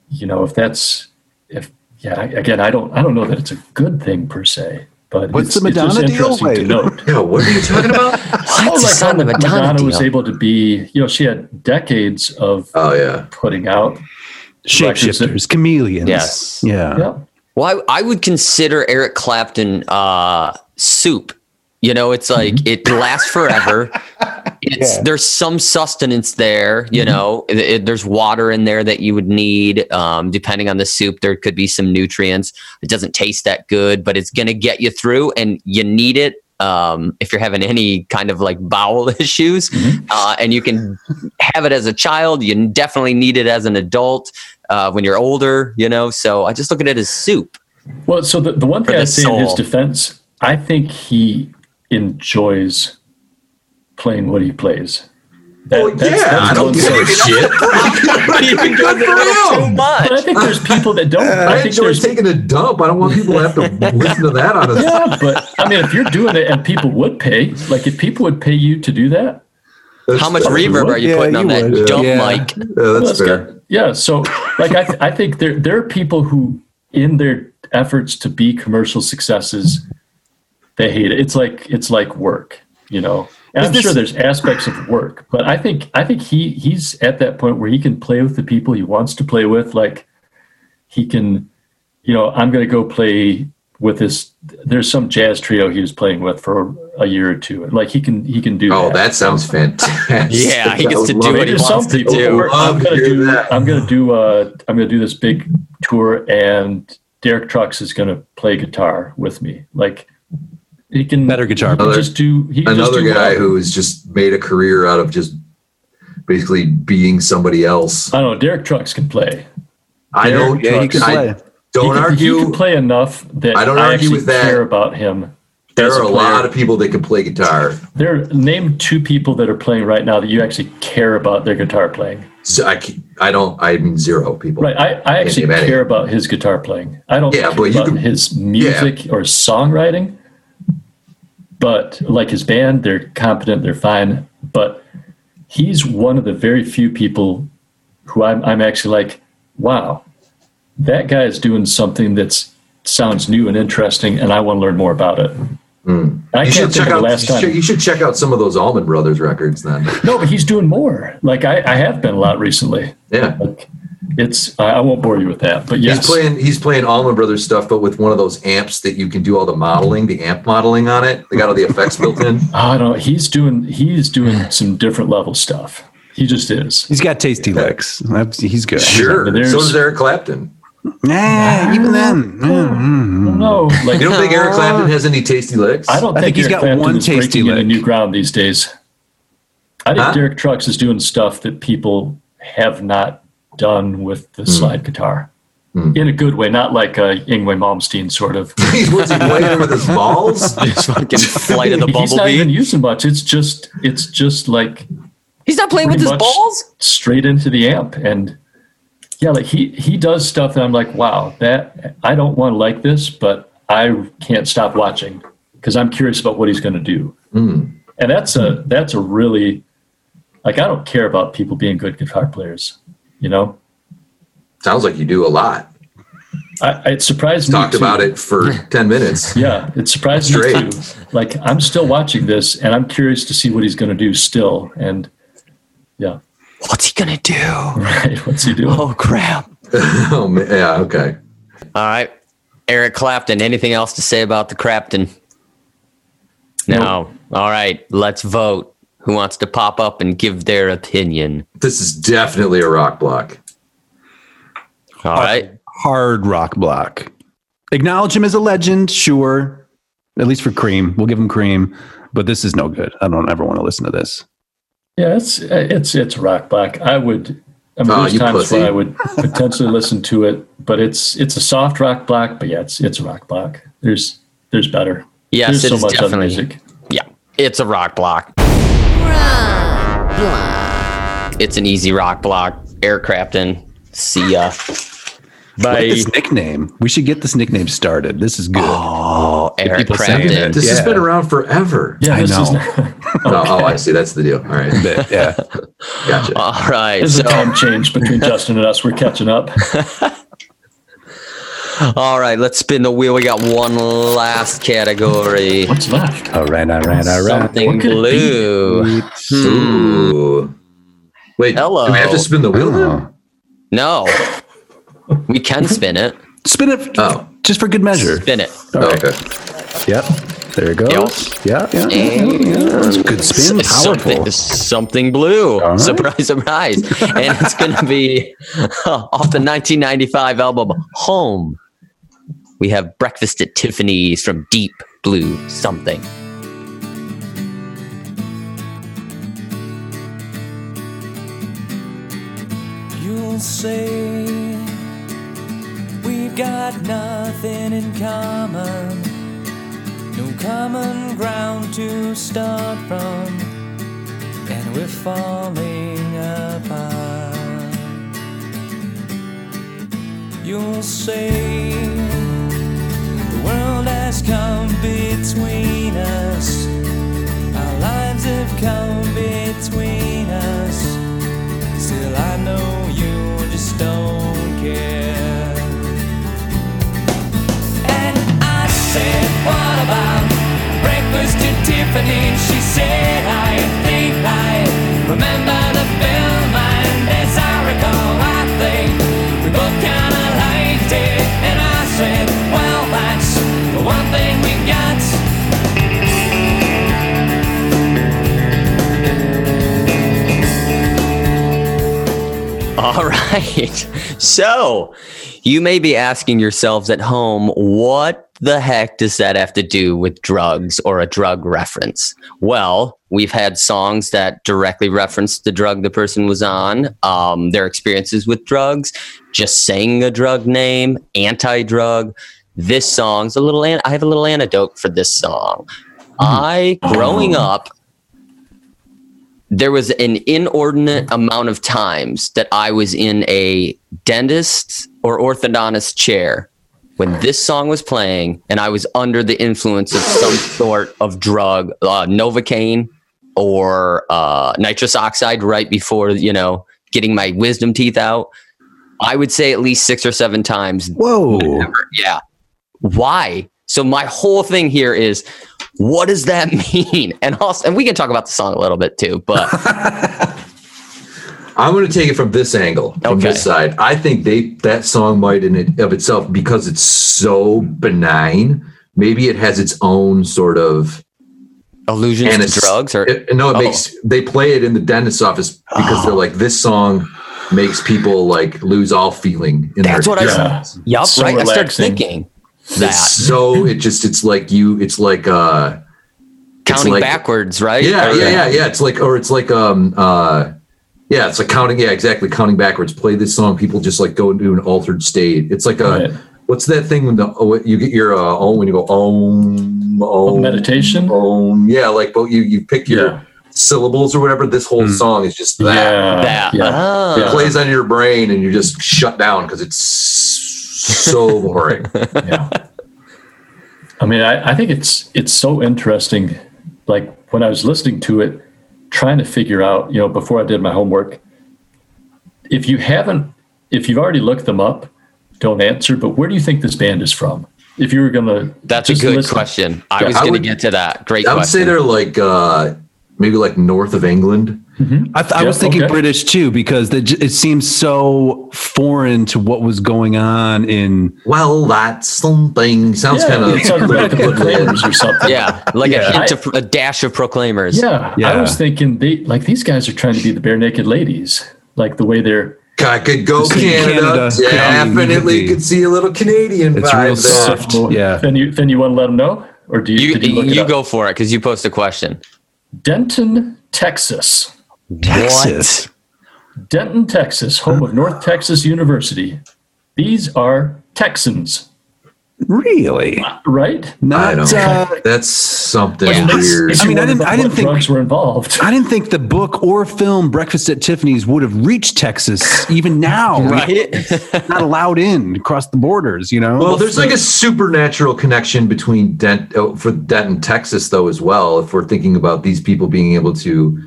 [SPEAKER 5] you know if that's if yeah I- again I don't I don't know that it's a good thing per se, but
[SPEAKER 4] What's
[SPEAKER 5] it's,
[SPEAKER 4] the
[SPEAKER 5] it's just
[SPEAKER 4] Madonna deal?
[SPEAKER 5] interesting
[SPEAKER 4] Wait.
[SPEAKER 5] to note.
[SPEAKER 6] Yeah, what are you talking about?
[SPEAKER 3] What's the
[SPEAKER 5] how
[SPEAKER 3] son of a
[SPEAKER 5] Madonna,
[SPEAKER 3] Madonna
[SPEAKER 5] was
[SPEAKER 3] deal?
[SPEAKER 5] able to be you know she had decades of
[SPEAKER 6] oh yeah.
[SPEAKER 5] putting out
[SPEAKER 4] Shapeshifters, chameleons.
[SPEAKER 3] Yes.
[SPEAKER 4] Yeah.
[SPEAKER 5] yeah.
[SPEAKER 3] Well, I, I would consider Eric Clapton uh, soup. You know, it's like
[SPEAKER 5] Mm-hmm.
[SPEAKER 3] it lasts forever. It's there's some sustenance there.
[SPEAKER 4] Mm-hmm.
[SPEAKER 3] You know, It- it- there's water in there that you would need. Um, depending on the soup, there could be some nutrients. It doesn't taste that good, but it's gonna get you through, and you need it. Um, if you're having any kind of like bowel issues,
[SPEAKER 4] Mm-hmm.
[SPEAKER 3] uh, and you can have it as a child, you definitely need it as an adult uh, when you're older. You know, so I just look at it as soup.
[SPEAKER 5] Well, so the, the one thing
[SPEAKER 3] the
[SPEAKER 5] I say in his
[SPEAKER 3] soul.
[SPEAKER 5] defense, I think he enjoys playing what he plays. That-
[SPEAKER 6] Well,
[SPEAKER 5] that's-
[SPEAKER 6] Oh, yeah,
[SPEAKER 5] that's
[SPEAKER 6] I don't
[SPEAKER 5] one
[SPEAKER 6] give
[SPEAKER 5] thing.
[SPEAKER 6] a shit. Good
[SPEAKER 3] Oh,
[SPEAKER 6] for him.
[SPEAKER 5] But I think there's people that don't.
[SPEAKER 6] I,
[SPEAKER 5] I think
[SPEAKER 6] enjoy
[SPEAKER 5] there's
[SPEAKER 6] taking a dump. I don't want people to have to listen to that on a
[SPEAKER 5] yeah, but I mean, if you're doing it and people would pay, like if people would pay you to do that,
[SPEAKER 3] How much reverb are you
[SPEAKER 4] Yeah,
[SPEAKER 3] putting on
[SPEAKER 4] you
[SPEAKER 3] that
[SPEAKER 4] would.
[SPEAKER 3] dumb
[SPEAKER 4] Yeah.
[SPEAKER 3] mic?
[SPEAKER 6] Yeah, uh, that's
[SPEAKER 5] Well,
[SPEAKER 6] fair.
[SPEAKER 5] it's got- yeah. So, like, I, th- I think there there are people who, in their efforts to be commercial successes, they hate it. It's like it's like work, you know. And I'm
[SPEAKER 4] this-
[SPEAKER 5] sure there's aspects of work, but I think I think he he's at that point where he can play with the people he wants to play with. Like, he can, you know, I'm going to go play with this. There's some jazz trio he was playing with for a, a year or two. Like he can he can do.
[SPEAKER 6] Oh,
[SPEAKER 5] that.
[SPEAKER 6] that sounds fantastic.
[SPEAKER 3] Yeah, he
[SPEAKER 6] I
[SPEAKER 3] gets to
[SPEAKER 6] would
[SPEAKER 3] do
[SPEAKER 6] love
[SPEAKER 3] what he
[SPEAKER 5] Maybe
[SPEAKER 3] wants to
[SPEAKER 5] some people
[SPEAKER 3] do.
[SPEAKER 5] were- I'm
[SPEAKER 6] Love
[SPEAKER 5] gonna
[SPEAKER 6] to hear
[SPEAKER 5] do.
[SPEAKER 6] that.
[SPEAKER 5] I'm gonna do. Uh, I'm gonna do this big tour, and Derek Trucks is gonna play guitar with me. Like he can
[SPEAKER 4] Better guitar
[SPEAKER 5] He can
[SPEAKER 6] player.
[SPEAKER 5] just do. He can
[SPEAKER 6] Another
[SPEAKER 5] just do
[SPEAKER 6] guy
[SPEAKER 5] whatever.
[SPEAKER 6] who has just made a career out of just basically being somebody else.
[SPEAKER 5] I don't know. Derek Trucks can play.
[SPEAKER 6] I don't.
[SPEAKER 4] Yeah, he
[SPEAKER 5] Trucks.
[SPEAKER 4] can play.
[SPEAKER 6] I don't
[SPEAKER 5] he can, He
[SPEAKER 6] argue.
[SPEAKER 5] can play enough that
[SPEAKER 6] I don't argue
[SPEAKER 5] actually
[SPEAKER 6] with that.
[SPEAKER 5] Care about him.
[SPEAKER 6] there
[SPEAKER 5] as
[SPEAKER 6] are a
[SPEAKER 5] player.
[SPEAKER 6] lot of people that can play guitar.
[SPEAKER 5] There, name two people that are playing right now that you actually care about their guitar playing.
[SPEAKER 6] So I, can, I don't. I mean, zero people.
[SPEAKER 5] Right. I, I actually
[SPEAKER 6] Any of any.
[SPEAKER 5] care about his guitar playing. I don't
[SPEAKER 6] Yeah,
[SPEAKER 5] care
[SPEAKER 6] but you
[SPEAKER 5] about
[SPEAKER 6] can-
[SPEAKER 5] his music or songwriting. But like his band, they're competent, they're fine. But he's one of the very few people who I'm, I'm actually like, wow, that guy is doing something that's sounds new and interesting, and I want to learn more about it. I
[SPEAKER 6] Hmm. You should
[SPEAKER 5] can't think
[SPEAKER 6] check
[SPEAKER 5] of the
[SPEAKER 6] out.
[SPEAKER 5] last
[SPEAKER 6] you,
[SPEAKER 5] time.
[SPEAKER 6] should, you should check out some of those Allman Brothers records then.
[SPEAKER 5] No, but he's doing more. Like I, I have been a lot recently.
[SPEAKER 6] Yeah.
[SPEAKER 5] Like it's I, I won't bore you with that. But yes,
[SPEAKER 6] He's playing he's playing Allman Brothers stuff, but with one of those amps that you can do all the modeling, the amp modeling on it. They got all the effects built in.
[SPEAKER 5] I don't. He's doing. He's doing some different level stuff. He just is.
[SPEAKER 4] He's got tasty licks. That's, he's good.
[SPEAKER 6] Sure.
[SPEAKER 5] There's-
[SPEAKER 6] So does Eric Clapton.
[SPEAKER 4] Nah, even then.
[SPEAKER 5] No, like
[SPEAKER 6] You don't think Eric Clapton has any tasty licks?
[SPEAKER 5] I don't
[SPEAKER 4] I think
[SPEAKER 5] think,
[SPEAKER 4] he's
[SPEAKER 5] Eric
[SPEAKER 4] got
[SPEAKER 5] Clapton
[SPEAKER 4] one
[SPEAKER 5] is
[SPEAKER 4] tasty
[SPEAKER 5] breaking into
[SPEAKER 4] lick.
[SPEAKER 5] new ground these days. I think
[SPEAKER 6] Huh?
[SPEAKER 5] Derek Trucks is doing stuff that people have not done with the slide guitar. In a good way, not like a Ingwe Malmsteen sort of.
[SPEAKER 6] He's what's he playing with his balls?
[SPEAKER 3] It's fucking flight of the
[SPEAKER 5] He's not even
[SPEAKER 3] bumblebee.
[SPEAKER 5] using much. It's just, it's just like
[SPEAKER 3] He's not playing with
[SPEAKER 5] pretty
[SPEAKER 3] his
[SPEAKER 5] much
[SPEAKER 3] balls.
[SPEAKER 5] straight into the amp and yeah like he he does stuff that i'm like wow that i don't want to like this but i can't stop watching because i'm curious about what he's going to do and that's a that's a really like i don't care about people being good guitar players you know
[SPEAKER 6] Sounds like you do a lot.
[SPEAKER 5] i it surprised me
[SPEAKER 6] Talked
[SPEAKER 5] too.
[SPEAKER 6] about it for ten minutes.
[SPEAKER 5] yeah it surprised me
[SPEAKER 6] Straight.
[SPEAKER 5] too like i'm still watching this and i'm curious to see what he's going to do still and yeah
[SPEAKER 3] What's he gonna do?
[SPEAKER 5] right what's he doing
[SPEAKER 3] Oh crap!
[SPEAKER 6] Oh man, yeah, okay.
[SPEAKER 3] All right, Eric Clapton. Anything else to say about the Clapton? No. All right, let's vote. Who wants to pop up and give their opinion?
[SPEAKER 6] This is definitely a rock block.
[SPEAKER 3] All right.
[SPEAKER 4] Hard rock block. Acknowledge him as a legend, sure. At least for Cream. We'll give him Cream. But this is no good. I don't ever want to listen to this.
[SPEAKER 5] Yeah, it's it's it's rock black. I would. I mean,
[SPEAKER 6] Oh,
[SPEAKER 5] there's
[SPEAKER 6] you
[SPEAKER 5] times
[SPEAKER 6] pussy.
[SPEAKER 5] where I would potentially listen to it, but it's it's a soft rock black. But yeah, it's it's rock black. There's there's better.
[SPEAKER 3] Yes,
[SPEAKER 5] there's
[SPEAKER 3] it's definitely. Yeah, it's a rock block. It's an easy rock block. Air Clapton. See ya.
[SPEAKER 4] Like
[SPEAKER 3] Bye.
[SPEAKER 4] this nickname. We should get this nickname started. This is good.
[SPEAKER 3] Oh, Eric
[SPEAKER 4] people saying
[SPEAKER 3] Clapton.
[SPEAKER 4] it.
[SPEAKER 6] This has
[SPEAKER 4] Yeah.
[SPEAKER 6] been around forever.
[SPEAKER 5] Yeah,
[SPEAKER 4] I
[SPEAKER 5] this is
[SPEAKER 4] know.
[SPEAKER 6] Oh, oh, I see. That's the deal. All right,
[SPEAKER 4] But, yeah.
[SPEAKER 6] gotcha.
[SPEAKER 3] All right.
[SPEAKER 5] this is a
[SPEAKER 3] So,
[SPEAKER 5] time change between Justin and us. We're catching up.
[SPEAKER 3] all right. Let's spin the wheel. We got one last category.
[SPEAKER 5] What's left?
[SPEAKER 4] all right, all right, all right.
[SPEAKER 3] Something
[SPEAKER 5] What could it
[SPEAKER 3] blue.
[SPEAKER 6] Ooh. Wait, do we have
[SPEAKER 3] Hello.
[SPEAKER 6] to spin the wheel now?
[SPEAKER 4] Oh.
[SPEAKER 3] No, we can spin it.
[SPEAKER 4] Spin it
[SPEAKER 6] Oh.
[SPEAKER 4] just for good measure.
[SPEAKER 3] Spin it.
[SPEAKER 6] Okay.
[SPEAKER 4] Yep. There it goes. Yeah, yeah. yeah, yeah, yeah. That's a good spin.
[SPEAKER 3] S- Something,
[SPEAKER 4] Powerful.
[SPEAKER 3] something blue.
[SPEAKER 4] right.
[SPEAKER 3] Surprise, surprise. and it's going to be uh, off the 1995 album Home. We have Breakfast at Tiffany's from Deep Blue Something.
[SPEAKER 7] You'll say we've got got nothing in common, no common ground to start from, and we're falling apart. You'll say the world has come between us, our lives have come between us. Still, I know you just don't care. And I said, What about breakfast to Tiffany? And she said, I think I remember the film. And as I recall, I think we both kinda liked it. And I said, Well, that's the one thing we got.
[SPEAKER 3] All right. So you may be asking yourselves at home, what the heck does that have to do with drugs or a drug reference? Well, we've had songs that directly reference the drug the person was on, um, their experiences with drugs, just saying a drug name, anti drug. This song's a little, an- I have a little antidote for this song. I, growing up, there was an inordinate amount of times that I was in a dentist or orthodontist chair when this song was playing and I was under the influence of some sort of drug, uh, Novocaine or uh, nitrous oxide right before, you know, getting my wisdom teeth out. I would say at least six or seven times
[SPEAKER 4] Whoa.
[SPEAKER 3] yeah. Why? So my whole thing here is what does that mean? And also and we can talk about the song a little bit too, but
[SPEAKER 6] I'm going to take it from this angle, from
[SPEAKER 3] Okay.
[SPEAKER 6] this side. I think they that song might in it of itself because it's so benign. Maybe it has its own sort of
[SPEAKER 3] allusions
[SPEAKER 6] and
[SPEAKER 3] to drugs or
[SPEAKER 6] it, no. It
[SPEAKER 3] Oh.
[SPEAKER 6] makes they play it in the dentist's office because they're like this song makes people like lose all feeling. In
[SPEAKER 3] That's
[SPEAKER 6] their
[SPEAKER 3] what I-
[SPEAKER 5] Yeah.
[SPEAKER 3] yup,
[SPEAKER 5] so
[SPEAKER 3] right? I started
[SPEAKER 5] relaxing.
[SPEAKER 3] thinking
[SPEAKER 6] It's
[SPEAKER 3] that
[SPEAKER 6] so it just it's like you. It's like uh
[SPEAKER 3] counting
[SPEAKER 6] like-
[SPEAKER 3] backwards, right?
[SPEAKER 6] yeah
[SPEAKER 3] Or-
[SPEAKER 6] yeah yeah yeah. It's like or it's like um uh. Yeah, it's like counting. Yeah, exactly. Counting backwards. Play this song. People just like go into an altered state. It's like a,
[SPEAKER 5] Right.
[SPEAKER 6] What's that thing when the oh, what- you get your uh, oh when you go om om
[SPEAKER 5] meditation?
[SPEAKER 6] om yeah like but you you pick your
[SPEAKER 5] Yeah. Hmm.
[SPEAKER 6] syllables or whatever this whole song is just that
[SPEAKER 5] Yeah.
[SPEAKER 3] That.
[SPEAKER 5] Yeah.
[SPEAKER 3] Ah.
[SPEAKER 6] it plays on your brain and you're just shut down because it's so boring
[SPEAKER 5] yeah. I mean, I, I think it's it's so interesting. Like when I was listening to it, trying to figure out, you know, before I did my homework, if you haven't, if you've already looked them up, don't answer. But where do you think this band is from? If you were gonna,
[SPEAKER 3] That's a
[SPEAKER 5] just
[SPEAKER 3] good
[SPEAKER 5] listen-
[SPEAKER 3] question. I
[SPEAKER 6] Yeah,
[SPEAKER 3] was
[SPEAKER 6] I
[SPEAKER 3] going to
[SPEAKER 6] would-
[SPEAKER 3] get to that. Great
[SPEAKER 6] I would
[SPEAKER 3] question.
[SPEAKER 6] say they're like uh maybe like north of England
[SPEAKER 4] I, th- I
[SPEAKER 5] Yeah,
[SPEAKER 4] was thinking
[SPEAKER 5] okay.
[SPEAKER 4] British too because they j- it seems so foreign to what was going on in.
[SPEAKER 6] well that's something sounds
[SPEAKER 5] Yeah,
[SPEAKER 6] kind of
[SPEAKER 5] it sounds like the Proclaimers or something.
[SPEAKER 3] yeah, like a
[SPEAKER 5] Yeah.
[SPEAKER 3] hint of a dash of proclaimers.
[SPEAKER 5] yeah, I
[SPEAKER 4] Yeah.
[SPEAKER 5] was thinking they like these guys are trying to be the bare naked ladies, like the way they're
[SPEAKER 6] I could go
[SPEAKER 4] See,
[SPEAKER 6] Canada,
[SPEAKER 4] Canada, yeah, you need to
[SPEAKER 6] definitely
[SPEAKER 4] be-
[SPEAKER 6] could see a little Canadian
[SPEAKER 4] It's
[SPEAKER 6] vibe
[SPEAKER 4] real
[SPEAKER 6] there.
[SPEAKER 4] soft. yeah.
[SPEAKER 5] Then you then you want to let them know, or do you?
[SPEAKER 3] You
[SPEAKER 5] did you, look it
[SPEAKER 3] you
[SPEAKER 5] up?
[SPEAKER 3] go for it because you post a question.
[SPEAKER 5] Denton, Texas.
[SPEAKER 4] Texas.
[SPEAKER 5] Denton, Texas, home of North Texas University. These are Texans,
[SPEAKER 4] Really?
[SPEAKER 5] right?
[SPEAKER 6] I
[SPEAKER 4] Not.
[SPEAKER 6] don't.
[SPEAKER 4] Uh,
[SPEAKER 6] that's something
[SPEAKER 5] Unless-
[SPEAKER 6] weird.
[SPEAKER 5] if
[SPEAKER 4] I
[SPEAKER 5] you
[SPEAKER 4] mean, I
[SPEAKER 5] wonder
[SPEAKER 4] didn't-
[SPEAKER 5] about
[SPEAKER 4] I didn't
[SPEAKER 5] what
[SPEAKER 4] think-
[SPEAKER 5] drugs were involved.
[SPEAKER 4] I didn't think the book or film Breakfast at Tiffany's would have reached Texas even now. It's not allowed in across the borders, you know?
[SPEAKER 6] Well, there's like a supernatural connection between Dent oh, for Denton, Texas, though, as well. If we're thinking about these people being able to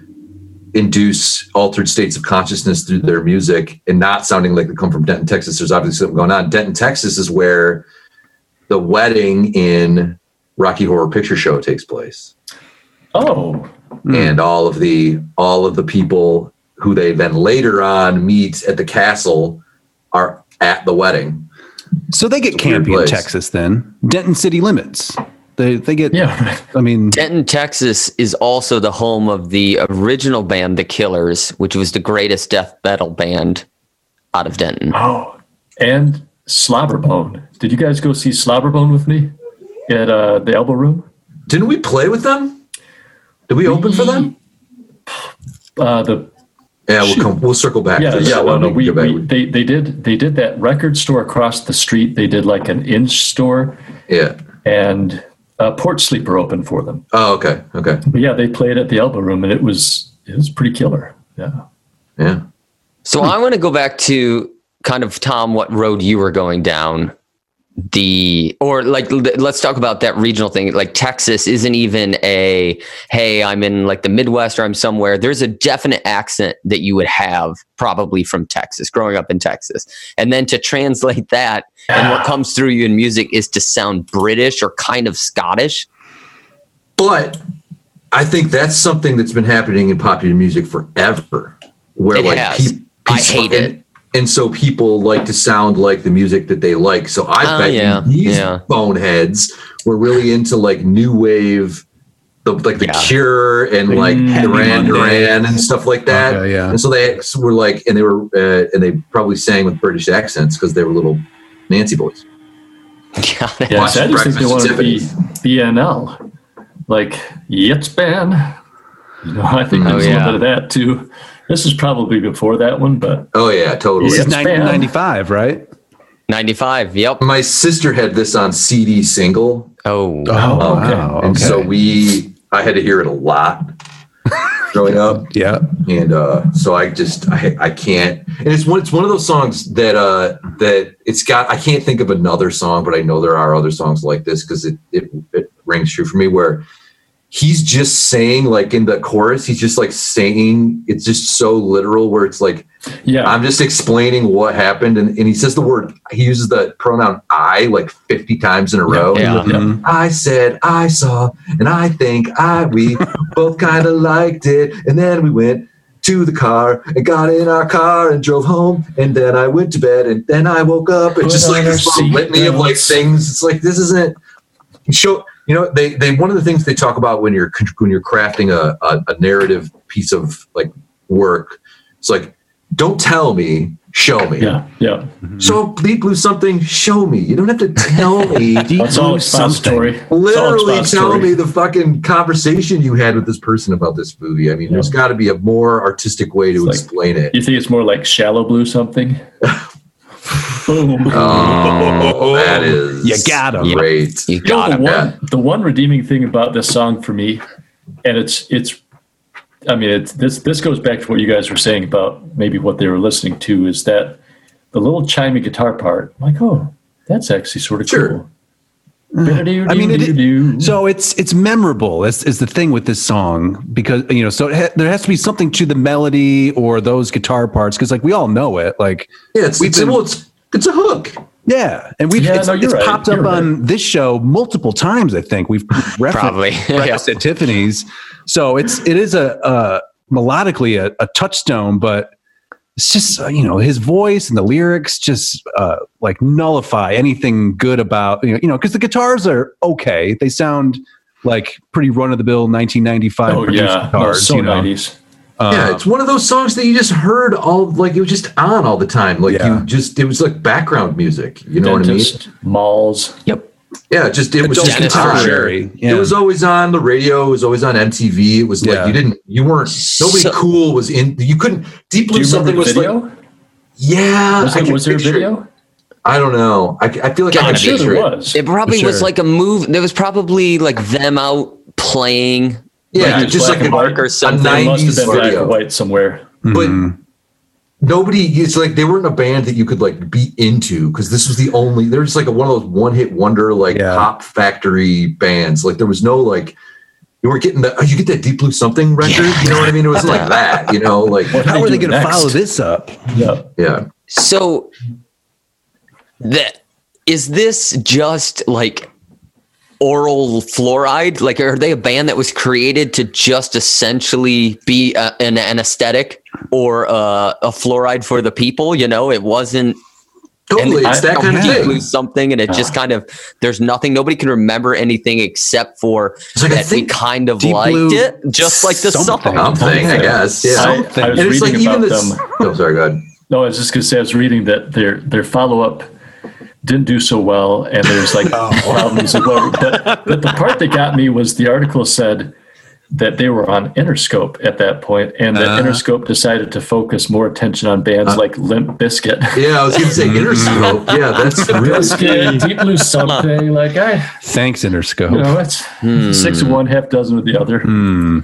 [SPEAKER 6] induce altered states of consciousness through their music and not sounding like they come from Denton, Texas, there's obviously something going on. Denton, Texas, is where the wedding in Rocky Horror Picture Show takes place,
[SPEAKER 5] oh,
[SPEAKER 6] and all of the all of the people who they then later on meet at the castle are at the wedding.
[SPEAKER 4] so they get
[SPEAKER 6] a weird
[SPEAKER 4] campy in
[SPEAKER 6] place.
[SPEAKER 4] Texas then. Denton city limits. They, they get,
[SPEAKER 5] yeah, right.
[SPEAKER 4] I mean,
[SPEAKER 3] Denton, Texas is also the home of the original band, The Killers, which was the greatest death metal band out of Denton.
[SPEAKER 5] Oh, and Slobberbone. Did you guys go see Slobberbone with me at uh, the Elbow Room?
[SPEAKER 6] Didn't we play with them? Did we open for them?
[SPEAKER 5] Uh, the
[SPEAKER 6] Yeah, we'll come. We'll circle back.
[SPEAKER 5] Yeah,
[SPEAKER 6] to
[SPEAKER 5] yeah.
[SPEAKER 6] that
[SPEAKER 5] Well,
[SPEAKER 6] when
[SPEAKER 5] no, we,
[SPEAKER 6] get back.
[SPEAKER 5] we they they did they did that record store across the street. They did like an inch store,
[SPEAKER 6] yeah.
[SPEAKER 5] and uh, Port Sleeper opened for them.
[SPEAKER 6] Oh, okay, okay,
[SPEAKER 5] But yeah, they played at the Elbow Room, and it was it was pretty killer. Yeah.
[SPEAKER 6] yeah.
[SPEAKER 3] So I want to go back to kind of Tom, what road you were going down. The or like l- let's talk about that regional thing. Like Texas isn't even a hey, I'm in like the Midwest or I'm somewhere. There's a definite accent that you would have probably from Texas, growing up in Texas, and then to translate that and what comes through you in music is to sound British or kind of Scottish.
[SPEAKER 6] But I think that's something that's been happening in popular music forever. Where
[SPEAKER 3] It
[SPEAKER 6] like
[SPEAKER 3] has.
[SPEAKER 6] peop-
[SPEAKER 3] I
[SPEAKER 6] peop-
[SPEAKER 3] hate
[SPEAKER 6] and,
[SPEAKER 3] it.
[SPEAKER 6] And so people like to sound like the music that they like. So I
[SPEAKER 3] Oh,
[SPEAKER 6] bet you
[SPEAKER 3] yeah,
[SPEAKER 6] these
[SPEAKER 3] yeah.
[SPEAKER 6] boneheads were really into like new wave, the like the
[SPEAKER 3] Yeah.
[SPEAKER 6] Cure and like
[SPEAKER 5] Happy
[SPEAKER 6] Duran
[SPEAKER 5] Monday.
[SPEAKER 6] Duran and stuff like that.
[SPEAKER 4] Okay, yeah.
[SPEAKER 6] And so they were like, and they were, uh, and they probably sang with British accents because they were little Nancy boys.
[SPEAKER 3] Got it.
[SPEAKER 5] Yeah, so I just think they
[SPEAKER 6] Breakfast
[SPEAKER 5] wanted to be
[SPEAKER 6] Tiffany's.
[SPEAKER 5] BNL, like Yitz Band. You know, I think
[SPEAKER 6] Oh,
[SPEAKER 5] there's
[SPEAKER 3] yeah.
[SPEAKER 5] a little bit of that too. This is probably before that one, but
[SPEAKER 6] Oh yeah, totally.
[SPEAKER 4] This is
[SPEAKER 5] Yeah.
[SPEAKER 4] 1995, right?
[SPEAKER 3] 95. Yep.
[SPEAKER 6] My sister had this on CD single.
[SPEAKER 3] Oh.
[SPEAKER 4] Oh,
[SPEAKER 6] okay.
[SPEAKER 4] wow,
[SPEAKER 6] Um, And
[SPEAKER 4] okay.
[SPEAKER 6] so we, I had to hear it a lot growing up,
[SPEAKER 4] Yeah.
[SPEAKER 6] and uh, so I just I, I can't. And it's one it's one of those songs that uh, that it's got. I can't think of another song, but I know there are other songs like this because it, it it rings true for me where he's just saying like in the chorus he's just like saying it's just so literal where it's like
[SPEAKER 5] yeah,
[SPEAKER 6] i'm just explaining what happened and, and he says the word he uses the pronoun i like 50 times in a row
[SPEAKER 3] Yeah.
[SPEAKER 4] Mhm.
[SPEAKER 6] I said I saw, and I think I we both kind of liked it. And then we went to the car and got in our car and drove home. And then I went to bed, and then I woke up. It's
[SPEAKER 5] Put
[SPEAKER 6] just like
[SPEAKER 5] on
[SPEAKER 6] this
[SPEAKER 5] our
[SPEAKER 6] little litany of like
[SPEAKER 5] seatbelts.
[SPEAKER 6] things. It's like this isn't show. You know, they they one of the things they talk about when you're when you're crafting a a, a narrative piece of like work. It's like don't tell me, show me.
[SPEAKER 5] yeah, yeah.
[SPEAKER 6] So deep blue something, show me. You don't have to tell me.
[SPEAKER 5] That's all it's about
[SPEAKER 4] Something.
[SPEAKER 5] story. It's all
[SPEAKER 6] literally
[SPEAKER 5] about
[SPEAKER 6] tell
[SPEAKER 5] story.
[SPEAKER 6] me the fucking conversation you had with this person about this movie. I mean,
[SPEAKER 5] Yeah.
[SPEAKER 6] there's got to be a more artistic way to
[SPEAKER 5] It's like-
[SPEAKER 6] explain it.
[SPEAKER 5] You think it's more like shallow blue something? Boom.
[SPEAKER 6] Oh, that is
[SPEAKER 4] You got 'em.
[SPEAKER 6] great.
[SPEAKER 3] You
[SPEAKER 5] You know,
[SPEAKER 3] got
[SPEAKER 5] the
[SPEAKER 3] him.
[SPEAKER 6] yeah.
[SPEAKER 5] one, the one redeeming thing about this song for me, and it's it's, I mean, it's this this goes back to what you guys were saying about maybe what they were listening to is that the little chimey guitar part, like, oh, that's actually sort of
[SPEAKER 6] Sure.
[SPEAKER 5] cool.
[SPEAKER 4] I mean, it, so it's it's memorable. Is is the thing with this song because you know, so it ha- there has to be something to the melody or those guitar parts because like we all know it. Like
[SPEAKER 6] Yeah, it's,
[SPEAKER 4] We've
[SPEAKER 6] it's,
[SPEAKER 4] been-
[SPEAKER 6] well, it's, it's a hook.
[SPEAKER 4] yeah, and we've
[SPEAKER 5] Yeah,
[SPEAKER 4] it's,
[SPEAKER 5] no, you're
[SPEAKER 4] it's
[SPEAKER 5] right.
[SPEAKER 4] popped up
[SPEAKER 5] You're
[SPEAKER 4] on this show multiple times. I think we've referenced
[SPEAKER 3] Probably. Yeah.
[SPEAKER 4] Breakfast at Tiffany's. So it's it is a, a melodically a, a touchstone, but it's just uh, you know his voice and the lyrics just uh, like nullify anything good about you know you know because the guitars are okay, they sound like pretty run of the mill 1995
[SPEAKER 5] oh
[SPEAKER 4] produced
[SPEAKER 5] yeah, no,
[SPEAKER 4] guitars,
[SPEAKER 5] so
[SPEAKER 4] you know.
[SPEAKER 5] nineties. Uh-huh.
[SPEAKER 6] yeah, it's one of those songs that you just heard all like it was just on all the time. Like
[SPEAKER 4] Yeah.
[SPEAKER 6] you just it was like background music. You know what
[SPEAKER 5] Dentist, malls.
[SPEAKER 6] I mean? Yeah, just it was
[SPEAKER 4] Adult
[SPEAKER 6] just
[SPEAKER 4] contemporary,
[SPEAKER 6] on.
[SPEAKER 4] yeah.
[SPEAKER 6] It was always on the radio. It was always on MTV. It was like
[SPEAKER 4] Yeah.
[SPEAKER 6] you didn't you weren't nobody
[SPEAKER 3] So-
[SPEAKER 6] cool was in. You couldn't deep
[SPEAKER 5] Do
[SPEAKER 6] blue
[SPEAKER 5] you
[SPEAKER 6] something
[SPEAKER 5] remember the
[SPEAKER 6] was
[SPEAKER 5] video?
[SPEAKER 6] like Yeah,
[SPEAKER 5] was
[SPEAKER 6] I
[SPEAKER 5] it,
[SPEAKER 6] can
[SPEAKER 5] was there a
[SPEAKER 6] picture it.
[SPEAKER 5] video?
[SPEAKER 6] I don't know. I, I feel like I
[SPEAKER 5] I'm
[SPEAKER 6] can
[SPEAKER 5] sure
[SPEAKER 6] picture
[SPEAKER 5] there
[SPEAKER 6] it.
[SPEAKER 5] was.
[SPEAKER 3] It probably was
[SPEAKER 4] sure.
[SPEAKER 3] like a move. There was probably like them out playing.
[SPEAKER 6] Yeah,
[SPEAKER 5] Like,
[SPEAKER 6] just
[SPEAKER 5] black
[SPEAKER 6] like
[SPEAKER 5] and
[SPEAKER 6] a
[SPEAKER 5] white.
[SPEAKER 6] marker,
[SPEAKER 3] Or
[SPEAKER 6] something.
[SPEAKER 3] something.
[SPEAKER 5] It must have
[SPEAKER 6] 90s
[SPEAKER 5] been black
[SPEAKER 6] video.
[SPEAKER 5] and white somewhere.
[SPEAKER 4] Mm-hmm.
[SPEAKER 6] But nobody, it's like they weren't a band that you could like be into because this was the only, they're just like a, one of those one hit wonder, like
[SPEAKER 4] Yeah.
[SPEAKER 6] pop factory bands. Like there was no like, you weren't getting the, oh, you get that Deep Blue Something record? You know what I mean? It was like that, you know, like,
[SPEAKER 5] What
[SPEAKER 4] How
[SPEAKER 5] do
[SPEAKER 4] are they
[SPEAKER 5] do
[SPEAKER 4] going to
[SPEAKER 5] next?
[SPEAKER 4] follow this up?
[SPEAKER 5] Yeah.
[SPEAKER 6] yeah.
[SPEAKER 3] So that is this just like oral fluoride? Like, are they a band that was created to just essentially be a, an anesthetic or uh, a fluoride for the people? You know, it wasn't
[SPEAKER 6] Totally.
[SPEAKER 5] I-
[SPEAKER 6] it's that
[SPEAKER 3] I
[SPEAKER 6] kind of
[SPEAKER 3] don't
[SPEAKER 6] thing.
[SPEAKER 3] lose something and it just kind of there's nothing nobody can remember anything except for
[SPEAKER 6] It's like, I
[SPEAKER 3] that we
[SPEAKER 6] think
[SPEAKER 3] kind of
[SPEAKER 4] Deep
[SPEAKER 3] liked
[SPEAKER 4] Blue
[SPEAKER 3] it just like the
[SPEAKER 4] something.
[SPEAKER 3] something
[SPEAKER 6] Something, I guess. Yeah.
[SPEAKER 5] I, I was
[SPEAKER 6] and it's like
[SPEAKER 5] reading
[SPEAKER 6] even
[SPEAKER 5] about
[SPEAKER 6] this.
[SPEAKER 5] them.
[SPEAKER 6] Oh, sorry, go ahead.
[SPEAKER 5] No, I was just gonna say I was reading that their their follow up didn't do so
[SPEAKER 4] Oh.
[SPEAKER 5] well, and there's like problems. and whatever. But but the part that got me was the article said that they were on Interscope at that point, and that
[SPEAKER 4] Uh-huh. Uh.
[SPEAKER 5] Interscope decided to focus more attention on bands like Limp Biscuit.
[SPEAKER 6] Yeah, I was gonna say Interscope. Yeah, that's really
[SPEAKER 5] Biscuit, Deep Blue Something, like I,
[SPEAKER 4] Thanks, Interscope.
[SPEAKER 5] you know, it's six of one, half dozen of the other.
[SPEAKER 4] Hmm.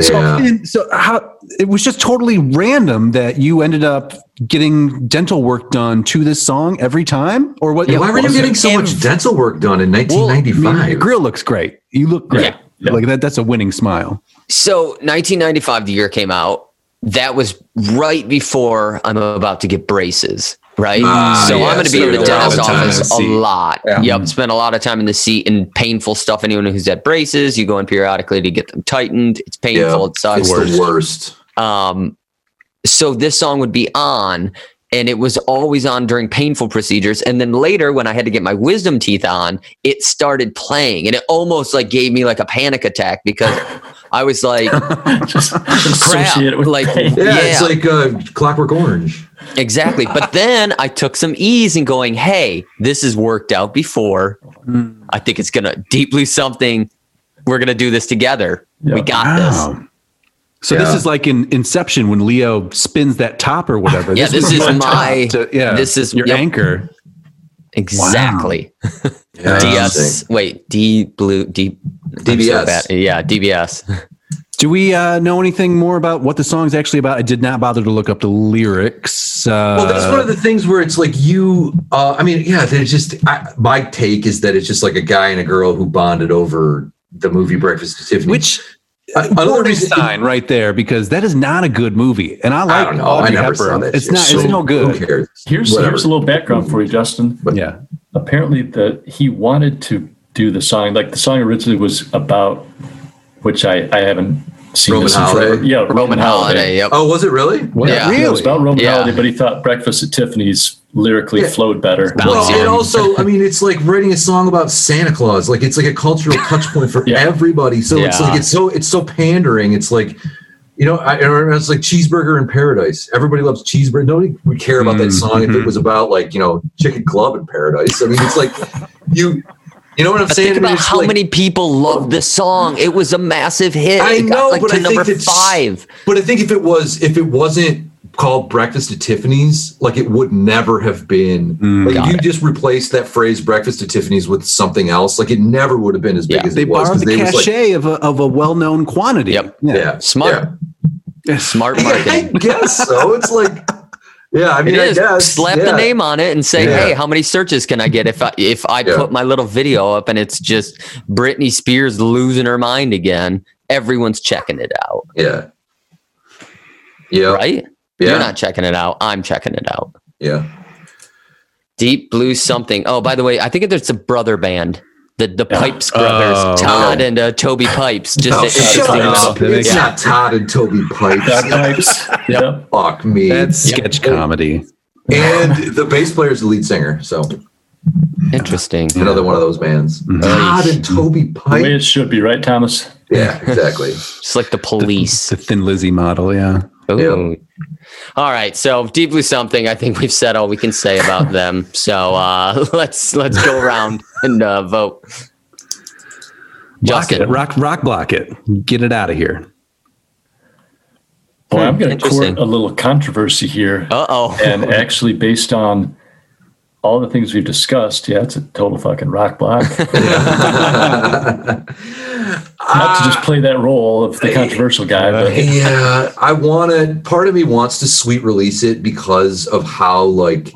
[SPEAKER 4] So,
[SPEAKER 6] Yeah.
[SPEAKER 4] and so how it was just totally random that you ended up getting dental work done to this song every time, or what?
[SPEAKER 6] Why were you
[SPEAKER 4] was it?
[SPEAKER 6] getting so much dental work done in
[SPEAKER 4] I mean, your
[SPEAKER 6] 1995?
[SPEAKER 4] grill looks great. You look great.
[SPEAKER 3] Yeah.
[SPEAKER 5] Yeah.
[SPEAKER 4] Like that. That's a winning smile.
[SPEAKER 3] So 1995, the year came out. That was right before I'm about to get braces. Right.
[SPEAKER 6] Ah,
[SPEAKER 3] so
[SPEAKER 6] yeah,
[SPEAKER 3] I'm going to be
[SPEAKER 6] so
[SPEAKER 3] in the
[SPEAKER 6] you're a lot
[SPEAKER 3] dentist
[SPEAKER 6] of time in the
[SPEAKER 3] office a
[SPEAKER 4] seat.
[SPEAKER 3] lot.
[SPEAKER 6] Yeah.
[SPEAKER 3] Yep. Spend a lot of time in the seat and painful stuff. Anyone who's had braces, you go in periodically to get them tightened. It's painful.
[SPEAKER 6] Yeah,
[SPEAKER 3] it sucks.
[SPEAKER 6] it's the worst.
[SPEAKER 3] Um, so this song would be on, and it was always on during painful procedures. And then later, when I had to get my wisdom teeth on, it started playing, and it almost like gave me like a panic attack because I was like,
[SPEAKER 5] Just
[SPEAKER 3] "Crap!"
[SPEAKER 5] associate it with
[SPEAKER 3] Like,
[SPEAKER 5] pain.
[SPEAKER 6] Yeah, it's like uh, Clockwork Orange.
[SPEAKER 3] exactly. But then I took some ease in going, "Hey, this has worked out before. I think it's gonna deeply something. We're gonna do this together. We
[SPEAKER 5] Yeah.
[SPEAKER 3] got this."
[SPEAKER 4] Wow. So this
[SPEAKER 6] Yeah.
[SPEAKER 4] is like in Inception when Leo spins that top or whatever.
[SPEAKER 3] Yeah, this
[SPEAKER 4] was
[SPEAKER 3] is
[SPEAKER 4] your
[SPEAKER 3] my-
[SPEAKER 4] top to- yeah,
[SPEAKER 3] this is-
[SPEAKER 4] your
[SPEAKER 3] yep.
[SPEAKER 4] anchor.
[SPEAKER 3] Exactly.
[SPEAKER 6] Yeah,
[SPEAKER 3] DS. Wait, D blue D DBS.
[SPEAKER 6] DBS.
[SPEAKER 3] yeah, DBS.
[SPEAKER 4] Do we uh, know anything more about what the song's actually about? I did not bother to look up the lyrics. Uh,
[SPEAKER 6] Well, that's one of the things where it's like you. Uh, I mean, yeah, there's just I, my take is that it's just like a guy and a girl who bonded over the movie Breakfast at Tiffany.
[SPEAKER 4] Mm-hmm. which
[SPEAKER 6] I- another
[SPEAKER 4] warning
[SPEAKER 6] reason,
[SPEAKER 4] sign right there because that is not a good movie, and I like
[SPEAKER 6] I don't know. I
[SPEAKER 4] Audrey
[SPEAKER 6] never
[SPEAKER 4] Hepburn.
[SPEAKER 6] saw that.
[SPEAKER 4] It's
[SPEAKER 6] shit.
[SPEAKER 4] not.
[SPEAKER 6] So
[SPEAKER 4] it's no good.
[SPEAKER 6] Who cares?
[SPEAKER 5] Here's
[SPEAKER 6] Whatever.
[SPEAKER 5] here's a little background for you, Justin.
[SPEAKER 4] Yeah.
[SPEAKER 5] Apparently, the he wanted to do the song. Like the song originally was about, which I I haven't seen
[SPEAKER 6] Roman
[SPEAKER 5] this in forever.
[SPEAKER 6] Holiday?
[SPEAKER 5] Yeah, Roman,
[SPEAKER 3] Holiday. Yep.
[SPEAKER 6] Oh, was it really?
[SPEAKER 3] Yeah.
[SPEAKER 5] Yeah, it
[SPEAKER 4] Really?
[SPEAKER 5] was about Roman
[SPEAKER 3] Yeah.
[SPEAKER 5] Holiday, but he thought Breakfast at Tiffany's lyrically
[SPEAKER 6] Yeah.
[SPEAKER 5] flowed better.
[SPEAKER 6] Well,
[SPEAKER 3] Yeah.
[SPEAKER 6] and also, I mean, it's like writing a song about Santa Claus. Like it's like a cultural touch point for
[SPEAKER 5] Yeah.
[SPEAKER 6] everybody. So it's
[SPEAKER 3] Yeah.
[SPEAKER 6] like it's so it's so pandering. It's like, you know, I, I remember it's like Cheeseburger in Paradise. Everybody loves cheeseburger. Nobody would care about that song if it was about like you know Chicken Club in Paradise. I mean, it's like you, you know what I'm
[SPEAKER 3] But
[SPEAKER 6] saying?
[SPEAKER 3] think
[SPEAKER 6] I mean,
[SPEAKER 3] about
[SPEAKER 6] it's
[SPEAKER 3] how
[SPEAKER 6] like-
[SPEAKER 3] many people loved the song. It was a massive hit.
[SPEAKER 6] I
[SPEAKER 3] it got,
[SPEAKER 6] know,
[SPEAKER 3] like
[SPEAKER 6] but
[SPEAKER 3] to
[SPEAKER 6] I think
[SPEAKER 3] number
[SPEAKER 6] that's-
[SPEAKER 3] five.
[SPEAKER 6] But I think if it was if it wasn't called Breakfast at Tiffany's, like it would never have been.
[SPEAKER 4] Mm.
[SPEAKER 6] like if
[SPEAKER 3] Got
[SPEAKER 6] you just replaced that phrase "Breakfast at Tiffany's" with something else, like it never would have been as big
[SPEAKER 3] Yeah.
[SPEAKER 6] as
[SPEAKER 4] They
[SPEAKER 6] it was.
[SPEAKER 4] borrowed
[SPEAKER 6] 'cause
[SPEAKER 4] the
[SPEAKER 6] they was, like-
[SPEAKER 4] cachet of a of a well known quantity.
[SPEAKER 3] Yep.
[SPEAKER 4] Yeah.
[SPEAKER 6] yeah,
[SPEAKER 3] Smart.
[SPEAKER 4] Yeah.
[SPEAKER 3] Smart
[SPEAKER 6] Yeah. I
[SPEAKER 3] marketing.
[SPEAKER 6] guess so. It's like, yeah, I
[SPEAKER 3] It
[SPEAKER 6] mean, I
[SPEAKER 3] is.
[SPEAKER 6] guess
[SPEAKER 3] Slap
[SPEAKER 6] yeah.
[SPEAKER 3] the name on it and say,
[SPEAKER 6] Yeah.
[SPEAKER 3] "Hey, how many searches can I get if I if I
[SPEAKER 6] Yeah.
[SPEAKER 3] put my little video up and it's just Britney Spears losing her mind again? Everyone's checking it out,
[SPEAKER 6] Yeah, yeah,
[SPEAKER 3] right?
[SPEAKER 6] yeah,
[SPEAKER 3] You're not checking it out. I'm checking it out.
[SPEAKER 6] yeah.
[SPEAKER 3] Deep Blue something. Oh, by the way, I think there's a brother band. The the Pipes brothers,
[SPEAKER 4] Oh.
[SPEAKER 3] Todd and uh, Toby Pipes. Just
[SPEAKER 6] Oh,
[SPEAKER 3] an
[SPEAKER 6] shut
[SPEAKER 3] interesting
[SPEAKER 6] up.
[SPEAKER 4] little-
[SPEAKER 6] It's
[SPEAKER 4] Yeah.
[SPEAKER 6] not Todd and Toby
[SPEAKER 5] Dog
[SPEAKER 6] Pipes.
[SPEAKER 5] pipes. yeah.
[SPEAKER 6] Fuck me.
[SPEAKER 4] That's sketch comedy.
[SPEAKER 6] and the bass player is the lead singer, so
[SPEAKER 3] Interesting.
[SPEAKER 6] another one of those bands. Todd and Toby
[SPEAKER 5] The way
[SPEAKER 6] Pipes.
[SPEAKER 5] it should be, right, Thomas?
[SPEAKER 6] Yeah, exactly.
[SPEAKER 3] It's like the police.
[SPEAKER 4] It's a Thin Lizzy model. Yeah.
[SPEAKER 3] Ooh. All right. So Deep Blue something. I think we've said all we can say about them. So uh, let's let's go around and uh, vote.
[SPEAKER 4] Rock it.
[SPEAKER 3] Justin.
[SPEAKER 4] Rock rock block it. Get it out of here.
[SPEAKER 5] Boy, I'm going to
[SPEAKER 3] interesting.
[SPEAKER 5] court a little controversy here,
[SPEAKER 3] Uh oh.
[SPEAKER 5] and actually, based on all the things we've discussed, yeah, it's a total fucking rock block. Not to just play that role of the controversial guy, but
[SPEAKER 6] yeah, I want to. Part of me wants to sweet release it because of how like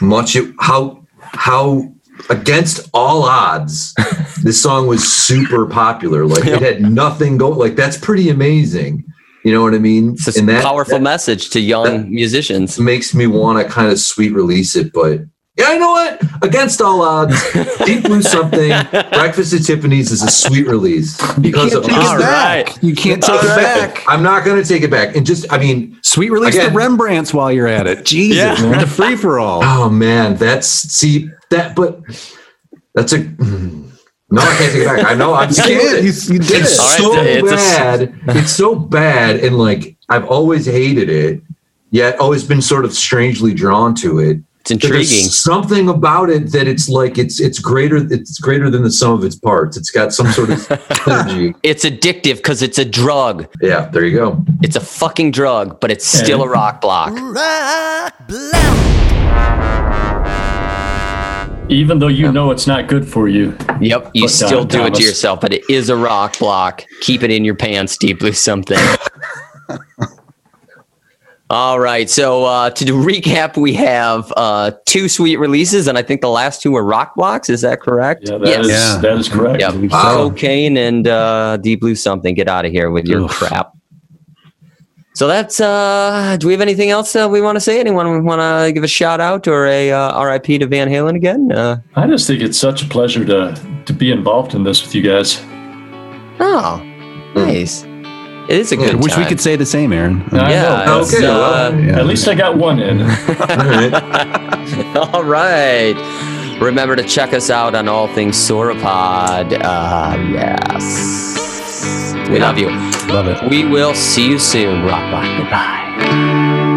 [SPEAKER 6] much it how how against all odds this song was super popular. Like it had nothing going. Like that's pretty amazing. You know what I mean?
[SPEAKER 3] It's a
[SPEAKER 6] that,
[SPEAKER 3] powerful
[SPEAKER 6] that
[SPEAKER 3] message to young
[SPEAKER 6] that-
[SPEAKER 3] musicians.
[SPEAKER 6] makes me want to kind of sweet release it, but. Yeah, you know what? Against all odds, Deep Blue Something, Breakfast at Tiffany's is a sweet release because of
[SPEAKER 4] Take it
[SPEAKER 3] All
[SPEAKER 4] back.
[SPEAKER 3] right.
[SPEAKER 4] You can't take it back.
[SPEAKER 6] I'm not going to take it back. And just, I mean,
[SPEAKER 4] Sweet release
[SPEAKER 6] Again.
[SPEAKER 4] the Rembrandts while you're at it. Jesus. The free for all.
[SPEAKER 6] oh man, that's see that, but that's a mm. no. I can't take it back. I know I'm
[SPEAKER 4] You can't.
[SPEAKER 6] scared.
[SPEAKER 4] You,
[SPEAKER 6] It's
[SPEAKER 4] you did it.
[SPEAKER 3] All right,
[SPEAKER 6] so
[SPEAKER 3] it's a-
[SPEAKER 6] bad. It's so bad, and like I've always hated it, yet always been sort of strangely drawn to it.
[SPEAKER 3] It's intriguing.
[SPEAKER 6] There's something about it that it's like it's it's greater it's greater than the sum of its parts. It's got some sort of energy.
[SPEAKER 3] It's addictive because it's a drug.
[SPEAKER 6] Yeah, there you go.
[SPEAKER 3] It's a fucking drug, but it's still a rock block.
[SPEAKER 7] Rock block.
[SPEAKER 5] Even though you know it's not good for you.
[SPEAKER 3] Yep, you
[SPEAKER 5] But, uh,
[SPEAKER 3] still do it
[SPEAKER 5] Thomas-
[SPEAKER 3] to yourself, but it is a rock block. Keep it in your pants, deep blue something. All right, so uh, to do recap, we have uh, two sweet releases, and I think the last two were rock blocks. Is that correct?
[SPEAKER 5] Yeah, that is
[SPEAKER 4] Yeah.
[SPEAKER 5] that is correct.
[SPEAKER 3] Yep.
[SPEAKER 6] Wow.
[SPEAKER 3] Cocaine and uh, deep blue something. Get out of here with your
[SPEAKER 4] Oof.
[SPEAKER 3] crap. So that's. Uh, do we have anything else uh, we want to say? Anyone want to give a shout out or a uh, RIP to Van Halen again? Uh,
[SPEAKER 5] I just think it's such a pleasure to to be involved in this with you guys.
[SPEAKER 3] Oh, nice. It is a
[SPEAKER 6] Yeah,
[SPEAKER 3] good.
[SPEAKER 6] I
[SPEAKER 4] Wish we
[SPEAKER 3] time.
[SPEAKER 4] could say the same, Aaron.
[SPEAKER 5] I
[SPEAKER 3] Yeah.
[SPEAKER 5] know,
[SPEAKER 6] Okay.
[SPEAKER 3] it's,
[SPEAKER 6] well,
[SPEAKER 3] uh,
[SPEAKER 6] yeah.
[SPEAKER 5] Uh, At least I got one in.
[SPEAKER 6] All right.
[SPEAKER 3] uh, all right. Remember to check us out on all things Sauropod. Uh, yes. We love you.
[SPEAKER 5] Love it.
[SPEAKER 3] We will see you soon. Rock, rock, goodbye.
[SPEAKER 6] Bye.